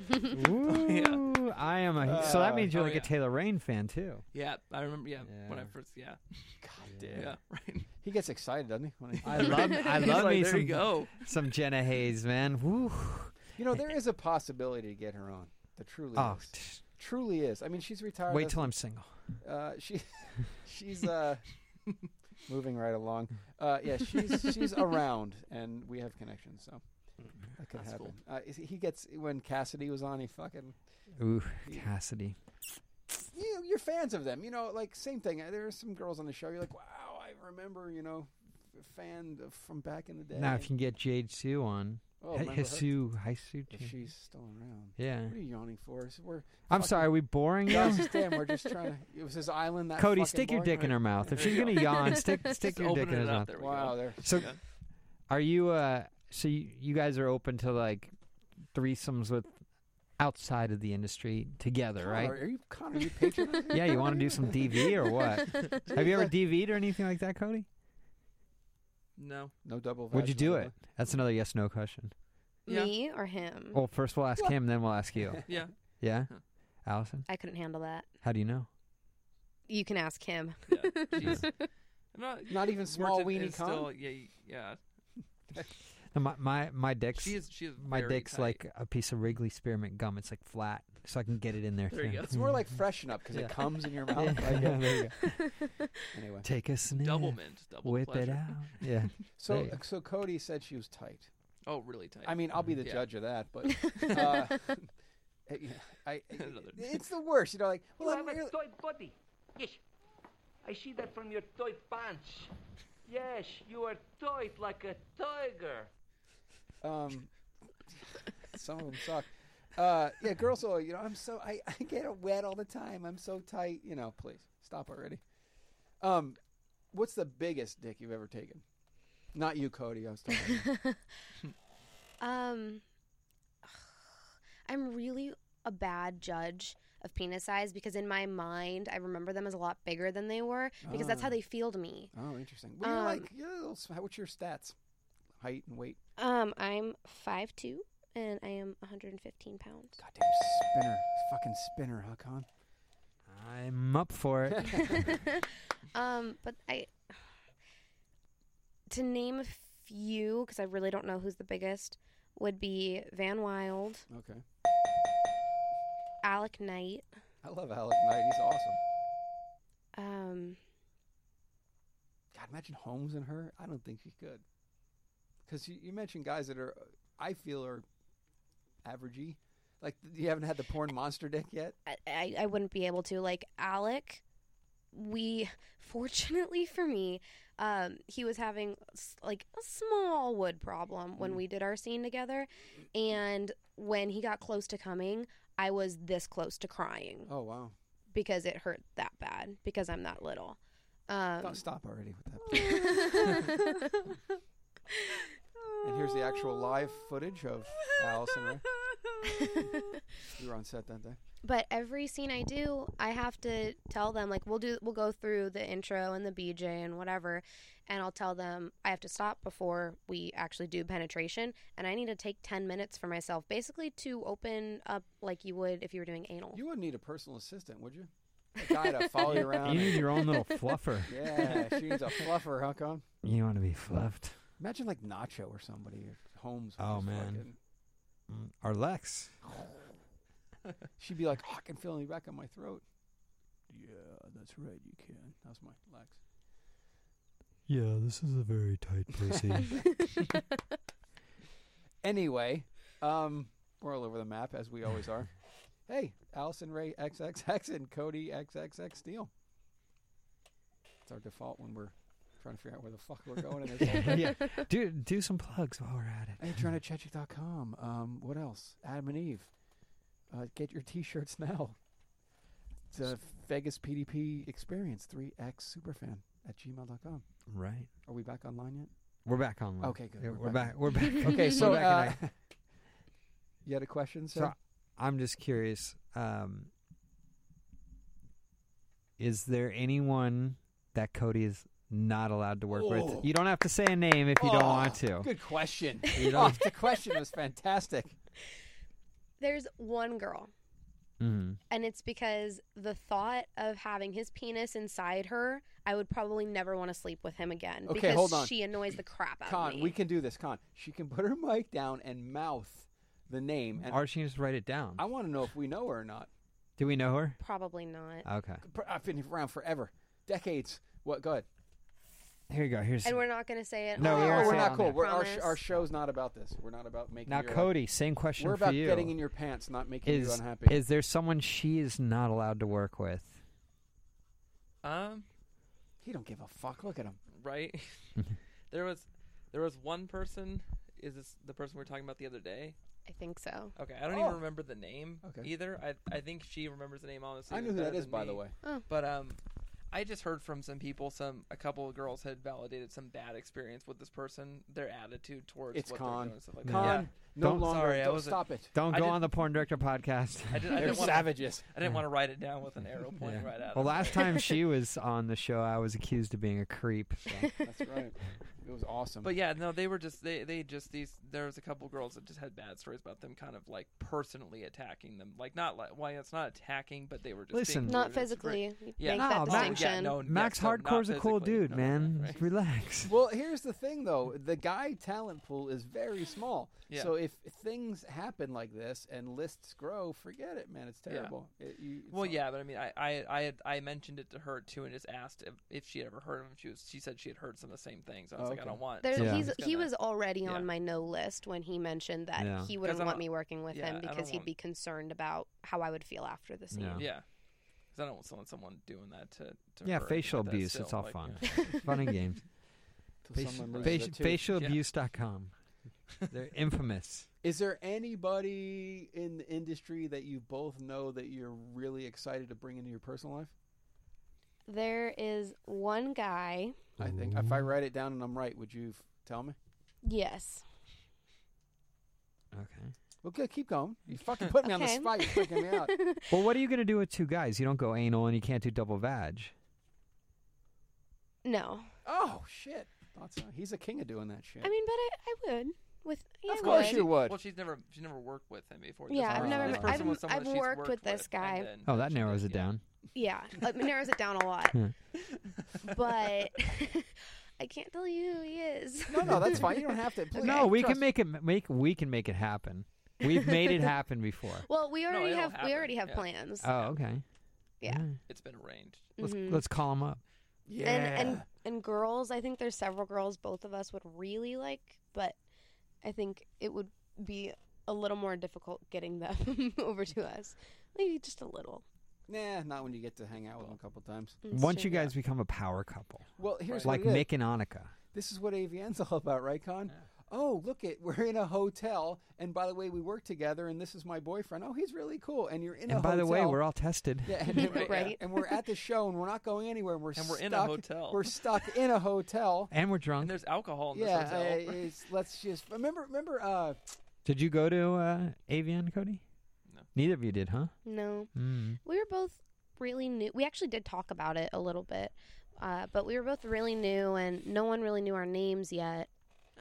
[SPEAKER 3] Ooh, I am a. so that
[SPEAKER 5] Uh,
[SPEAKER 3] means you're
[SPEAKER 5] oh,
[SPEAKER 3] like
[SPEAKER 5] yeah.
[SPEAKER 3] a Taylor Rain fan too.
[SPEAKER 5] Yeah, I remember. Yeah, when I
[SPEAKER 3] Yeah.
[SPEAKER 5] first. Yeah.
[SPEAKER 2] God
[SPEAKER 3] Yeah.
[SPEAKER 2] damn.
[SPEAKER 5] Yeah. Right.
[SPEAKER 2] He gets excited, doesn't he? when he-
[SPEAKER 3] I love. I
[SPEAKER 5] He's
[SPEAKER 3] love
[SPEAKER 5] like,
[SPEAKER 3] me
[SPEAKER 5] "There
[SPEAKER 3] some
[SPEAKER 5] you go."
[SPEAKER 3] some Jenna Hayes, man. Woo.
[SPEAKER 2] You know, there is a possibility to get her on. There truly
[SPEAKER 3] Oh,
[SPEAKER 2] is. Truly is. I mean, she's retired.
[SPEAKER 3] wait
[SPEAKER 2] as-
[SPEAKER 3] till I'm single.
[SPEAKER 2] uh, she, she's uh, moving right along. Uh, yeah, she's she's around, and we have connections, so that could
[SPEAKER 5] That's
[SPEAKER 2] happen. Uh, is- he gets when Cassidy was on. He fucking
[SPEAKER 3] Ooh, Cassidy.
[SPEAKER 2] you. You're fans of them, you know. Like same thing. Uh, There are some girls on the show. You're like, wow, I remember. You know, f- fan of- from back in the day.
[SPEAKER 3] Now, if you can get Jade Sue on,
[SPEAKER 2] Oh,
[SPEAKER 3] Hi-
[SPEAKER 2] remember her?
[SPEAKER 3] Hisu, Hisu.
[SPEAKER 2] If
[SPEAKER 3] Jade.
[SPEAKER 2] she's still around.
[SPEAKER 3] Yeah.
[SPEAKER 2] What are you yawning for? Is- We're
[SPEAKER 3] I'm
[SPEAKER 2] fucking-
[SPEAKER 3] sorry, are we boring you?
[SPEAKER 2] Guys, just damn, we're just trying to. It was his island. That
[SPEAKER 3] Cody,
[SPEAKER 2] fucking
[SPEAKER 3] stick your
[SPEAKER 2] boring?
[SPEAKER 3] dick in her mouth. If
[SPEAKER 5] There
[SPEAKER 3] she's
[SPEAKER 5] you
[SPEAKER 3] gonna
[SPEAKER 5] go.
[SPEAKER 3] yawn, stick stick
[SPEAKER 5] Just
[SPEAKER 3] your dick
[SPEAKER 5] open
[SPEAKER 3] in her
[SPEAKER 5] it up.
[SPEAKER 3] mouth.
[SPEAKER 5] There we
[SPEAKER 2] Wow,
[SPEAKER 5] go.
[SPEAKER 2] there.
[SPEAKER 3] So,
[SPEAKER 5] Yeah.
[SPEAKER 3] are you? uh So you, you guys are open to like threesomes with outside of the industry together, right?
[SPEAKER 2] Connor, Are you Connor? Are you patronizing?
[SPEAKER 3] Yeah, you want to do some DV or what? Have you ever DV'd or anything like that, Cody?
[SPEAKER 5] No.
[SPEAKER 2] no double.
[SPEAKER 3] Would you do
[SPEAKER 2] vaginal,
[SPEAKER 3] it? That's another yes no question.
[SPEAKER 5] Yeah.
[SPEAKER 4] Me or him?
[SPEAKER 3] Well, first we'll ask him, then we'll ask you.
[SPEAKER 5] Yeah.
[SPEAKER 3] Yeah?
[SPEAKER 5] Huh.
[SPEAKER 3] Allison,
[SPEAKER 4] I couldn't handle that.
[SPEAKER 3] how do you know?
[SPEAKER 4] You can ask him.
[SPEAKER 5] Yeah. Jeez. I'm Not,
[SPEAKER 2] Not even small
[SPEAKER 5] Merchant
[SPEAKER 2] weenie
[SPEAKER 5] is
[SPEAKER 2] con?
[SPEAKER 5] Still, yeah. y- Yeah.
[SPEAKER 3] No, my my, my dick's
[SPEAKER 5] She is. She is.
[SPEAKER 3] my
[SPEAKER 5] very
[SPEAKER 3] dick's
[SPEAKER 5] tight.
[SPEAKER 3] like a piece of Wrigley spearmint gum. It's like flat, so I can get it in there.
[SPEAKER 5] There you
[SPEAKER 3] too.
[SPEAKER 5] go.
[SPEAKER 2] It's more like freshen up because
[SPEAKER 3] Yeah.
[SPEAKER 2] it comes in your mouth.
[SPEAKER 3] Yeah,
[SPEAKER 2] like, yeah.
[SPEAKER 3] there you go.
[SPEAKER 2] Anyway,
[SPEAKER 3] Take a sniff.
[SPEAKER 5] double mint. Double
[SPEAKER 3] Whip it
[SPEAKER 5] pleasure.
[SPEAKER 3] out. Yeah.
[SPEAKER 2] so
[SPEAKER 3] There you go.
[SPEAKER 2] so Cody said she was tight.
[SPEAKER 5] Oh, really tight.
[SPEAKER 2] I mean, I'll be the
[SPEAKER 5] Yeah.
[SPEAKER 2] judge of that, but uh, eh, I, I,
[SPEAKER 5] Another-
[SPEAKER 2] it's the worst. You know, like well, I'm really-
[SPEAKER 6] body. Yes. I
[SPEAKER 14] I see that from your toy pants. Yes, you are toy like a tiger.
[SPEAKER 2] Um, some of them suck. Uh, yeah, girls will. You know, I'm so I, I get it wet all the time. I'm so tight. You know, please stop already. Um, what's the biggest dick you've ever taken? Not you, Cody. I was talking. about.
[SPEAKER 4] Um, I'm really a bad judge of penis size because in my mind I remember them as a lot bigger than they were because that's
[SPEAKER 2] Ah.
[SPEAKER 4] how they feel to me.
[SPEAKER 2] oh, interesting. Well, you're
[SPEAKER 4] Um,
[SPEAKER 2] like, you're a little s- what's your stats? Height and weight.
[SPEAKER 4] Um, I'm five two and I am 115 pounds.
[SPEAKER 2] Spinner, fucking spinner, huh, Con?
[SPEAKER 3] I'm up for it.
[SPEAKER 4] um, but I to name a few because I really don't know who's the biggest would be Van Wild,
[SPEAKER 2] Okay.
[SPEAKER 4] Alec Knight.
[SPEAKER 2] I love Alec Knight. He's awesome.
[SPEAKER 4] Um,
[SPEAKER 2] God, imagine Holmes and her. I don't think she could. Because you, you mentioned guys that are, I feel, are averagey. Like you haven't had the porn monster dick yet.
[SPEAKER 4] I- I, I wouldn't be able to. Like Alec, we fortunately for me, um, he was having s- like a small wood problem
[SPEAKER 2] Mm.
[SPEAKER 4] when we did our scene together, and when he got close to coming, I was this close to crying
[SPEAKER 2] Oh wow!
[SPEAKER 4] because it hurt that bad because I'm that little. Um,
[SPEAKER 2] Don't stop already with that. please. and here's the actual live footage of Allison. Ray. you were on set that day.
[SPEAKER 4] but every scene I do, I have to tell them like we'll do we'll go through the intro and the BJ and whatever, and I'll tell them I have to stop before we actually do penetration, and I need to take ten minutes for myself, basically to open up like you would if you were doing anal.
[SPEAKER 2] You wouldn't need a personal assistant, would you? A guy to follow you around.
[SPEAKER 3] You
[SPEAKER 2] and-
[SPEAKER 3] need your own little fluffer.
[SPEAKER 2] Yeah, she needs a fluffer, huh, Con?
[SPEAKER 3] You want to be fluffed.
[SPEAKER 2] Imagine like Nacho or somebody, or Holmes.
[SPEAKER 3] Oh,
[SPEAKER 2] was
[SPEAKER 3] man.
[SPEAKER 2] fucking-
[SPEAKER 3] Mm, Or Lex.
[SPEAKER 2] She'd be like, oh, I can feel any back on my throat. Yeah, that's right, you can. That was my Lex.
[SPEAKER 3] Yeah, this is a very tight pussy.
[SPEAKER 2] Anyway, um, we're all over the map as we always are. hey, Allison Ray XXX and Cody XXX Steele. It's our default when we're trying to figure out where the fuck we're going in this. whole
[SPEAKER 3] yeah.
[SPEAKER 2] thing.
[SPEAKER 3] Do do some plugs while we're at it.
[SPEAKER 2] Hey, tryingtochechick.com. Um, what else? Adam and Eve. Uh, get your T-shirts now. It's a Vegas PDP experience. 3x superfan at gmail.com.
[SPEAKER 3] Right.
[SPEAKER 2] Are we back online yet?
[SPEAKER 3] We're back online.
[SPEAKER 2] Okay, good.
[SPEAKER 3] Yeah,
[SPEAKER 2] We're
[SPEAKER 3] We're,
[SPEAKER 2] back.
[SPEAKER 3] back. We're back.
[SPEAKER 2] Okay, so
[SPEAKER 3] We're back in
[SPEAKER 2] uh,
[SPEAKER 3] action.
[SPEAKER 2] you had a question, sir?
[SPEAKER 3] so I'm just curious. Um, is there anyone that Cody is not allowed to work
[SPEAKER 2] Oh.
[SPEAKER 3] with? You don't have to say a name if you don't want
[SPEAKER 2] Oh,
[SPEAKER 3] to.
[SPEAKER 2] Good question.
[SPEAKER 3] You
[SPEAKER 2] oh,
[SPEAKER 3] don't-
[SPEAKER 2] the question was fantastic.
[SPEAKER 4] There's one girl,
[SPEAKER 3] Mm-hmm.
[SPEAKER 4] and it's because the thought of having his penis inside her, I would probably never want to sleep with him again
[SPEAKER 2] Okay,
[SPEAKER 4] because
[SPEAKER 2] hold on.
[SPEAKER 4] she annoys the crap out of
[SPEAKER 2] Con,
[SPEAKER 4] me.
[SPEAKER 2] we can do this. Con, she can put her mic down and mouth the name. And
[SPEAKER 3] Or she can just write it down.
[SPEAKER 2] I want to know if we know her or not.
[SPEAKER 3] Do we know her?
[SPEAKER 4] Probably not.
[SPEAKER 3] Okay.
[SPEAKER 2] Pr- I've been around forever, decades. What? Go ahead.
[SPEAKER 3] Here you go. Here's
[SPEAKER 4] And we're not going to say it.
[SPEAKER 3] No,
[SPEAKER 4] on
[SPEAKER 3] we
[SPEAKER 4] air.
[SPEAKER 3] won't
[SPEAKER 2] we're
[SPEAKER 3] say it
[SPEAKER 2] not
[SPEAKER 3] on
[SPEAKER 2] cool.
[SPEAKER 3] there.
[SPEAKER 2] We're, our, sh-
[SPEAKER 4] Promise.
[SPEAKER 2] our show's not about this. We're not about making.
[SPEAKER 3] now
[SPEAKER 2] your life-
[SPEAKER 3] Cody. Same question
[SPEAKER 2] we're
[SPEAKER 3] for
[SPEAKER 2] about
[SPEAKER 3] you.
[SPEAKER 2] getting in your pants, not making you
[SPEAKER 3] is
[SPEAKER 2] unhappy.
[SPEAKER 3] is there someone she is not allowed to work with?
[SPEAKER 5] Um,
[SPEAKER 2] he don't give a fuck. Look at him.
[SPEAKER 5] right? there was there was one person. Is this the person we were talking about the other day?
[SPEAKER 4] I think so.
[SPEAKER 5] Okay, I don't
[SPEAKER 2] Oh.
[SPEAKER 5] even remember the name
[SPEAKER 2] Okay.
[SPEAKER 5] either. I I think she remembers the name honestly.
[SPEAKER 2] I
[SPEAKER 5] even
[SPEAKER 2] knew who that
[SPEAKER 5] better
[SPEAKER 2] is,
[SPEAKER 5] than
[SPEAKER 2] by
[SPEAKER 5] me.
[SPEAKER 2] the way.
[SPEAKER 4] Oh.
[SPEAKER 5] But um, I just heard from some people. Some a couple of girls had validated some bad experience with this person. Their attitude towards
[SPEAKER 2] It's
[SPEAKER 5] what
[SPEAKER 2] Con.
[SPEAKER 5] They're doing, and stuff like that.
[SPEAKER 2] Con,
[SPEAKER 5] Yeah.
[SPEAKER 2] no
[SPEAKER 3] Don't-
[SPEAKER 2] longer.
[SPEAKER 5] Sorry, I
[SPEAKER 2] don't
[SPEAKER 5] wasn't-
[SPEAKER 2] stop it.
[SPEAKER 3] Don't
[SPEAKER 5] I
[SPEAKER 3] go
[SPEAKER 5] did-
[SPEAKER 3] on the porn director podcast.
[SPEAKER 5] I, did, I
[SPEAKER 2] They're
[SPEAKER 5] didn't want.
[SPEAKER 2] savages.
[SPEAKER 5] I didn't want to write it down with an arrow pointing
[SPEAKER 3] Yeah.
[SPEAKER 5] right at.
[SPEAKER 3] Well,
[SPEAKER 5] him,
[SPEAKER 3] last
[SPEAKER 5] but-
[SPEAKER 3] time she was on the show, I was accused of being a creep.
[SPEAKER 5] Oh,
[SPEAKER 3] so.
[SPEAKER 2] That's right. It was awesome.
[SPEAKER 5] But yeah, no, they were just they they just these. There was a couple girls that just had bad stories about them, kind of like personally attacking them. Like not like why it's not attacking, but they were just being
[SPEAKER 3] Listen.
[SPEAKER 5] rude.
[SPEAKER 4] Not
[SPEAKER 5] It's great.
[SPEAKER 4] physically. You
[SPEAKER 5] Yeah,
[SPEAKER 4] Make
[SPEAKER 3] No,
[SPEAKER 4] that
[SPEAKER 3] Max- yeah,
[SPEAKER 4] distinction.
[SPEAKER 5] no,
[SPEAKER 3] Max
[SPEAKER 5] yes, no, not
[SPEAKER 3] Hardcore's a cool
[SPEAKER 5] physically.
[SPEAKER 3] dude,
[SPEAKER 5] No,
[SPEAKER 3] man.
[SPEAKER 5] right.
[SPEAKER 3] Relax.
[SPEAKER 2] Well, here's the thing, though. The guy talent pool is very small.
[SPEAKER 5] Yeah.
[SPEAKER 2] So if things happen like this and lists grow, forget it, man. It's
[SPEAKER 5] Yeah.
[SPEAKER 2] terrible. It- you- it's
[SPEAKER 5] Well,
[SPEAKER 2] not-
[SPEAKER 5] yeah, but I mean, I I I, had, I mentioned it to her too, and just asked if, if she had ever heard of him. She was she said she had heard some of the same things. I was
[SPEAKER 2] Oh,
[SPEAKER 5] like,
[SPEAKER 2] okay.
[SPEAKER 5] I don't want.
[SPEAKER 4] There,
[SPEAKER 5] someone
[SPEAKER 3] Yeah.
[SPEAKER 4] he's,
[SPEAKER 5] who's
[SPEAKER 4] he
[SPEAKER 5] gonna-
[SPEAKER 4] was already on
[SPEAKER 5] Yeah.
[SPEAKER 4] my no list when he mentioned that
[SPEAKER 3] Yeah.
[SPEAKER 4] he
[SPEAKER 5] 'Cause
[SPEAKER 4] wouldn't
[SPEAKER 5] I'm
[SPEAKER 4] want
[SPEAKER 5] not-
[SPEAKER 4] me working with
[SPEAKER 5] yeah,
[SPEAKER 4] him
[SPEAKER 5] I don't
[SPEAKER 4] because he'd
[SPEAKER 5] want-
[SPEAKER 4] be concerned about how I would feel after the scene.
[SPEAKER 3] Yeah.
[SPEAKER 5] Yeah, Because I don't want someone doing that to. to
[SPEAKER 3] yeah,
[SPEAKER 5] her
[SPEAKER 3] facial
[SPEAKER 5] like that
[SPEAKER 3] abuse.
[SPEAKER 5] still,
[SPEAKER 3] It's all
[SPEAKER 5] like,
[SPEAKER 3] fun.
[SPEAKER 5] you know.
[SPEAKER 3] fun and games.
[SPEAKER 5] Till
[SPEAKER 3] Faci-
[SPEAKER 5] someone
[SPEAKER 3] faci-
[SPEAKER 5] loses it, too.
[SPEAKER 3] facialabuse.com. They're infamous.
[SPEAKER 2] Is there anybody in the industry that you both know that you're really excited to bring into your personal life?
[SPEAKER 4] There is one guy.
[SPEAKER 2] I think if I write it down and I'm right, would you f- tell me?
[SPEAKER 4] Yes.
[SPEAKER 3] Okay.
[SPEAKER 2] Well, good. Keep going. You fucking put me
[SPEAKER 4] Okay.
[SPEAKER 2] on the spot. You're freaking me out.
[SPEAKER 3] Well, what are you going to do with two guys? You don't go anal and you can't do double vag.
[SPEAKER 4] No.
[SPEAKER 2] Oh shit! Thought so. He's a king of doing that shit.
[SPEAKER 4] I mean, but I, I would. With yeah, I
[SPEAKER 2] Of course
[SPEAKER 4] would.
[SPEAKER 2] you would.
[SPEAKER 5] Well, she's never she's never worked with him before.
[SPEAKER 4] Yeah,
[SPEAKER 5] This
[SPEAKER 4] I've
[SPEAKER 5] person-
[SPEAKER 4] never.
[SPEAKER 5] this
[SPEAKER 4] met-
[SPEAKER 5] person
[SPEAKER 4] I've,
[SPEAKER 5] was someone
[SPEAKER 4] I've
[SPEAKER 5] that she's
[SPEAKER 4] worked, with this guy.
[SPEAKER 3] Oh, that narrows it down.
[SPEAKER 4] Yeah, it narrows it down a lot.
[SPEAKER 3] Yeah.
[SPEAKER 4] but I can't tell you who he is.
[SPEAKER 2] No, no, that's fine. You don't have to. Please,
[SPEAKER 3] no, we
[SPEAKER 2] trust
[SPEAKER 3] can make it make we can make it happen. We've made it happen before.
[SPEAKER 4] Well, we
[SPEAKER 5] No,
[SPEAKER 4] already
[SPEAKER 5] it'll
[SPEAKER 4] have
[SPEAKER 5] happen,
[SPEAKER 4] we already have
[SPEAKER 5] yeah.
[SPEAKER 4] plans.
[SPEAKER 3] Oh, okay.
[SPEAKER 4] Yeah.
[SPEAKER 5] It's been arranged.
[SPEAKER 3] Let's,
[SPEAKER 4] Mhm.
[SPEAKER 3] let's call him up.
[SPEAKER 2] Yeah.
[SPEAKER 4] And and and girls, I think there's several girls both of us would really like, but I think it would be a little more difficult getting them over to us. Maybe just a little.
[SPEAKER 2] Nah, not when you get to hang out with him a couple times.
[SPEAKER 3] Once you guys become a power couple,
[SPEAKER 2] Well, here's
[SPEAKER 3] like
[SPEAKER 2] what it is.
[SPEAKER 3] Mick and Annika.
[SPEAKER 2] This is what AVN's all about, right, Con? Oh, look it, we're in a hotel, and by the way, we work together, and this is my boyfriend. Oh, he's really cool, and you're in a
[SPEAKER 3] and by the way,
[SPEAKER 2] hotel.
[SPEAKER 3] we're all tested.
[SPEAKER 2] Yeah, and, and- and we're at the show, and we're not going anywhere. And we're
[SPEAKER 5] And
[SPEAKER 2] stuck,
[SPEAKER 5] we're in a hotel.
[SPEAKER 2] We're stuck in a hotel.
[SPEAKER 3] And we're drunk.
[SPEAKER 5] And there's alcohol in
[SPEAKER 2] yeah,
[SPEAKER 5] this hotel.
[SPEAKER 2] uh, it's, let's just remember. Remember, uh,
[SPEAKER 3] Did you go to uh, Avian, Cody? No. Neither of you did, huh?
[SPEAKER 4] No.
[SPEAKER 3] Mm.
[SPEAKER 4] We were both really new. We actually did talk about it a little bit, uh, but we were both really new, and no one really knew our names yet.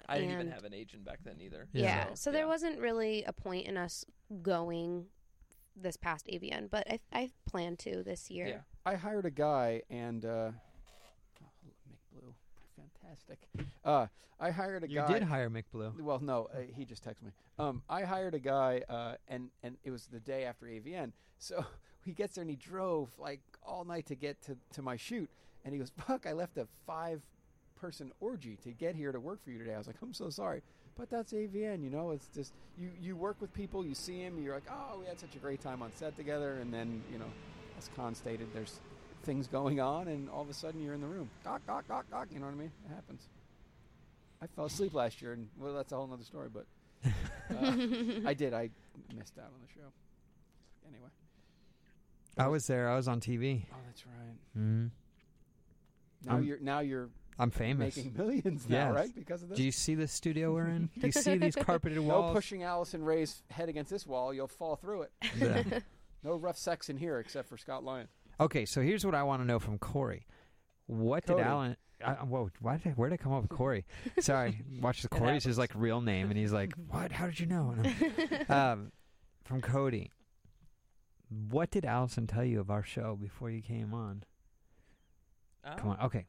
[SPEAKER 5] I didn't even
[SPEAKER 4] And-
[SPEAKER 5] have an agent back then either.
[SPEAKER 4] Yeah. So, there wasn't really a point in us going this past AVN, but I, I plan to this year.
[SPEAKER 2] I hired a guy, and uh, oh, Mick Blue, fantastic. Uh, I hired a
[SPEAKER 3] You
[SPEAKER 2] guy.
[SPEAKER 3] did hire Mick Blue.
[SPEAKER 2] Well, no, uh, he just texted me. Um, I hired a guy, uh, and and it was the day after AVN. So he gets there and he drove like all night to get to, to my shoot, and he goes, "Fuck, I left a five person orgy to get here to work for you today." I was like, "I'm so sorry." But that's AVN, you know. It's just you. You work with people. You see him. You're like, oh, we had such a great time on set together. And then, you know, as Khan stated, there's things going on, and all of a sudden you're in the room. Gawk, gawk, gawk, gawk. You know what I mean? It happens. I fell asleep last year, and well, that's a whole other story. But uh, I did. I missed out on the show. Anyway.
[SPEAKER 3] I was there. I was on TV.
[SPEAKER 2] Oh, that's right. Mm-hmm.
[SPEAKER 3] Mm.
[SPEAKER 2] Now
[SPEAKER 3] I'm-
[SPEAKER 2] you're now you're
[SPEAKER 3] I'm famous.
[SPEAKER 2] making millions now,
[SPEAKER 3] Yes.
[SPEAKER 2] right? Because of this.
[SPEAKER 3] Do you see the studio we're in? Do you see these carpeted walls?
[SPEAKER 2] No pushing Allison Ray's head against this wall. You'll fall through it.
[SPEAKER 3] Yeah.
[SPEAKER 2] no rough sex in here except for Scott Lyon.
[SPEAKER 3] Okay, so here's what I want to know from Corey. What
[SPEAKER 2] Cody.
[SPEAKER 3] did Alan? I, I- whoa, why did I, where did I come up with Corey? Sorry, watch the Corey's his like real name, and he's like, "What? How did you know?" And I'm- um, from Cody, what did Allison tell you of our show before you came on? Come
[SPEAKER 2] Oh.
[SPEAKER 3] on, okay,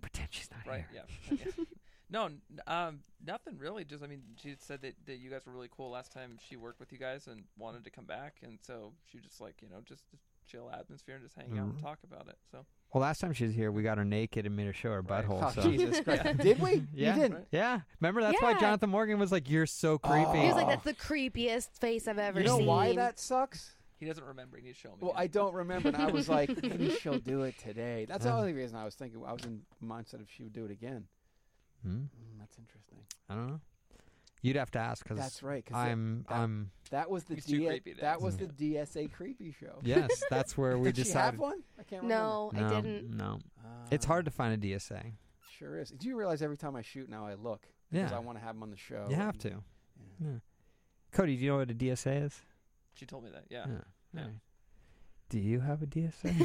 [SPEAKER 3] pretend she's not
[SPEAKER 5] Oh, Right.
[SPEAKER 3] here.
[SPEAKER 5] Yeah. okay. no. n- Um. Nothing really. Just I mean, she said that, that you guys were really cool last time she worked with you guys and wanted to come back, and so she just like you know just chill atmosphere and just hang out and
[SPEAKER 3] Mhm.
[SPEAKER 5] talk about it. So
[SPEAKER 3] Well, last time she was here, we got her naked and made her show her butthole.
[SPEAKER 2] Oh,
[SPEAKER 3] so.
[SPEAKER 2] Jesus Christ.
[SPEAKER 5] Yeah.
[SPEAKER 2] Did we?
[SPEAKER 3] Yeah,
[SPEAKER 2] You didn't.
[SPEAKER 3] yeah. Remember that's why
[SPEAKER 4] Yeah.
[SPEAKER 3] Jonathan Morgan was like, "You're
[SPEAKER 2] Oh.
[SPEAKER 3] so creepy."
[SPEAKER 4] He was like, "That's the creepiest face I've ever
[SPEAKER 2] You know
[SPEAKER 4] seen."
[SPEAKER 2] why that sucks?
[SPEAKER 5] he doesn't remember. He needs to show me.
[SPEAKER 2] Well, I don't remember. And I was like, maybe she'll do it today. That's the
[SPEAKER 3] Uh.
[SPEAKER 2] only reason I was thinking. I was in mindset of she would do it again.
[SPEAKER 3] Hmm?
[SPEAKER 2] Mm, that's interesting.
[SPEAKER 3] I don't know. You'd have to ask because
[SPEAKER 2] That's right, 'cause that-
[SPEAKER 3] I'm
[SPEAKER 2] that-
[SPEAKER 3] I'm
[SPEAKER 2] That was the
[SPEAKER 5] He's too
[SPEAKER 2] D-
[SPEAKER 5] creepy to
[SPEAKER 2] that
[SPEAKER 5] ask.
[SPEAKER 2] was the DSA creepy show.
[SPEAKER 3] yes. That's where we
[SPEAKER 2] Did she
[SPEAKER 3] decided.
[SPEAKER 2] have one? I can't remember.
[SPEAKER 4] No, I
[SPEAKER 3] No,
[SPEAKER 4] didn't.
[SPEAKER 3] No, it's hard to find a DSA.
[SPEAKER 2] Ah, Sure is. Do you realize every time I shoot now I look because
[SPEAKER 3] Yeah.
[SPEAKER 2] I want to have him on the show.
[SPEAKER 3] you have
[SPEAKER 2] and-
[SPEAKER 3] to. Yeah. Cody, do you know what a DSA is?
[SPEAKER 5] She told me that. Yeah.
[SPEAKER 3] Yeah.
[SPEAKER 5] Yeah.
[SPEAKER 3] Alright. Do you have a DSA?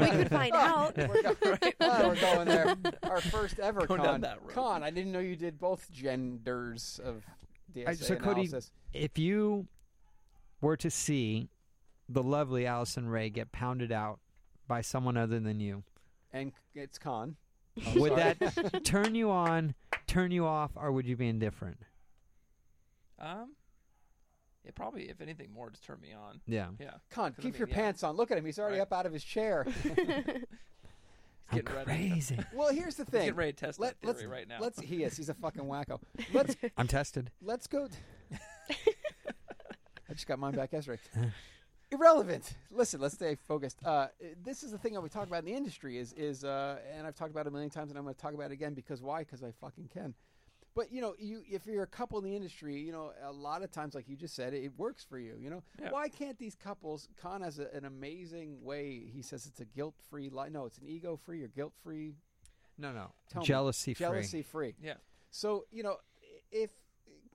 [SPEAKER 4] We could find out.
[SPEAKER 2] We're, go- Oh, we're going there. Our first ever
[SPEAKER 5] Going
[SPEAKER 2] con.
[SPEAKER 5] down that road.
[SPEAKER 2] Con. I didn't know you did both genders of DSA
[SPEAKER 3] Alright, so Cody-
[SPEAKER 2] analysis.
[SPEAKER 3] if you were to see the lovely Allison Ray get pounded out by someone other than you,
[SPEAKER 2] and it's con. Oh,
[SPEAKER 3] would that turn you on, turn you off, or would you be indifferent?
[SPEAKER 5] Um. It probably, if anything, more just turned me on.
[SPEAKER 3] Yeah.
[SPEAKER 5] Yeah.
[SPEAKER 2] Con,
[SPEAKER 5] 'Cause I
[SPEAKER 2] keep
[SPEAKER 5] mean,
[SPEAKER 2] your
[SPEAKER 5] yeah,
[SPEAKER 2] pants on. Look at him. He's already
[SPEAKER 5] Right.
[SPEAKER 2] up out of his chair.
[SPEAKER 5] he's getting
[SPEAKER 3] I'm
[SPEAKER 5] ready.
[SPEAKER 3] crazy.
[SPEAKER 2] well, here's the thing.
[SPEAKER 5] getting ready to test that
[SPEAKER 2] let's-
[SPEAKER 5] theory right now.
[SPEAKER 2] Let's. He is. He's a fucking wacko. Let's
[SPEAKER 3] I'm tested.
[SPEAKER 2] let's go. I just got mine back yesterday. irrelevant. Listen, let's stay focused. Uh, this is the thing that we talk about in the industry is is uh, and I've talked about it a million times, and I'm going to talk about it again because why? Because I fucking can. But you know, you if you're a couple in the industry, you know, a lot of times, like you just said, it, it works for you. You know,
[SPEAKER 5] Yeah.
[SPEAKER 2] why can't these couples? Khan has a, an amazing way. He says it's a guilt-free life. No, it's an ego-free or guilt-free.
[SPEAKER 3] No, no,
[SPEAKER 2] Tell me.
[SPEAKER 3] jealousy-free.
[SPEAKER 2] Jealousy-free.
[SPEAKER 5] Yeah.
[SPEAKER 2] So you know, if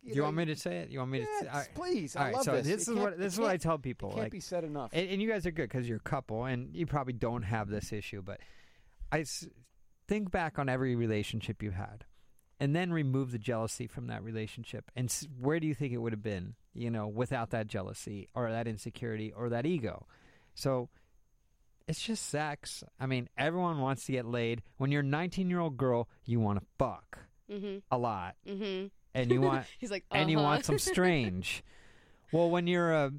[SPEAKER 3] Do you want me to say it? You want me to?
[SPEAKER 2] Yeah,
[SPEAKER 3] all right.
[SPEAKER 2] please, I
[SPEAKER 3] All right,
[SPEAKER 2] love
[SPEAKER 3] so
[SPEAKER 2] this. It
[SPEAKER 3] This is
[SPEAKER 2] can't-
[SPEAKER 3] what
[SPEAKER 2] it
[SPEAKER 3] this is what I
[SPEAKER 2] can't-
[SPEAKER 3] tell
[SPEAKER 2] it
[SPEAKER 3] people.
[SPEAKER 2] can't
[SPEAKER 3] like,
[SPEAKER 2] be said enough.
[SPEAKER 3] And, and you guys are good because you're a couple, and you probably don't have this issue. But I s- think back on every relationship you've had, and then remove the jealousy from that relationship. And s- where do you think it would have been? You know, without that jealousy or that insecurity or that ego. So it's just sex. I mean, everyone wants to get laid. When you're a 19 year old girl, you want to fuck
[SPEAKER 4] Mm-hmm.
[SPEAKER 3] a lot
[SPEAKER 4] Mm-hmm.
[SPEAKER 3] and you want
[SPEAKER 4] He's like,
[SPEAKER 3] and you
[SPEAKER 4] "Uh-huh."
[SPEAKER 3] want some strange. well, when you're a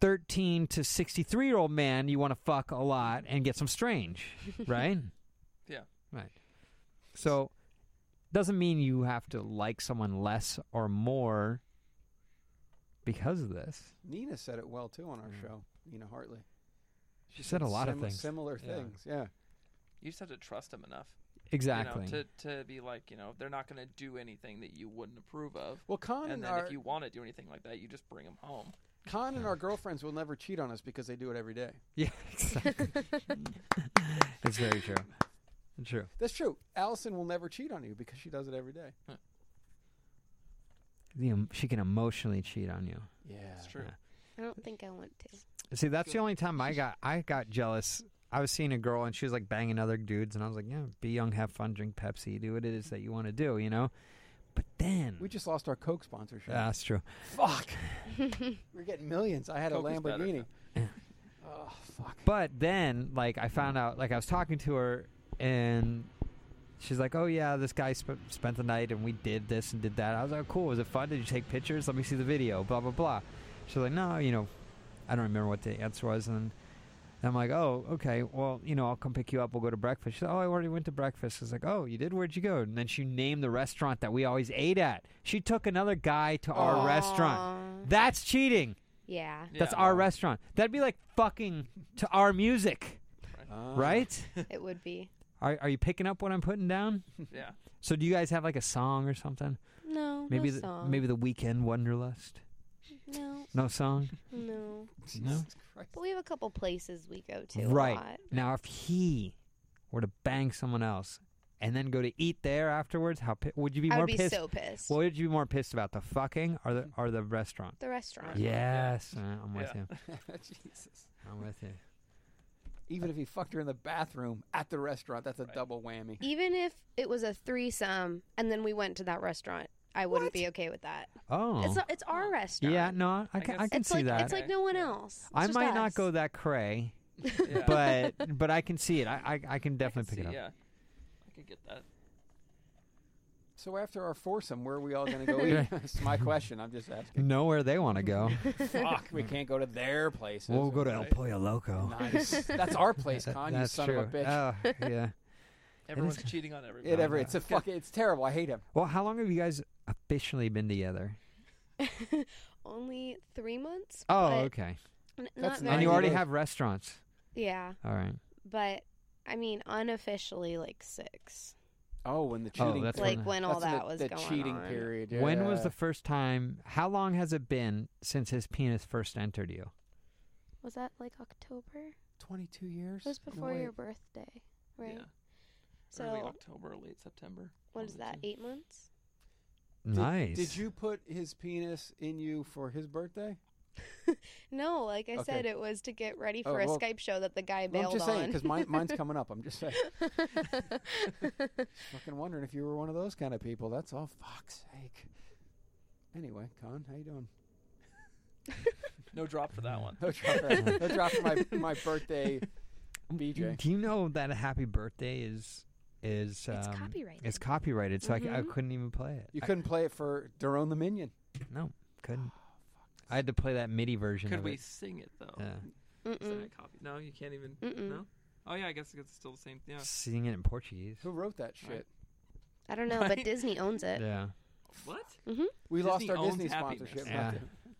[SPEAKER 3] 13 to 63 year old man, you want to fuck a lot and get some strange, right?
[SPEAKER 5] Yeah.
[SPEAKER 3] right. So doesn't mean you have to like someone less or more because of this.
[SPEAKER 2] Nina said it well too on our show. Nina Hartley.
[SPEAKER 3] Mm. She said a lot of
[SPEAKER 2] simi-
[SPEAKER 3] things.
[SPEAKER 2] Similar
[SPEAKER 3] Yeah.
[SPEAKER 2] things. Yeah.
[SPEAKER 5] You just have to trust them enough.
[SPEAKER 3] Exactly.
[SPEAKER 5] You know, to, to be like, you know, they're not going to do anything that you wouldn't approve of.
[SPEAKER 2] Well, Con and
[SPEAKER 5] and then
[SPEAKER 2] our-
[SPEAKER 5] if you want to do anything like that, you just bring them home.
[SPEAKER 2] Con and our girlfriends will never cheat on us because they do it every day.
[SPEAKER 3] Yeah, exactly. it's very true. True.
[SPEAKER 2] That's true. Allison will never cheat on you because she does it every day.
[SPEAKER 3] You know, she can emotionally cheat on you.
[SPEAKER 2] Yeah. It's
[SPEAKER 3] Uh-huh.
[SPEAKER 5] true.
[SPEAKER 4] I don't think I want to.
[SPEAKER 3] See, that's the only time I got I got jealous. I was seeing a girl and she was like banging other dudes, and I was like, "Yeah, be young, have fun, drink Pepsi, do what it is that you want to do," you know. But then
[SPEAKER 2] We just lost our Coke sponsorship.
[SPEAKER 3] Yeah, that's true.
[SPEAKER 2] Fuck. We're getting millions. I had
[SPEAKER 5] Coke
[SPEAKER 2] a
[SPEAKER 5] is better.
[SPEAKER 2] Lamborghini. oh fuck.
[SPEAKER 3] But then, like, I found out, like, I was talking to her, and she's like, "Oh yeah, this guy sp- spent the night, and we did this and did that." I was like, "Cool, was it fun? Did you take pictures? Let me see the video." Blah blah blah. She's like, "No, you know, I don't remember what the answer was." And I'm like, "Oh, okay. Well, you know, I'll come pick you up. We'll go to breakfast." She's like, "Oh, I already went to breakfast." I was like, "Oh, you did? Where'd you go?" And then she named the restaurant that we always ate at. She took another guy to our restaurant. That's cheating.
[SPEAKER 4] Yeah.
[SPEAKER 3] That's our restaurant. That'd be like fucking to our music,
[SPEAKER 2] Uh-huh.
[SPEAKER 3] right?
[SPEAKER 4] it would be.
[SPEAKER 3] Are, are you picking up what I'm putting down?
[SPEAKER 5] Yeah.
[SPEAKER 3] So do you guys have like a song or something?
[SPEAKER 4] No,
[SPEAKER 3] Maybe
[SPEAKER 4] no
[SPEAKER 3] the,
[SPEAKER 4] song.
[SPEAKER 3] maybe the weekend Wonderlust.
[SPEAKER 4] No.
[SPEAKER 3] No song.
[SPEAKER 4] No.
[SPEAKER 3] no.
[SPEAKER 4] But we have a couple places we go to.
[SPEAKER 3] Right
[SPEAKER 4] A lot.
[SPEAKER 3] now, if he were to bang someone else and then go to eat there afterwards, how pi- would you be
[SPEAKER 4] I would
[SPEAKER 3] more
[SPEAKER 4] be
[SPEAKER 3] pissed?
[SPEAKER 4] so pissed.
[SPEAKER 3] What would you be more pissed about, the fucking or the or the restaurant?
[SPEAKER 4] The restaurant.
[SPEAKER 3] Yes, uh, I'm with
[SPEAKER 2] Yeah.
[SPEAKER 3] you.
[SPEAKER 2] Jesus.
[SPEAKER 3] I'm with you.
[SPEAKER 2] Even if he fucked her in the bathroom at the restaurant, that's a double whammy.
[SPEAKER 4] Even if it was a threesome and then we went to that restaurant, I wouldn't be okay with that.
[SPEAKER 3] Oh.
[SPEAKER 4] It's not, it's our restaurant.
[SPEAKER 3] yeah, no, I can, I can
[SPEAKER 4] it's
[SPEAKER 3] see
[SPEAKER 4] like,
[SPEAKER 3] that.
[SPEAKER 4] It's like no one else. It's
[SPEAKER 3] I
[SPEAKER 4] just
[SPEAKER 3] might
[SPEAKER 4] us.
[SPEAKER 3] not go that cray, but but I can see it. I I, I can definitely
[SPEAKER 5] See,
[SPEAKER 3] pick it
[SPEAKER 5] yeah.
[SPEAKER 3] up.
[SPEAKER 5] I could get that.
[SPEAKER 2] So after our foursome, where are we all going to go eat? That's my question. I'm just asking.
[SPEAKER 3] Know where they want to go. Oh.
[SPEAKER 2] Fuck, we can't go to their places.
[SPEAKER 3] We'll go to El
[SPEAKER 2] Right.
[SPEAKER 3] Pollo Loco.
[SPEAKER 2] Nice. That's our place,
[SPEAKER 3] That-
[SPEAKER 2] Con, you
[SPEAKER 3] That's
[SPEAKER 2] son
[SPEAKER 3] true.
[SPEAKER 2] of a bitch.
[SPEAKER 3] Oh, yeah.
[SPEAKER 5] Everyone's
[SPEAKER 3] It is-
[SPEAKER 5] cheating on everybody.
[SPEAKER 2] It ever, it's a fuck, it's terrible. I hate him.
[SPEAKER 3] Well, how long have you guys officially been together?
[SPEAKER 4] Only three months.
[SPEAKER 3] Oh,
[SPEAKER 4] but
[SPEAKER 3] okay.
[SPEAKER 4] n-
[SPEAKER 2] That's
[SPEAKER 4] not
[SPEAKER 2] nice.
[SPEAKER 3] And
[SPEAKER 4] very
[SPEAKER 3] you already
[SPEAKER 4] long.
[SPEAKER 3] have restaurants.
[SPEAKER 4] Yeah,
[SPEAKER 3] All right.
[SPEAKER 4] but I mean unofficially like six.
[SPEAKER 2] Oh, when the
[SPEAKER 3] Oh,
[SPEAKER 2] cheating.
[SPEAKER 3] that's
[SPEAKER 2] period-
[SPEAKER 3] when
[SPEAKER 4] Like, when all
[SPEAKER 2] that's
[SPEAKER 4] that was
[SPEAKER 2] the, the
[SPEAKER 4] going
[SPEAKER 2] cheating
[SPEAKER 4] on.
[SPEAKER 2] period.
[SPEAKER 3] When was
[SPEAKER 2] yeah.
[SPEAKER 3] the first time? How long has it been since his penis first entered you?
[SPEAKER 4] Was that like October?
[SPEAKER 2] 22 years?
[SPEAKER 4] It was
[SPEAKER 2] No,
[SPEAKER 4] before
[SPEAKER 2] wait.
[SPEAKER 4] your birthday, right?
[SPEAKER 5] Yeah. Early
[SPEAKER 4] So
[SPEAKER 5] October, late September.
[SPEAKER 4] what is that? Eight months?
[SPEAKER 2] Did-
[SPEAKER 3] nice.
[SPEAKER 2] Did you put his penis in you for his birthday?
[SPEAKER 4] No, like I
[SPEAKER 2] Okay.
[SPEAKER 4] said, it was to get ready
[SPEAKER 2] Oh,
[SPEAKER 4] for a
[SPEAKER 2] well-
[SPEAKER 4] Skype show that the
[SPEAKER 2] Well,
[SPEAKER 4] guy
[SPEAKER 2] I'm
[SPEAKER 4] bailed
[SPEAKER 2] just
[SPEAKER 4] on.
[SPEAKER 2] saying because mine, mine's coming up. I'm just saying. Fucking wondering if you were one of those kind of people. That's all. Fuck's sake. Anyway, Con, how you doing?
[SPEAKER 5] No drop for that one.
[SPEAKER 2] No drop. for- no drop for my my birthday. BJ.
[SPEAKER 3] Do you know that a happy birthday is is um,
[SPEAKER 4] It's copyrighted.
[SPEAKER 3] It's copyrighted, so I c- I,
[SPEAKER 4] Mhm.
[SPEAKER 3] couldn't even play it.
[SPEAKER 2] You
[SPEAKER 3] I-
[SPEAKER 2] couldn't play it for Daron the Minion.
[SPEAKER 3] no, couldn't. I had to play that MIDI version.
[SPEAKER 5] Could
[SPEAKER 3] of
[SPEAKER 5] we Oh,
[SPEAKER 3] it.
[SPEAKER 5] sing it though?
[SPEAKER 3] Yeah.
[SPEAKER 5] Is that a copy? No, you can't even.
[SPEAKER 4] Mm. Mm-mm.
[SPEAKER 5] No. Oh yeah, I guess it's still the same. Yeah.
[SPEAKER 3] Singing it in Portuguese.
[SPEAKER 2] Who wrote that shit?
[SPEAKER 4] I don't know, but Disney owns it. Mm-hmm.
[SPEAKER 3] Yeah.
[SPEAKER 5] What?
[SPEAKER 4] hmm
[SPEAKER 2] We lost
[SPEAKER 5] Disney
[SPEAKER 2] our
[SPEAKER 5] owns
[SPEAKER 2] Disney
[SPEAKER 5] happiness.
[SPEAKER 2] sponsorship.
[SPEAKER 3] Yeah.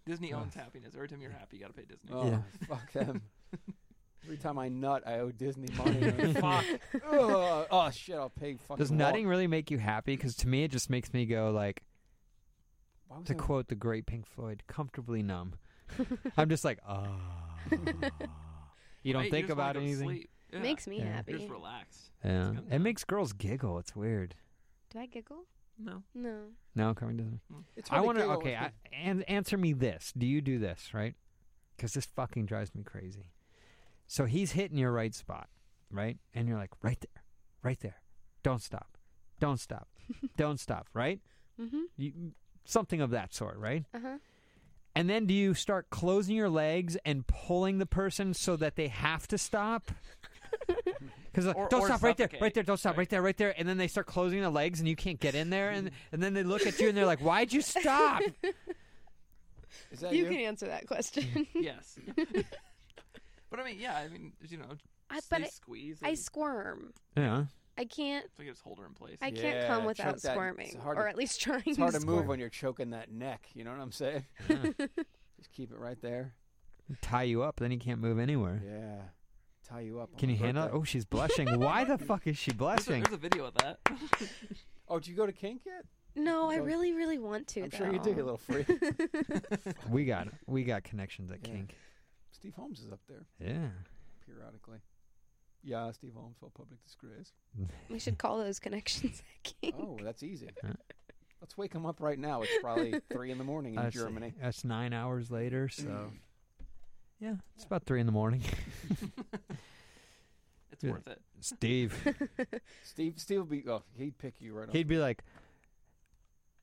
[SPEAKER 5] Disney
[SPEAKER 2] Ugh.
[SPEAKER 5] owns happiness. Every time you're happy, you gotta pay Disney.
[SPEAKER 2] Oh, fuck them. Every time I nut, I owe Disney money. fuck. Ugh. Oh shit! I'll pay fucking.
[SPEAKER 3] Does
[SPEAKER 2] Walt-
[SPEAKER 3] nutting really make you happy? Because to me, it just makes me go like,
[SPEAKER 2] Why was
[SPEAKER 3] to
[SPEAKER 2] I-
[SPEAKER 3] quote the great Pink Floyd, "comfortably numb." I'm just like, ah. you don't
[SPEAKER 5] Right? You
[SPEAKER 3] think
[SPEAKER 5] just wanna
[SPEAKER 3] about
[SPEAKER 5] go to
[SPEAKER 3] anything.
[SPEAKER 5] sleep. Yeah.
[SPEAKER 4] Makes me
[SPEAKER 5] You're
[SPEAKER 4] happy.
[SPEAKER 5] Just relaxed.
[SPEAKER 3] Yeah, it makes girls giggle. It's weird.
[SPEAKER 4] Do I giggle?
[SPEAKER 5] No.
[SPEAKER 4] No.
[SPEAKER 3] No, Carmen doesn't.
[SPEAKER 2] It's
[SPEAKER 3] I
[SPEAKER 2] hard to
[SPEAKER 3] want to.
[SPEAKER 2] giggle
[SPEAKER 3] Okay,
[SPEAKER 2] if
[SPEAKER 3] I, and answer me this: Do you do this right? Because this fucking drives me crazy. So he's hitting your right spot, right? And you're like, right there, right there. Don't stop, don't stop, don't stop. Right?
[SPEAKER 4] Mm-hmm.
[SPEAKER 3] You, something of that sort, right?
[SPEAKER 4] Uh huh.
[SPEAKER 3] And then do you start closing your legs and pulling the person so that they have to stop? Because
[SPEAKER 5] Or-
[SPEAKER 3] don't
[SPEAKER 5] or
[SPEAKER 3] stop right there, right
[SPEAKER 5] suffocate.
[SPEAKER 3] there, don't stop right. there, right there, and then they start closing the legs and you can't get in there, and and then they look at you and they're like, "Why'd you stop?"
[SPEAKER 2] Is that
[SPEAKER 4] you
[SPEAKER 2] you?
[SPEAKER 4] can answer that question.
[SPEAKER 5] yes. but I mean, yeah. I mean, you know,
[SPEAKER 4] I,
[SPEAKER 5] stay
[SPEAKER 4] but I,
[SPEAKER 5] squeeze.
[SPEAKER 4] I
[SPEAKER 5] and-
[SPEAKER 4] squirm.
[SPEAKER 3] Yeah.
[SPEAKER 4] I can't.
[SPEAKER 5] It's like it's hold her in place.
[SPEAKER 4] I can't
[SPEAKER 2] Yeah,
[SPEAKER 4] come
[SPEAKER 2] choke
[SPEAKER 4] without
[SPEAKER 2] that- it's
[SPEAKER 4] squirming,
[SPEAKER 2] hard
[SPEAKER 4] or
[SPEAKER 2] to-
[SPEAKER 4] at least trying.
[SPEAKER 2] It's hard to move
[SPEAKER 4] squirm.
[SPEAKER 2] when you're choking that neck. You know what I'm saying? Just keep it right there.
[SPEAKER 3] tie you up, then you can't move anywhere.
[SPEAKER 2] Yeah. Tie you up. on
[SPEAKER 3] Can
[SPEAKER 2] my
[SPEAKER 3] you handle it?
[SPEAKER 2] birthday.
[SPEAKER 3] Oh, she's blushing. Why the fuck is she
[SPEAKER 5] There's a,
[SPEAKER 3] blushing?
[SPEAKER 5] there's a video of that.
[SPEAKER 2] Oh, did you go to kink yet?
[SPEAKER 4] No, I
[SPEAKER 2] Well,
[SPEAKER 4] really, really want to.
[SPEAKER 2] I'm sure you dig a
[SPEAKER 4] though.
[SPEAKER 2] little free.
[SPEAKER 3] We got we got connections at
[SPEAKER 2] Yeah.
[SPEAKER 3] Kink.
[SPEAKER 2] Steve Holmes is up there
[SPEAKER 3] Yeah.
[SPEAKER 2] periodically. Yeah, Steve Holmes, all public disgrace.
[SPEAKER 4] we should call those connections. I can't.
[SPEAKER 2] Oh, that's easy.
[SPEAKER 3] Yeah.
[SPEAKER 2] Let's wake him up right now. It's probably three in the morning in
[SPEAKER 3] That's,
[SPEAKER 2] Germany.
[SPEAKER 3] That's nine hours later, so
[SPEAKER 2] Mm.
[SPEAKER 3] yeah, it's about three in the morning.
[SPEAKER 5] It's
[SPEAKER 3] Yeah.
[SPEAKER 5] worth it.
[SPEAKER 3] Steve,
[SPEAKER 2] Steve, Steve will be. Oh, he'd pick you right
[SPEAKER 3] he'd
[SPEAKER 2] up.
[SPEAKER 3] be like,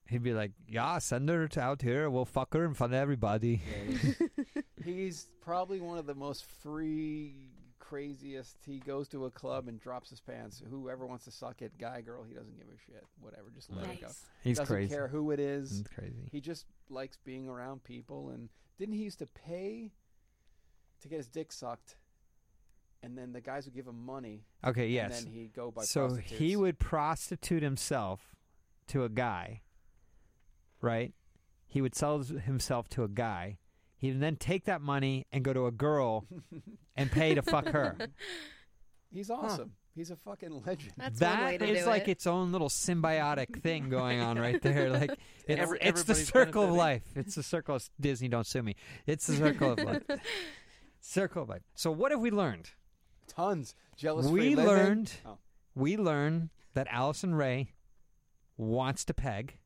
[SPEAKER 3] he'd be like, yeah, send her to out here. We'll fuck her in front of everybody.
[SPEAKER 2] Yeah, he's, he's probably one of the most free, craziest. He goes to a club and drops his pants. Whoever wants to suck it, guy, girl, he doesn't give a shit. Whatever, just let it go.
[SPEAKER 4] nice.
[SPEAKER 3] He's
[SPEAKER 2] doesn't
[SPEAKER 3] crazy.
[SPEAKER 2] care who it is.
[SPEAKER 3] He's crazy.
[SPEAKER 2] He just likes being around people. And didn't he used to pay to get his dick sucked? And then the guys would give him money.
[SPEAKER 3] Okay,
[SPEAKER 2] And
[SPEAKER 3] yes.
[SPEAKER 2] then he'd go by
[SPEAKER 3] So he
[SPEAKER 2] prostitutes.
[SPEAKER 3] would prostitute himself to a guy, right? He would sell himself to a guy. He would then take that money and go to a girl and pay to fuck her.
[SPEAKER 2] He's awesome. He's a fucking legend.
[SPEAKER 4] That's
[SPEAKER 3] That
[SPEAKER 4] one way to
[SPEAKER 3] is
[SPEAKER 4] do
[SPEAKER 3] like
[SPEAKER 4] it.
[SPEAKER 3] its own little symbiotic thing going on right there. Like it's,
[SPEAKER 5] Every-
[SPEAKER 3] it's the
[SPEAKER 5] everybody's
[SPEAKER 3] circle of
[SPEAKER 5] benefiting.
[SPEAKER 3] life. It's the circle of Disney. Don't sue me. It's the circle of life. Circle of life. So what have we learned?
[SPEAKER 2] Tons. Jealous free
[SPEAKER 3] we
[SPEAKER 2] living.
[SPEAKER 3] learned.
[SPEAKER 2] Oh.
[SPEAKER 3] We learn that Allison Ray wants to peg.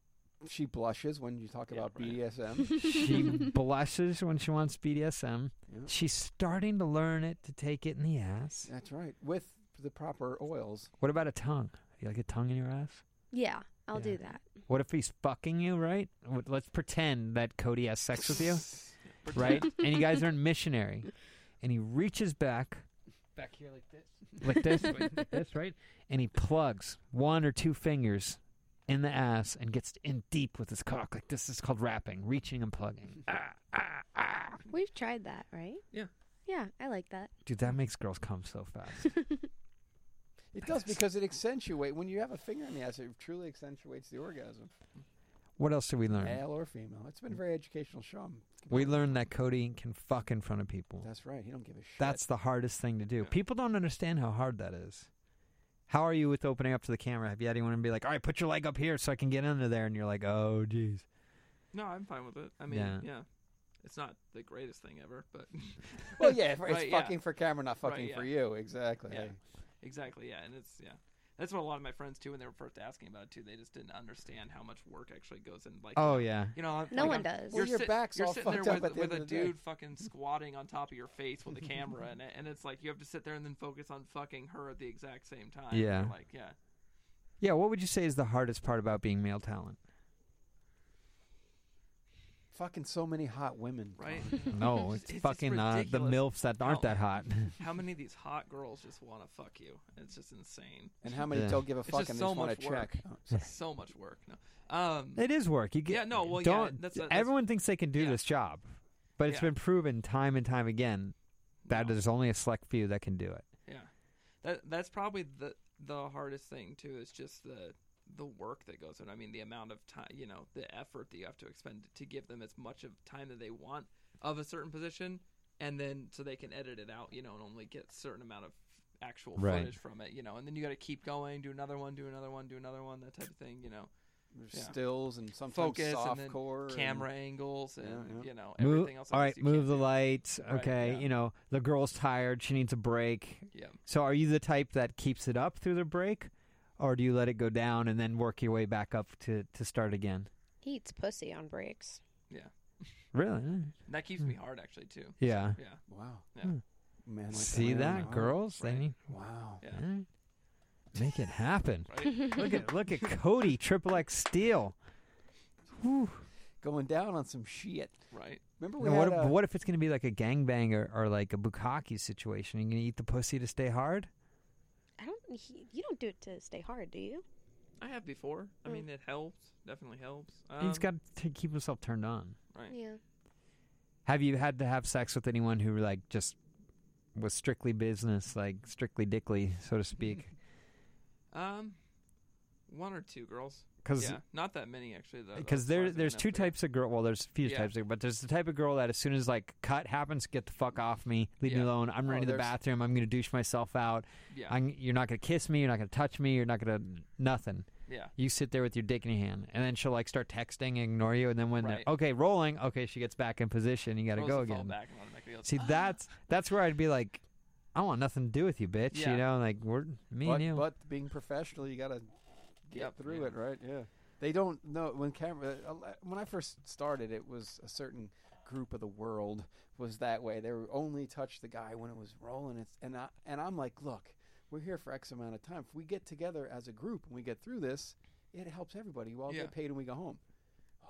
[SPEAKER 2] She blushes when you talk
[SPEAKER 5] Yeah,
[SPEAKER 2] about
[SPEAKER 5] right.
[SPEAKER 2] BDSM.
[SPEAKER 3] She blushes when she wants BDSM.
[SPEAKER 2] Yeah.
[SPEAKER 3] She's starting to learn it to take it in the ass.
[SPEAKER 2] That's right. With the proper oils.
[SPEAKER 3] What about a tongue? You like a tongue in your ass?
[SPEAKER 4] Yeah, I'll
[SPEAKER 3] Yeah.
[SPEAKER 4] do that.
[SPEAKER 3] What if he's fucking you, right? What- Let's pretend that Cody has sex with you, right? and you guys are in missionary. And he reaches back,
[SPEAKER 5] Back here like this.
[SPEAKER 3] like this, like this, right? And he plugs one or two fingers in the ass and gets in deep with his cock. Like this is called wrapping, reaching and plugging. Ah, ah, ah.
[SPEAKER 4] We've tried that, right?
[SPEAKER 5] Yeah.
[SPEAKER 4] Yeah, I like that.
[SPEAKER 3] Dude, that makes girls come so fast.
[SPEAKER 2] It does because it accentuates. When you have a finger in the ass, it truly accentuates the orgasm.
[SPEAKER 3] what else did we learn?
[SPEAKER 2] Male or female. It's been a very educational show. I'm-
[SPEAKER 3] We learned that Cody can fuck in front of people.
[SPEAKER 2] That's right. He don't give a shit.
[SPEAKER 3] That's the hardest thing to do.
[SPEAKER 5] Yeah.
[SPEAKER 3] People don't understand how hard that is. How are you with opening up to the camera? Have you had anyone be like, "All right, put your leg up here so I can get under there," and you're like, "Oh, jeez."
[SPEAKER 5] No, I'm fine with it. I mean,
[SPEAKER 3] Yeah.
[SPEAKER 5] yeah. It's not the greatest thing ever, but
[SPEAKER 2] well, yeah. It's
[SPEAKER 5] Right, yeah.
[SPEAKER 2] fucking for camera, not
[SPEAKER 5] Right,
[SPEAKER 2] fucking
[SPEAKER 5] yeah.
[SPEAKER 2] for you. Exactly.
[SPEAKER 5] Yeah. exactly, yeah, and it's yeah. That's what a lot of my friends too, when they were first asking about it too, they just didn't understand how much work actually goes in. Like,
[SPEAKER 3] Oh yeah.
[SPEAKER 5] you know, I'm-
[SPEAKER 4] No
[SPEAKER 5] like,
[SPEAKER 4] one
[SPEAKER 5] I'm-
[SPEAKER 4] does.
[SPEAKER 2] Well,
[SPEAKER 5] You're
[SPEAKER 2] your
[SPEAKER 5] sit-
[SPEAKER 2] back's
[SPEAKER 5] you're
[SPEAKER 2] all
[SPEAKER 5] sitting there
[SPEAKER 2] fucked up
[SPEAKER 5] with,
[SPEAKER 2] at the
[SPEAKER 5] with
[SPEAKER 2] end
[SPEAKER 5] a
[SPEAKER 2] of the day.
[SPEAKER 5] dude fucking squatting on top of your face with a camera in it, and it's like you have to sit there and then focus on fucking her at the exact same time. You're
[SPEAKER 3] Yeah.
[SPEAKER 5] like yeah,
[SPEAKER 3] Yeah. What would you say is the hardest part about being male talent?
[SPEAKER 2] Fucking so many hot women.
[SPEAKER 5] right.
[SPEAKER 3] No, it's,
[SPEAKER 5] It's- it's
[SPEAKER 3] fucking uh, the
[SPEAKER 5] ridiculous.
[SPEAKER 3] milfs that aren't
[SPEAKER 5] No.
[SPEAKER 3] that hot.
[SPEAKER 5] How many of these hot girls just want to fuck you? It's just insane.
[SPEAKER 2] And how many
[SPEAKER 3] Yeah.
[SPEAKER 2] don't give a
[SPEAKER 5] It's
[SPEAKER 2] fuck
[SPEAKER 5] just
[SPEAKER 2] and they
[SPEAKER 5] so
[SPEAKER 2] just want
[SPEAKER 5] much
[SPEAKER 2] to check?
[SPEAKER 5] work.
[SPEAKER 2] Oh,
[SPEAKER 5] It's just so much work. No. Um,
[SPEAKER 3] it is work. You get.
[SPEAKER 5] Yeah, no, well, yeah,
[SPEAKER 3] don't,
[SPEAKER 5] that's a- that's-
[SPEAKER 3] everyone thinks they can do
[SPEAKER 5] yeah.
[SPEAKER 3] this job, but it's
[SPEAKER 5] Yeah.
[SPEAKER 3] been proven time and time again that
[SPEAKER 5] no.
[SPEAKER 3] there's only a select few that can do it.
[SPEAKER 5] Yeah, that that's probably the the hardest thing too. Is just the the work that goes in. I mean, the amount of time, you know, the effort that you have to expend to give them as much of time that they want of a certain position, and then so they can edit it out, you know, and only get certain amount of actual
[SPEAKER 3] Right.
[SPEAKER 5] footage from it, you know, and then you got to keep going, do another one, do another one, do another one, that type of thing, you know.
[SPEAKER 2] There's
[SPEAKER 5] Yeah.
[SPEAKER 2] stills and sometimes
[SPEAKER 5] Focus and then
[SPEAKER 2] softcore and-
[SPEAKER 5] camera angles, and
[SPEAKER 2] Yeah, yeah.
[SPEAKER 5] you know
[SPEAKER 3] Move-
[SPEAKER 5] everything else.
[SPEAKER 3] all
[SPEAKER 5] on
[SPEAKER 3] right,
[SPEAKER 5] this you
[SPEAKER 3] move
[SPEAKER 5] can't
[SPEAKER 3] the
[SPEAKER 5] do.
[SPEAKER 3] lights.
[SPEAKER 5] Right,
[SPEAKER 3] okay,
[SPEAKER 5] yeah.
[SPEAKER 3] you know the girl's tired; she needs a break.
[SPEAKER 5] Yeah.
[SPEAKER 3] So, are you the type that keeps it up through the break, or do you let it go down and then work your way back up to to start again?
[SPEAKER 4] He eats pussy on breaks.
[SPEAKER 5] Yeah.
[SPEAKER 3] Really?
[SPEAKER 5] And that keeps me hard actually too.
[SPEAKER 3] Yeah.
[SPEAKER 5] Yeah.
[SPEAKER 2] Wow.
[SPEAKER 5] Yeah.
[SPEAKER 3] Hmm.
[SPEAKER 2] Man, like
[SPEAKER 3] See
[SPEAKER 2] the
[SPEAKER 3] that,
[SPEAKER 2] Iron Man.
[SPEAKER 3] girls? They need-
[SPEAKER 2] Wow.
[SPEAKER 5] Yeah.
[SPEAKER 3] Eh, make it happen.
[SPEAKER 5] Right.
[SPEAKER 3] look at look at Cody Triple X Steel.
[SPEAKER 2] Going down on some shit.
[SPEAKER 5] Right.
[SPEAKER 2] Remember we
[SPEAKER 3] And what
[SPEAKER 2] had,
[SPEAKER 3] if,
[SPEAKER 2] uh,
[SPEAKER 3] what if it's going to be like a gangbang or, or like a bukkake situation? You going to eat the pussy to stay hard?
[SPEAKER 4] I don't. He, you don't do it to stay hard, do you?
[SPEAKER 5] I have before. I
[SPEAKER 4] Mm.
[SPEAKER 5] mean, it helps. Definitely helps.
[SPEAKER 3] He's
[SPEAKER 5] Um,
[SPEAKER 3] got to keep himself turned on.
[SPEAKER 5] Right.
[SPEAKER 4] Yeah.
[SPEAKER 3] Have you had to have sex with anyone who like just was strictly business, like strictly dickly, so to
[SPEAKER 5] Mm,
[SPEAKER 3] speak?
[SPEAKER 5] Um, one or two girls.
[SPEAKER 3] 'Cause-
[SPEAKER 5] yeah, not that many actually. though,
[SPEAKER 3] Because
[SPEAKER 5] that's why
[SPEAKER 3] there
[SPEAKER 5] it's like
[SPEAKER 3] there's
[SPEAKER 5] enough
[SPEAKER 3] two
[SPEAKER 5] to-
[SPEAKER 3] types of girl. Well, there's a few
[SPEAKER 5] Yeah.
[SPEAKER 3] types of, but there's the type of girl that as soon as like cut happens, get the fuck off me, leave me
[SPEAKER 5] Yeah.
[SPEAKER 3] alone. I'm
[SPEAKER 2] Oh,
[SPEAKER 3] running to the
[SPEAKER 2] there's-
[SPEAKER 3] bathroom. I'm gonna douche myself out.
[SPEAKER 5] Yeah.
[SPEAKER 3] I'm, you're not gonna kiss me. You're not gonna touch me. You're not gonna nothing.
[SPEAKER 5] Yeah.
[SPEAKER 3] You sit there with your dick in your hand, and then she'll like start texting, and ignore you, and then when they're
[SPEAKER 5] Right.
[SPEAKER 3] okay rolling, okay, she gets back in position. You gotta
[SPEAKER 5] Girls
[SPEAKER 3] go
[SPEAKER 5] will fall
[SPEAKER 3] again.
[SPEAKER 5] back and automatically go,
[SPEAKER 3] See,
[SPEAKER 5] "Ah."
[SPEAKER 3] that's that's where I'd be like, I want nothing to do with you, bitch.
[SPEAKER 5] Yeah.
[SPEAKER 3] You know, like we're me
[SPEAKER 2] but,
[SPEAKER 3] and you.
[SPEAKER 2] but being professional, you got to get
[SPEAKER 5] Yep,
[SPEAKER 2] through
[SPEAKER 5] yeah.
[SPEAKER 2] it, right? Yeah. They don't know when camera. a lo- When I first started, it was a certain group of the world was that way. They were only touch the guy when it was rolling. It's and I and I'm like, look, we're here for X amount of time. If we get together as a group and we get through this, it helps everybody. We all
[SPEAKER 5] Yeah.
[SPEAKER 2] get paid and we go home.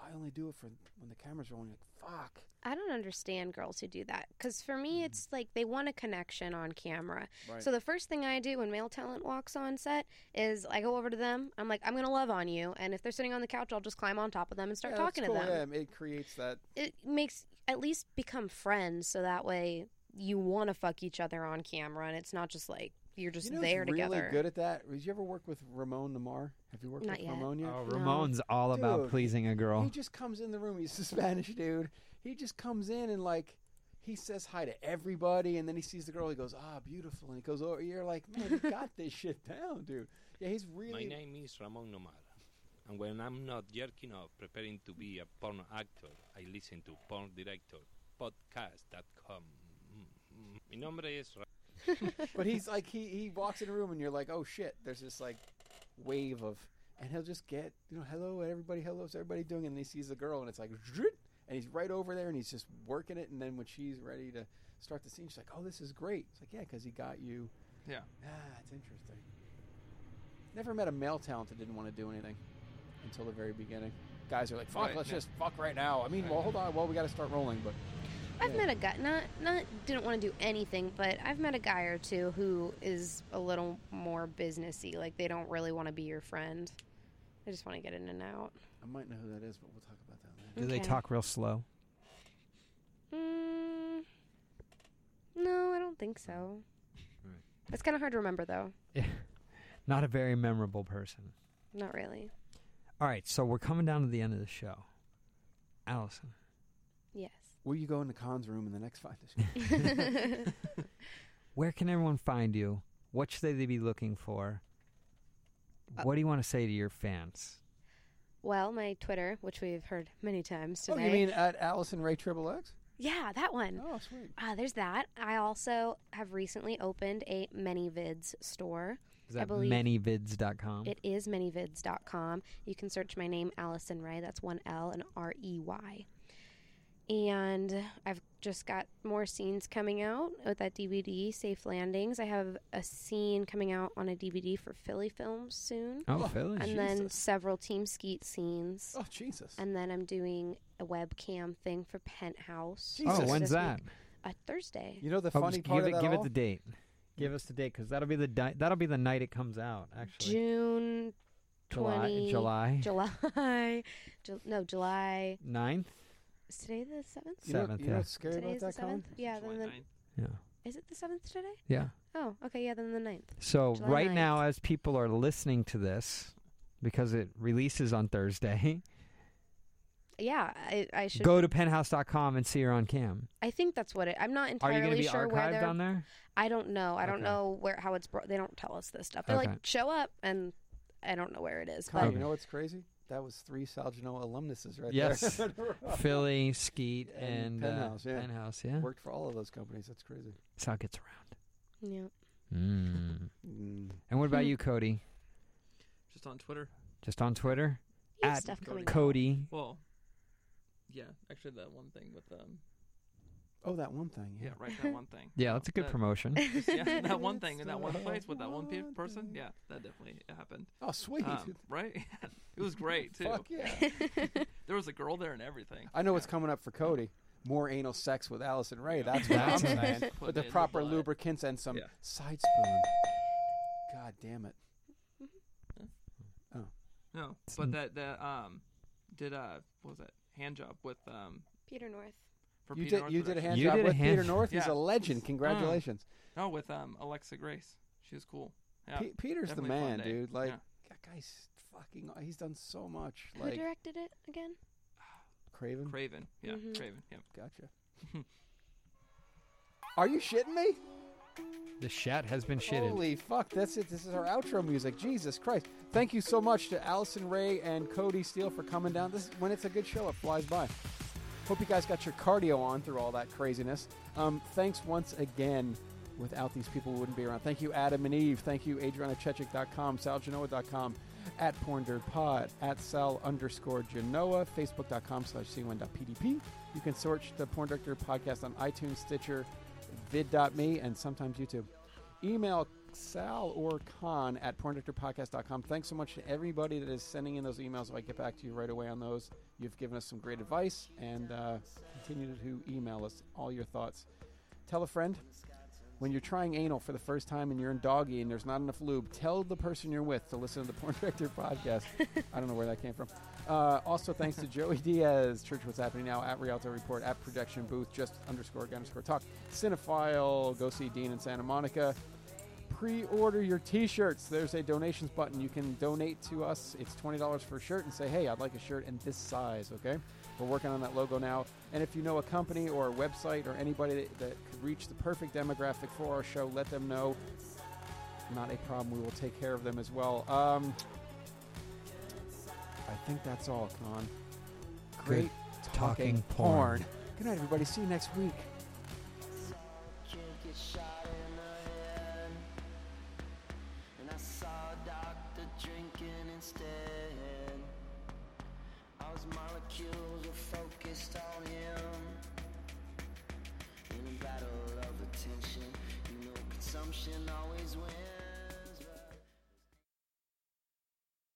[SPEAKER 2] I only do it for when the camera's rolling. Like, fuck.
[SPEAKER 4] I don't understand girls who do that because for me, it's like they want a connection on camera.
[SPEAKER 2] Mm-hmm. Right.
[SPEAKER 4] So the first thing I do when male talent walks on set is I go over to them. I'm like, I'm gonna love on you, and if they're sitting on the couch, I'll just climb on top of them and start
[SPEAKER 2] Yeah, that's
[SPEAKER 4] talking
[SPEAKER 2] cool.
[SPEAKER 4] to them.
[SPEAKER 2] Yeah, it creates that.
[SPEAKER 4] It makes at least become friends, so that way you want to fuck each other on camera, and it's not just like you're just
[SPEAKER 2] you know, who's
[SPEAKER 4] there
[SPEAKER 2] really
[SPEAKER 4] together.
[SPEAKER 2] good at that. Did you ever work with Ramon Namar? Have you worked
[SPEAKER 4] Not
[SPEAKER 2] with
[SPEAKER 4] yet.
[SPEAKER 2] Ramon yet?
[SPEAKER 3] oh,
[SPEAKER 4] No.
[SPEAKER 3] Ramon's all about
[SPEAKER 2] Dude,
[SPEAKER 3] pleasing a girl.
[SPEAKER 2] He just comes in the room. He's a Spanish dude. He just comes in and like he says hi to everybody, and then he sees the girl. He goes, "Ah, beautiful," and he goes, "Oh, you're like, man, you got this shit down, dude." Yeah, he's
[SPEAKER 15] My
[SPEAKER 2] really.
[SPEAKER 15] name is Ramon Nomada, and when I'm not jerking off preparing to be a porn actor, I listen to Porn Director Podcast.com. Mm, mm. Mi nombre es Ra-
[SPEAKER 2] But he's like he he walks in a room, and you're like, "Oh shit!" There's this like wave of, and he'll just get you know, "Hello, everybody. How's everybody doing?" And then he sees the girl, and it's like, "Zhoot," and he's right over there, and he's just working it. And then when she's ready to start the scene, she's like, "Oh, this is great." It's like, "Yeah, because he got you."
[SPEAKER 5] Yeah.
[SPEAKER 2] Ah, it's interesting. Never met a male talent that didn't want to do anything until the very beginning. Guys are like, "Fuck,
[SPEAKER 5] Right,
[SPEAKER 2] let's
[SPEAKER 5] yeah.
[SPEAKER 2] just fuck right now." I mean,
[SPEAKER 5] Right.
[SPEAKER 2] well, hold on, well, we got to start rolling, but
[SPEAKER 4] I've
[SPEAKER 2] Yeah.
[SPEAKER 4] met a guy not not didn't want to do anything, but I've met a guy or two who is a little more businessy. Like they don't really want to be your friend. They just want to get in and out.
[SPEAKER 2] I might know who that is, but we'll talk about that later.
[SPEAKER 3] Do they
[SPEAKER 4] Okay.
[SPEAKER 3] talk real slow?
[SPEAKER 4] Mm, no, I don't think so. It's kind of hard to remember though.
[SPEAKER 3] Not a very memorable person.
[SPEAKER 4] Not really.
[SPEAKER 3] All right, so we're coming down to the end of the show. Allison,
[SPEAKER 4] Yes.
[SPEAKER 2] Will you go into Khan's room in the next five?
[SPEAKER 3] where can everyone find you? What should they be looking for?
[SPEAKER 4] Uh,
[SPEAKER 3] What do you want to say to your fans?
[SPEAKER 4] well, my Twitter, which we've heard many times
[SPEAKER 2] oh,
[SPEAKER 4] today.
[SPEAKER 2] you mean at Allison Ray Triple X?
[SPEAKER 4] yeah, that one.
[SPEAKER 2] Oh, sweet.
[SPEAKER 4] Ah, there's that. I also have recently opened a many vids store.
[SPEAKER 3] Is
[SPEAKER 4] I
[SPEAKER 3] that
[SPEAKER 4] believe
[SPEAKER 3] manyvids.com?
[SPEAKER 4] It is manyvids.com. You can search my name, Allison Ray. That's one L and R E Y. And I've just got more scenes coming out with that DVD, Safe Landings. I have a scene coming out on a DVD for Philly Films soon.
[SPEAKER 3] oh, Philly.
[SPEAKER 4] and then
[SPEAKER 2] Jesus.
[SPEAKER 4] several Team Skeet scenes.
[SPEAKER 2] Oh, Jesus.
[SPEAKER 4] And then I'm doing a webcam thing for Penthouse.
[SPEAKER 2] Jesus.
[SPEAKER 3] Oh,
[SPEAKER 4] later
[SPEAKER 3] when's
[SPEAKER 4] this week.
[SPEAKER 3] that?
[SPEAKER 4] Uh, Thursday.
[SPEAKER 2] You know the
[SPEAKER 3] Oh,
[SPEAKER 2] funny
[SPEAKER 3] just
[SPEAKER 2] part
[SPEAKER 3] give
[SPEAKER 2] of
[SPEAKER 3] it,
[SPEAKER 2] that
[SPEAKER 3] give
[SPEAKER 2] all?
[SPEAKER 3] it the date. Give us the date because that'll be the di- that'll be the night it comes out. Actually,
[SPEAKER 4] June
[SPEAKER 3] July-
[SPEAKER 4] 20
[SPEAKER 3] July?
[SPEAKER 4] July Ju- no July
[SPEAKER 3] ninth,
[SPEAKER 4] is today the 7th
[SPEAKER 2] You know,
[SPEAKER 3] seventh.
[SPEAKER 2] you know
[SPEAKER 3] yeah.
[SPEAKER 2] what's scary
[SPEAKER 4] today
[SPEAKER 2] about
[SPEAKER 4] is the
[SPEAKER 2] that, Colin?
[SPEAKER 4] 7th yeah then the,
[SPEAKER 3] yeah,
[SPEAKER 4] is it the 7th today
[SPEAKER 3] yeah.
[SPEAKER 4] oh okay yeah then the 9th
[SPEAKER 3] So
[SPEAKER 4] July
[SPEAKER 3] right
[SPEAKER 4] 9th.
[SPEAKER 3] now, as people are listening to this, because it releases on Thursday.
[SPEAKER 4] Yeah, I, I should
[SPEAKER 3] Go to penthouse.com and see her on cam.
[SPEAKER 4] I think that's what it. I'm not
[SPEAKER 3] Are you
[SPEAKER 4] entirely
[SPEAKER 3] gonna be
[SPEAKER 4] sure where
[SPEAKER 3] archived
[SPEAKER 4] they're
[SPEAKER 3] on there?
[SPEAKER 4] I don't know. I don't
[SPEAKER 3] Okay.
[SPEAKER 4] know where how it's. Bro- they don't tell us this stuff. They
[SPEAKER 3] Okay.
[SPEAKER 4] like show up and I don't know where it is.
[SPEAKER 2] Connor,
[SPEAKER 4] But
[SPEAKER 2] you know what's crazy? That was three Salgeno alumnuses right
[SPEAKER 3] yes.
[SPEAKER 2] there. in a row.
[SPEAKER 3] Philly, Skeet,
[SPEAKER 2] And
[SPEAKER 3] Oh, and,
[SPEAKER 2] Penthouse,
[SPEAKER 3] uh,
[SPEAKER 2] yeah.
[SPEAKER 3] Penthouse, yeah.
[SPEAKER 2] Worked for all of those companies. That's crazy.
[SPEAKER 3] That's how it gets around.
[SPEAKER 4] yeah.
[SPEAKER 3] Mm.
[SPEAKER 2] Mm.
[SPEAKER 3] And what about
[SPEAKER 5] Hmm.
[SPEAKER 3] you, Cody?
[SPEAKER 5] Just on Twitter.
[SPEAKER 3] Just on Twitter?
[SPEAKER 4] You have
[SPEAKER 3] At
[SPEAKER 4] stuff coming out.
[SPEAKER 3] Cody.
[SPEAKER 5] Well, yeah, actually, that one thing with um,
[SPEAKER 2] Oh, that one thing. Yeah.
[SPEAKER 5] yeah, right, that one thing.
[SPEAKER 3] Yeah, that's a good
[SPEAKER 5] That-
[SPEAKER 3] promotion.
[SPEAKER 5] just, yeah, that one thing in
[SPEAKER 2] That's
[SPEAKER 5] that one
[SPEAKER 2] the
[SPEAKER 5] place with that one pe-
[SPEAKER 2] one
[SPEAKER 5] person.
[SPEAKER 2] thing.
[SPEAKER 5] Yeah, that definitely happened.
[SPEAKER 2] Oh, sweet.
[SPEAKER 5] Um, right? it was great too.
[SPEAKER 2] Fuck yeah.
[SPEAKER 5] There was a girl there and everything.
[SPEAKER 2] I know what's coming up for Cody. More anal sex with Allison Ray. That's what I'm
[SPEAKER 3] That's
[SPEAKER 2] saying. With
[SPEAKER 5] nice.
[SPEAKER 2] the
[SPEAKER 5] Put it in the
[SPEAKER 2] proper
[SPEAKER 5] butt.
[SPEAKER 2] lubricants and some
[SPEAKER 5] Yeah.
[SPEAKER 2] side spoon. God damn it.
[SPEAKER 5] No, but that that um did uh what was that hand job with um
[SPEAKER 4] Peter North.
[SPEAKER 5] for
[SPEAKER 2] You
[SPEAKER 5] Peter
[SPEAKER 2] did,
[SPEAKER 5] North
[SPEAKER 2] you
[SPEAKER 5] was
[SPEAKER 2] did a
[SPEAKER 5] actually-
[SPEAKER 2] hand
[SPEAKER 3] You
[SPEAKER 2] job
[SPEAKER 3] did a
[SPEAKER 2] with
[SPEAKER 3] hand-
[SPEAKER 2] Peter North. He's
[SPEAKER 5] Yeah. Mm.
[SPEAKER 2] a legend. Congratulations.
[SPEAKER 5] No, with um Alexa Grace. She was cool. Yeah.
[SPEAKER 2] Pe- Peter's the
[SPEAKER 5] Definitely a fun
[SPEAKER 2] man,
[SPEAKER 5] day.
[SPEAKER 2] dude. Like
[SPEAKER 5] Yeah.
[SPEAKER 2] that guy's fucking. He's done so much.
[SPEAKER 4] Who
[SPEAKER 2] Like
[SPEAKER 4] directed it again?
[SPEAKER 2] Craven.
[SPEAKER 5] Craven. Yeah,
[SPEAKER 4] Mhm.
[SPEAKER 5] Craven. Yeah.
[SPEAKER 2] Gotcha. Are you shitting me?
[SPEAKER 3] The shat has been shitted.
[SPEAKER 2] Holy fuck! That's it. This is our outro music. Jesus Christ! Thank you so much to Allison Ray and Cody Steele for coming down. This when it's a good show, it flies by. Hope you guys got your cardio on through all that craziness. Um, thanks once again. Without these people, we wouldn't be around. Thank you, Adam and Eve. Thank you, AdrianaChechik.com, SalGenoa.com, at PornDirtPod, at Sal underscore Genoa, Facebook.com slash C1.PDP. You can search the Porn Director podcast on iTunes, Stitcher, vid.me, and sometimes YouTube. Email Sal or Con at porndirectorpodcast.com. Thanks so much to everybody that is sending in those emails. I get back to you right away on those. You've given us some great advice, and uh, continue to email us all your thoughts. Tell a friend. When you're trying anal for the first time and you're in doggy and there's not enough lube, tell the person you're with to listen to the Porn Director podcast. I don't know where that came from. Uh, also, thanks to Joey Diaz, Church What's Happening Now, at Rialto Report, at Projection Booth, just underscore underscore talk, Cinephile, go see Dean in Santa Monica, pre-order your t-shirts there's a donations button you can donate to us it's $20 for a shirt and say hey i'd like a shirt in this size okay we're working on that logo now and if you know a company or a website or anybody that, that could reach the perfect demographic for our show let them know not a problem we will take care of them as well um, i think that's all con great
[SPEAKER 3] Good
[SPEAKER 2] talking,
[SPEAKER 3] talking
[SPEAKER 2] porn.
[SPEAKER 3] porn.
[SPEAKER 2] good night everybody see you next week
[SPEAKER 16] kid get shot in the head. And I saw a doctor drinking instead. All his molecules were focused on him. In a battle of attention, you know consumption always wins.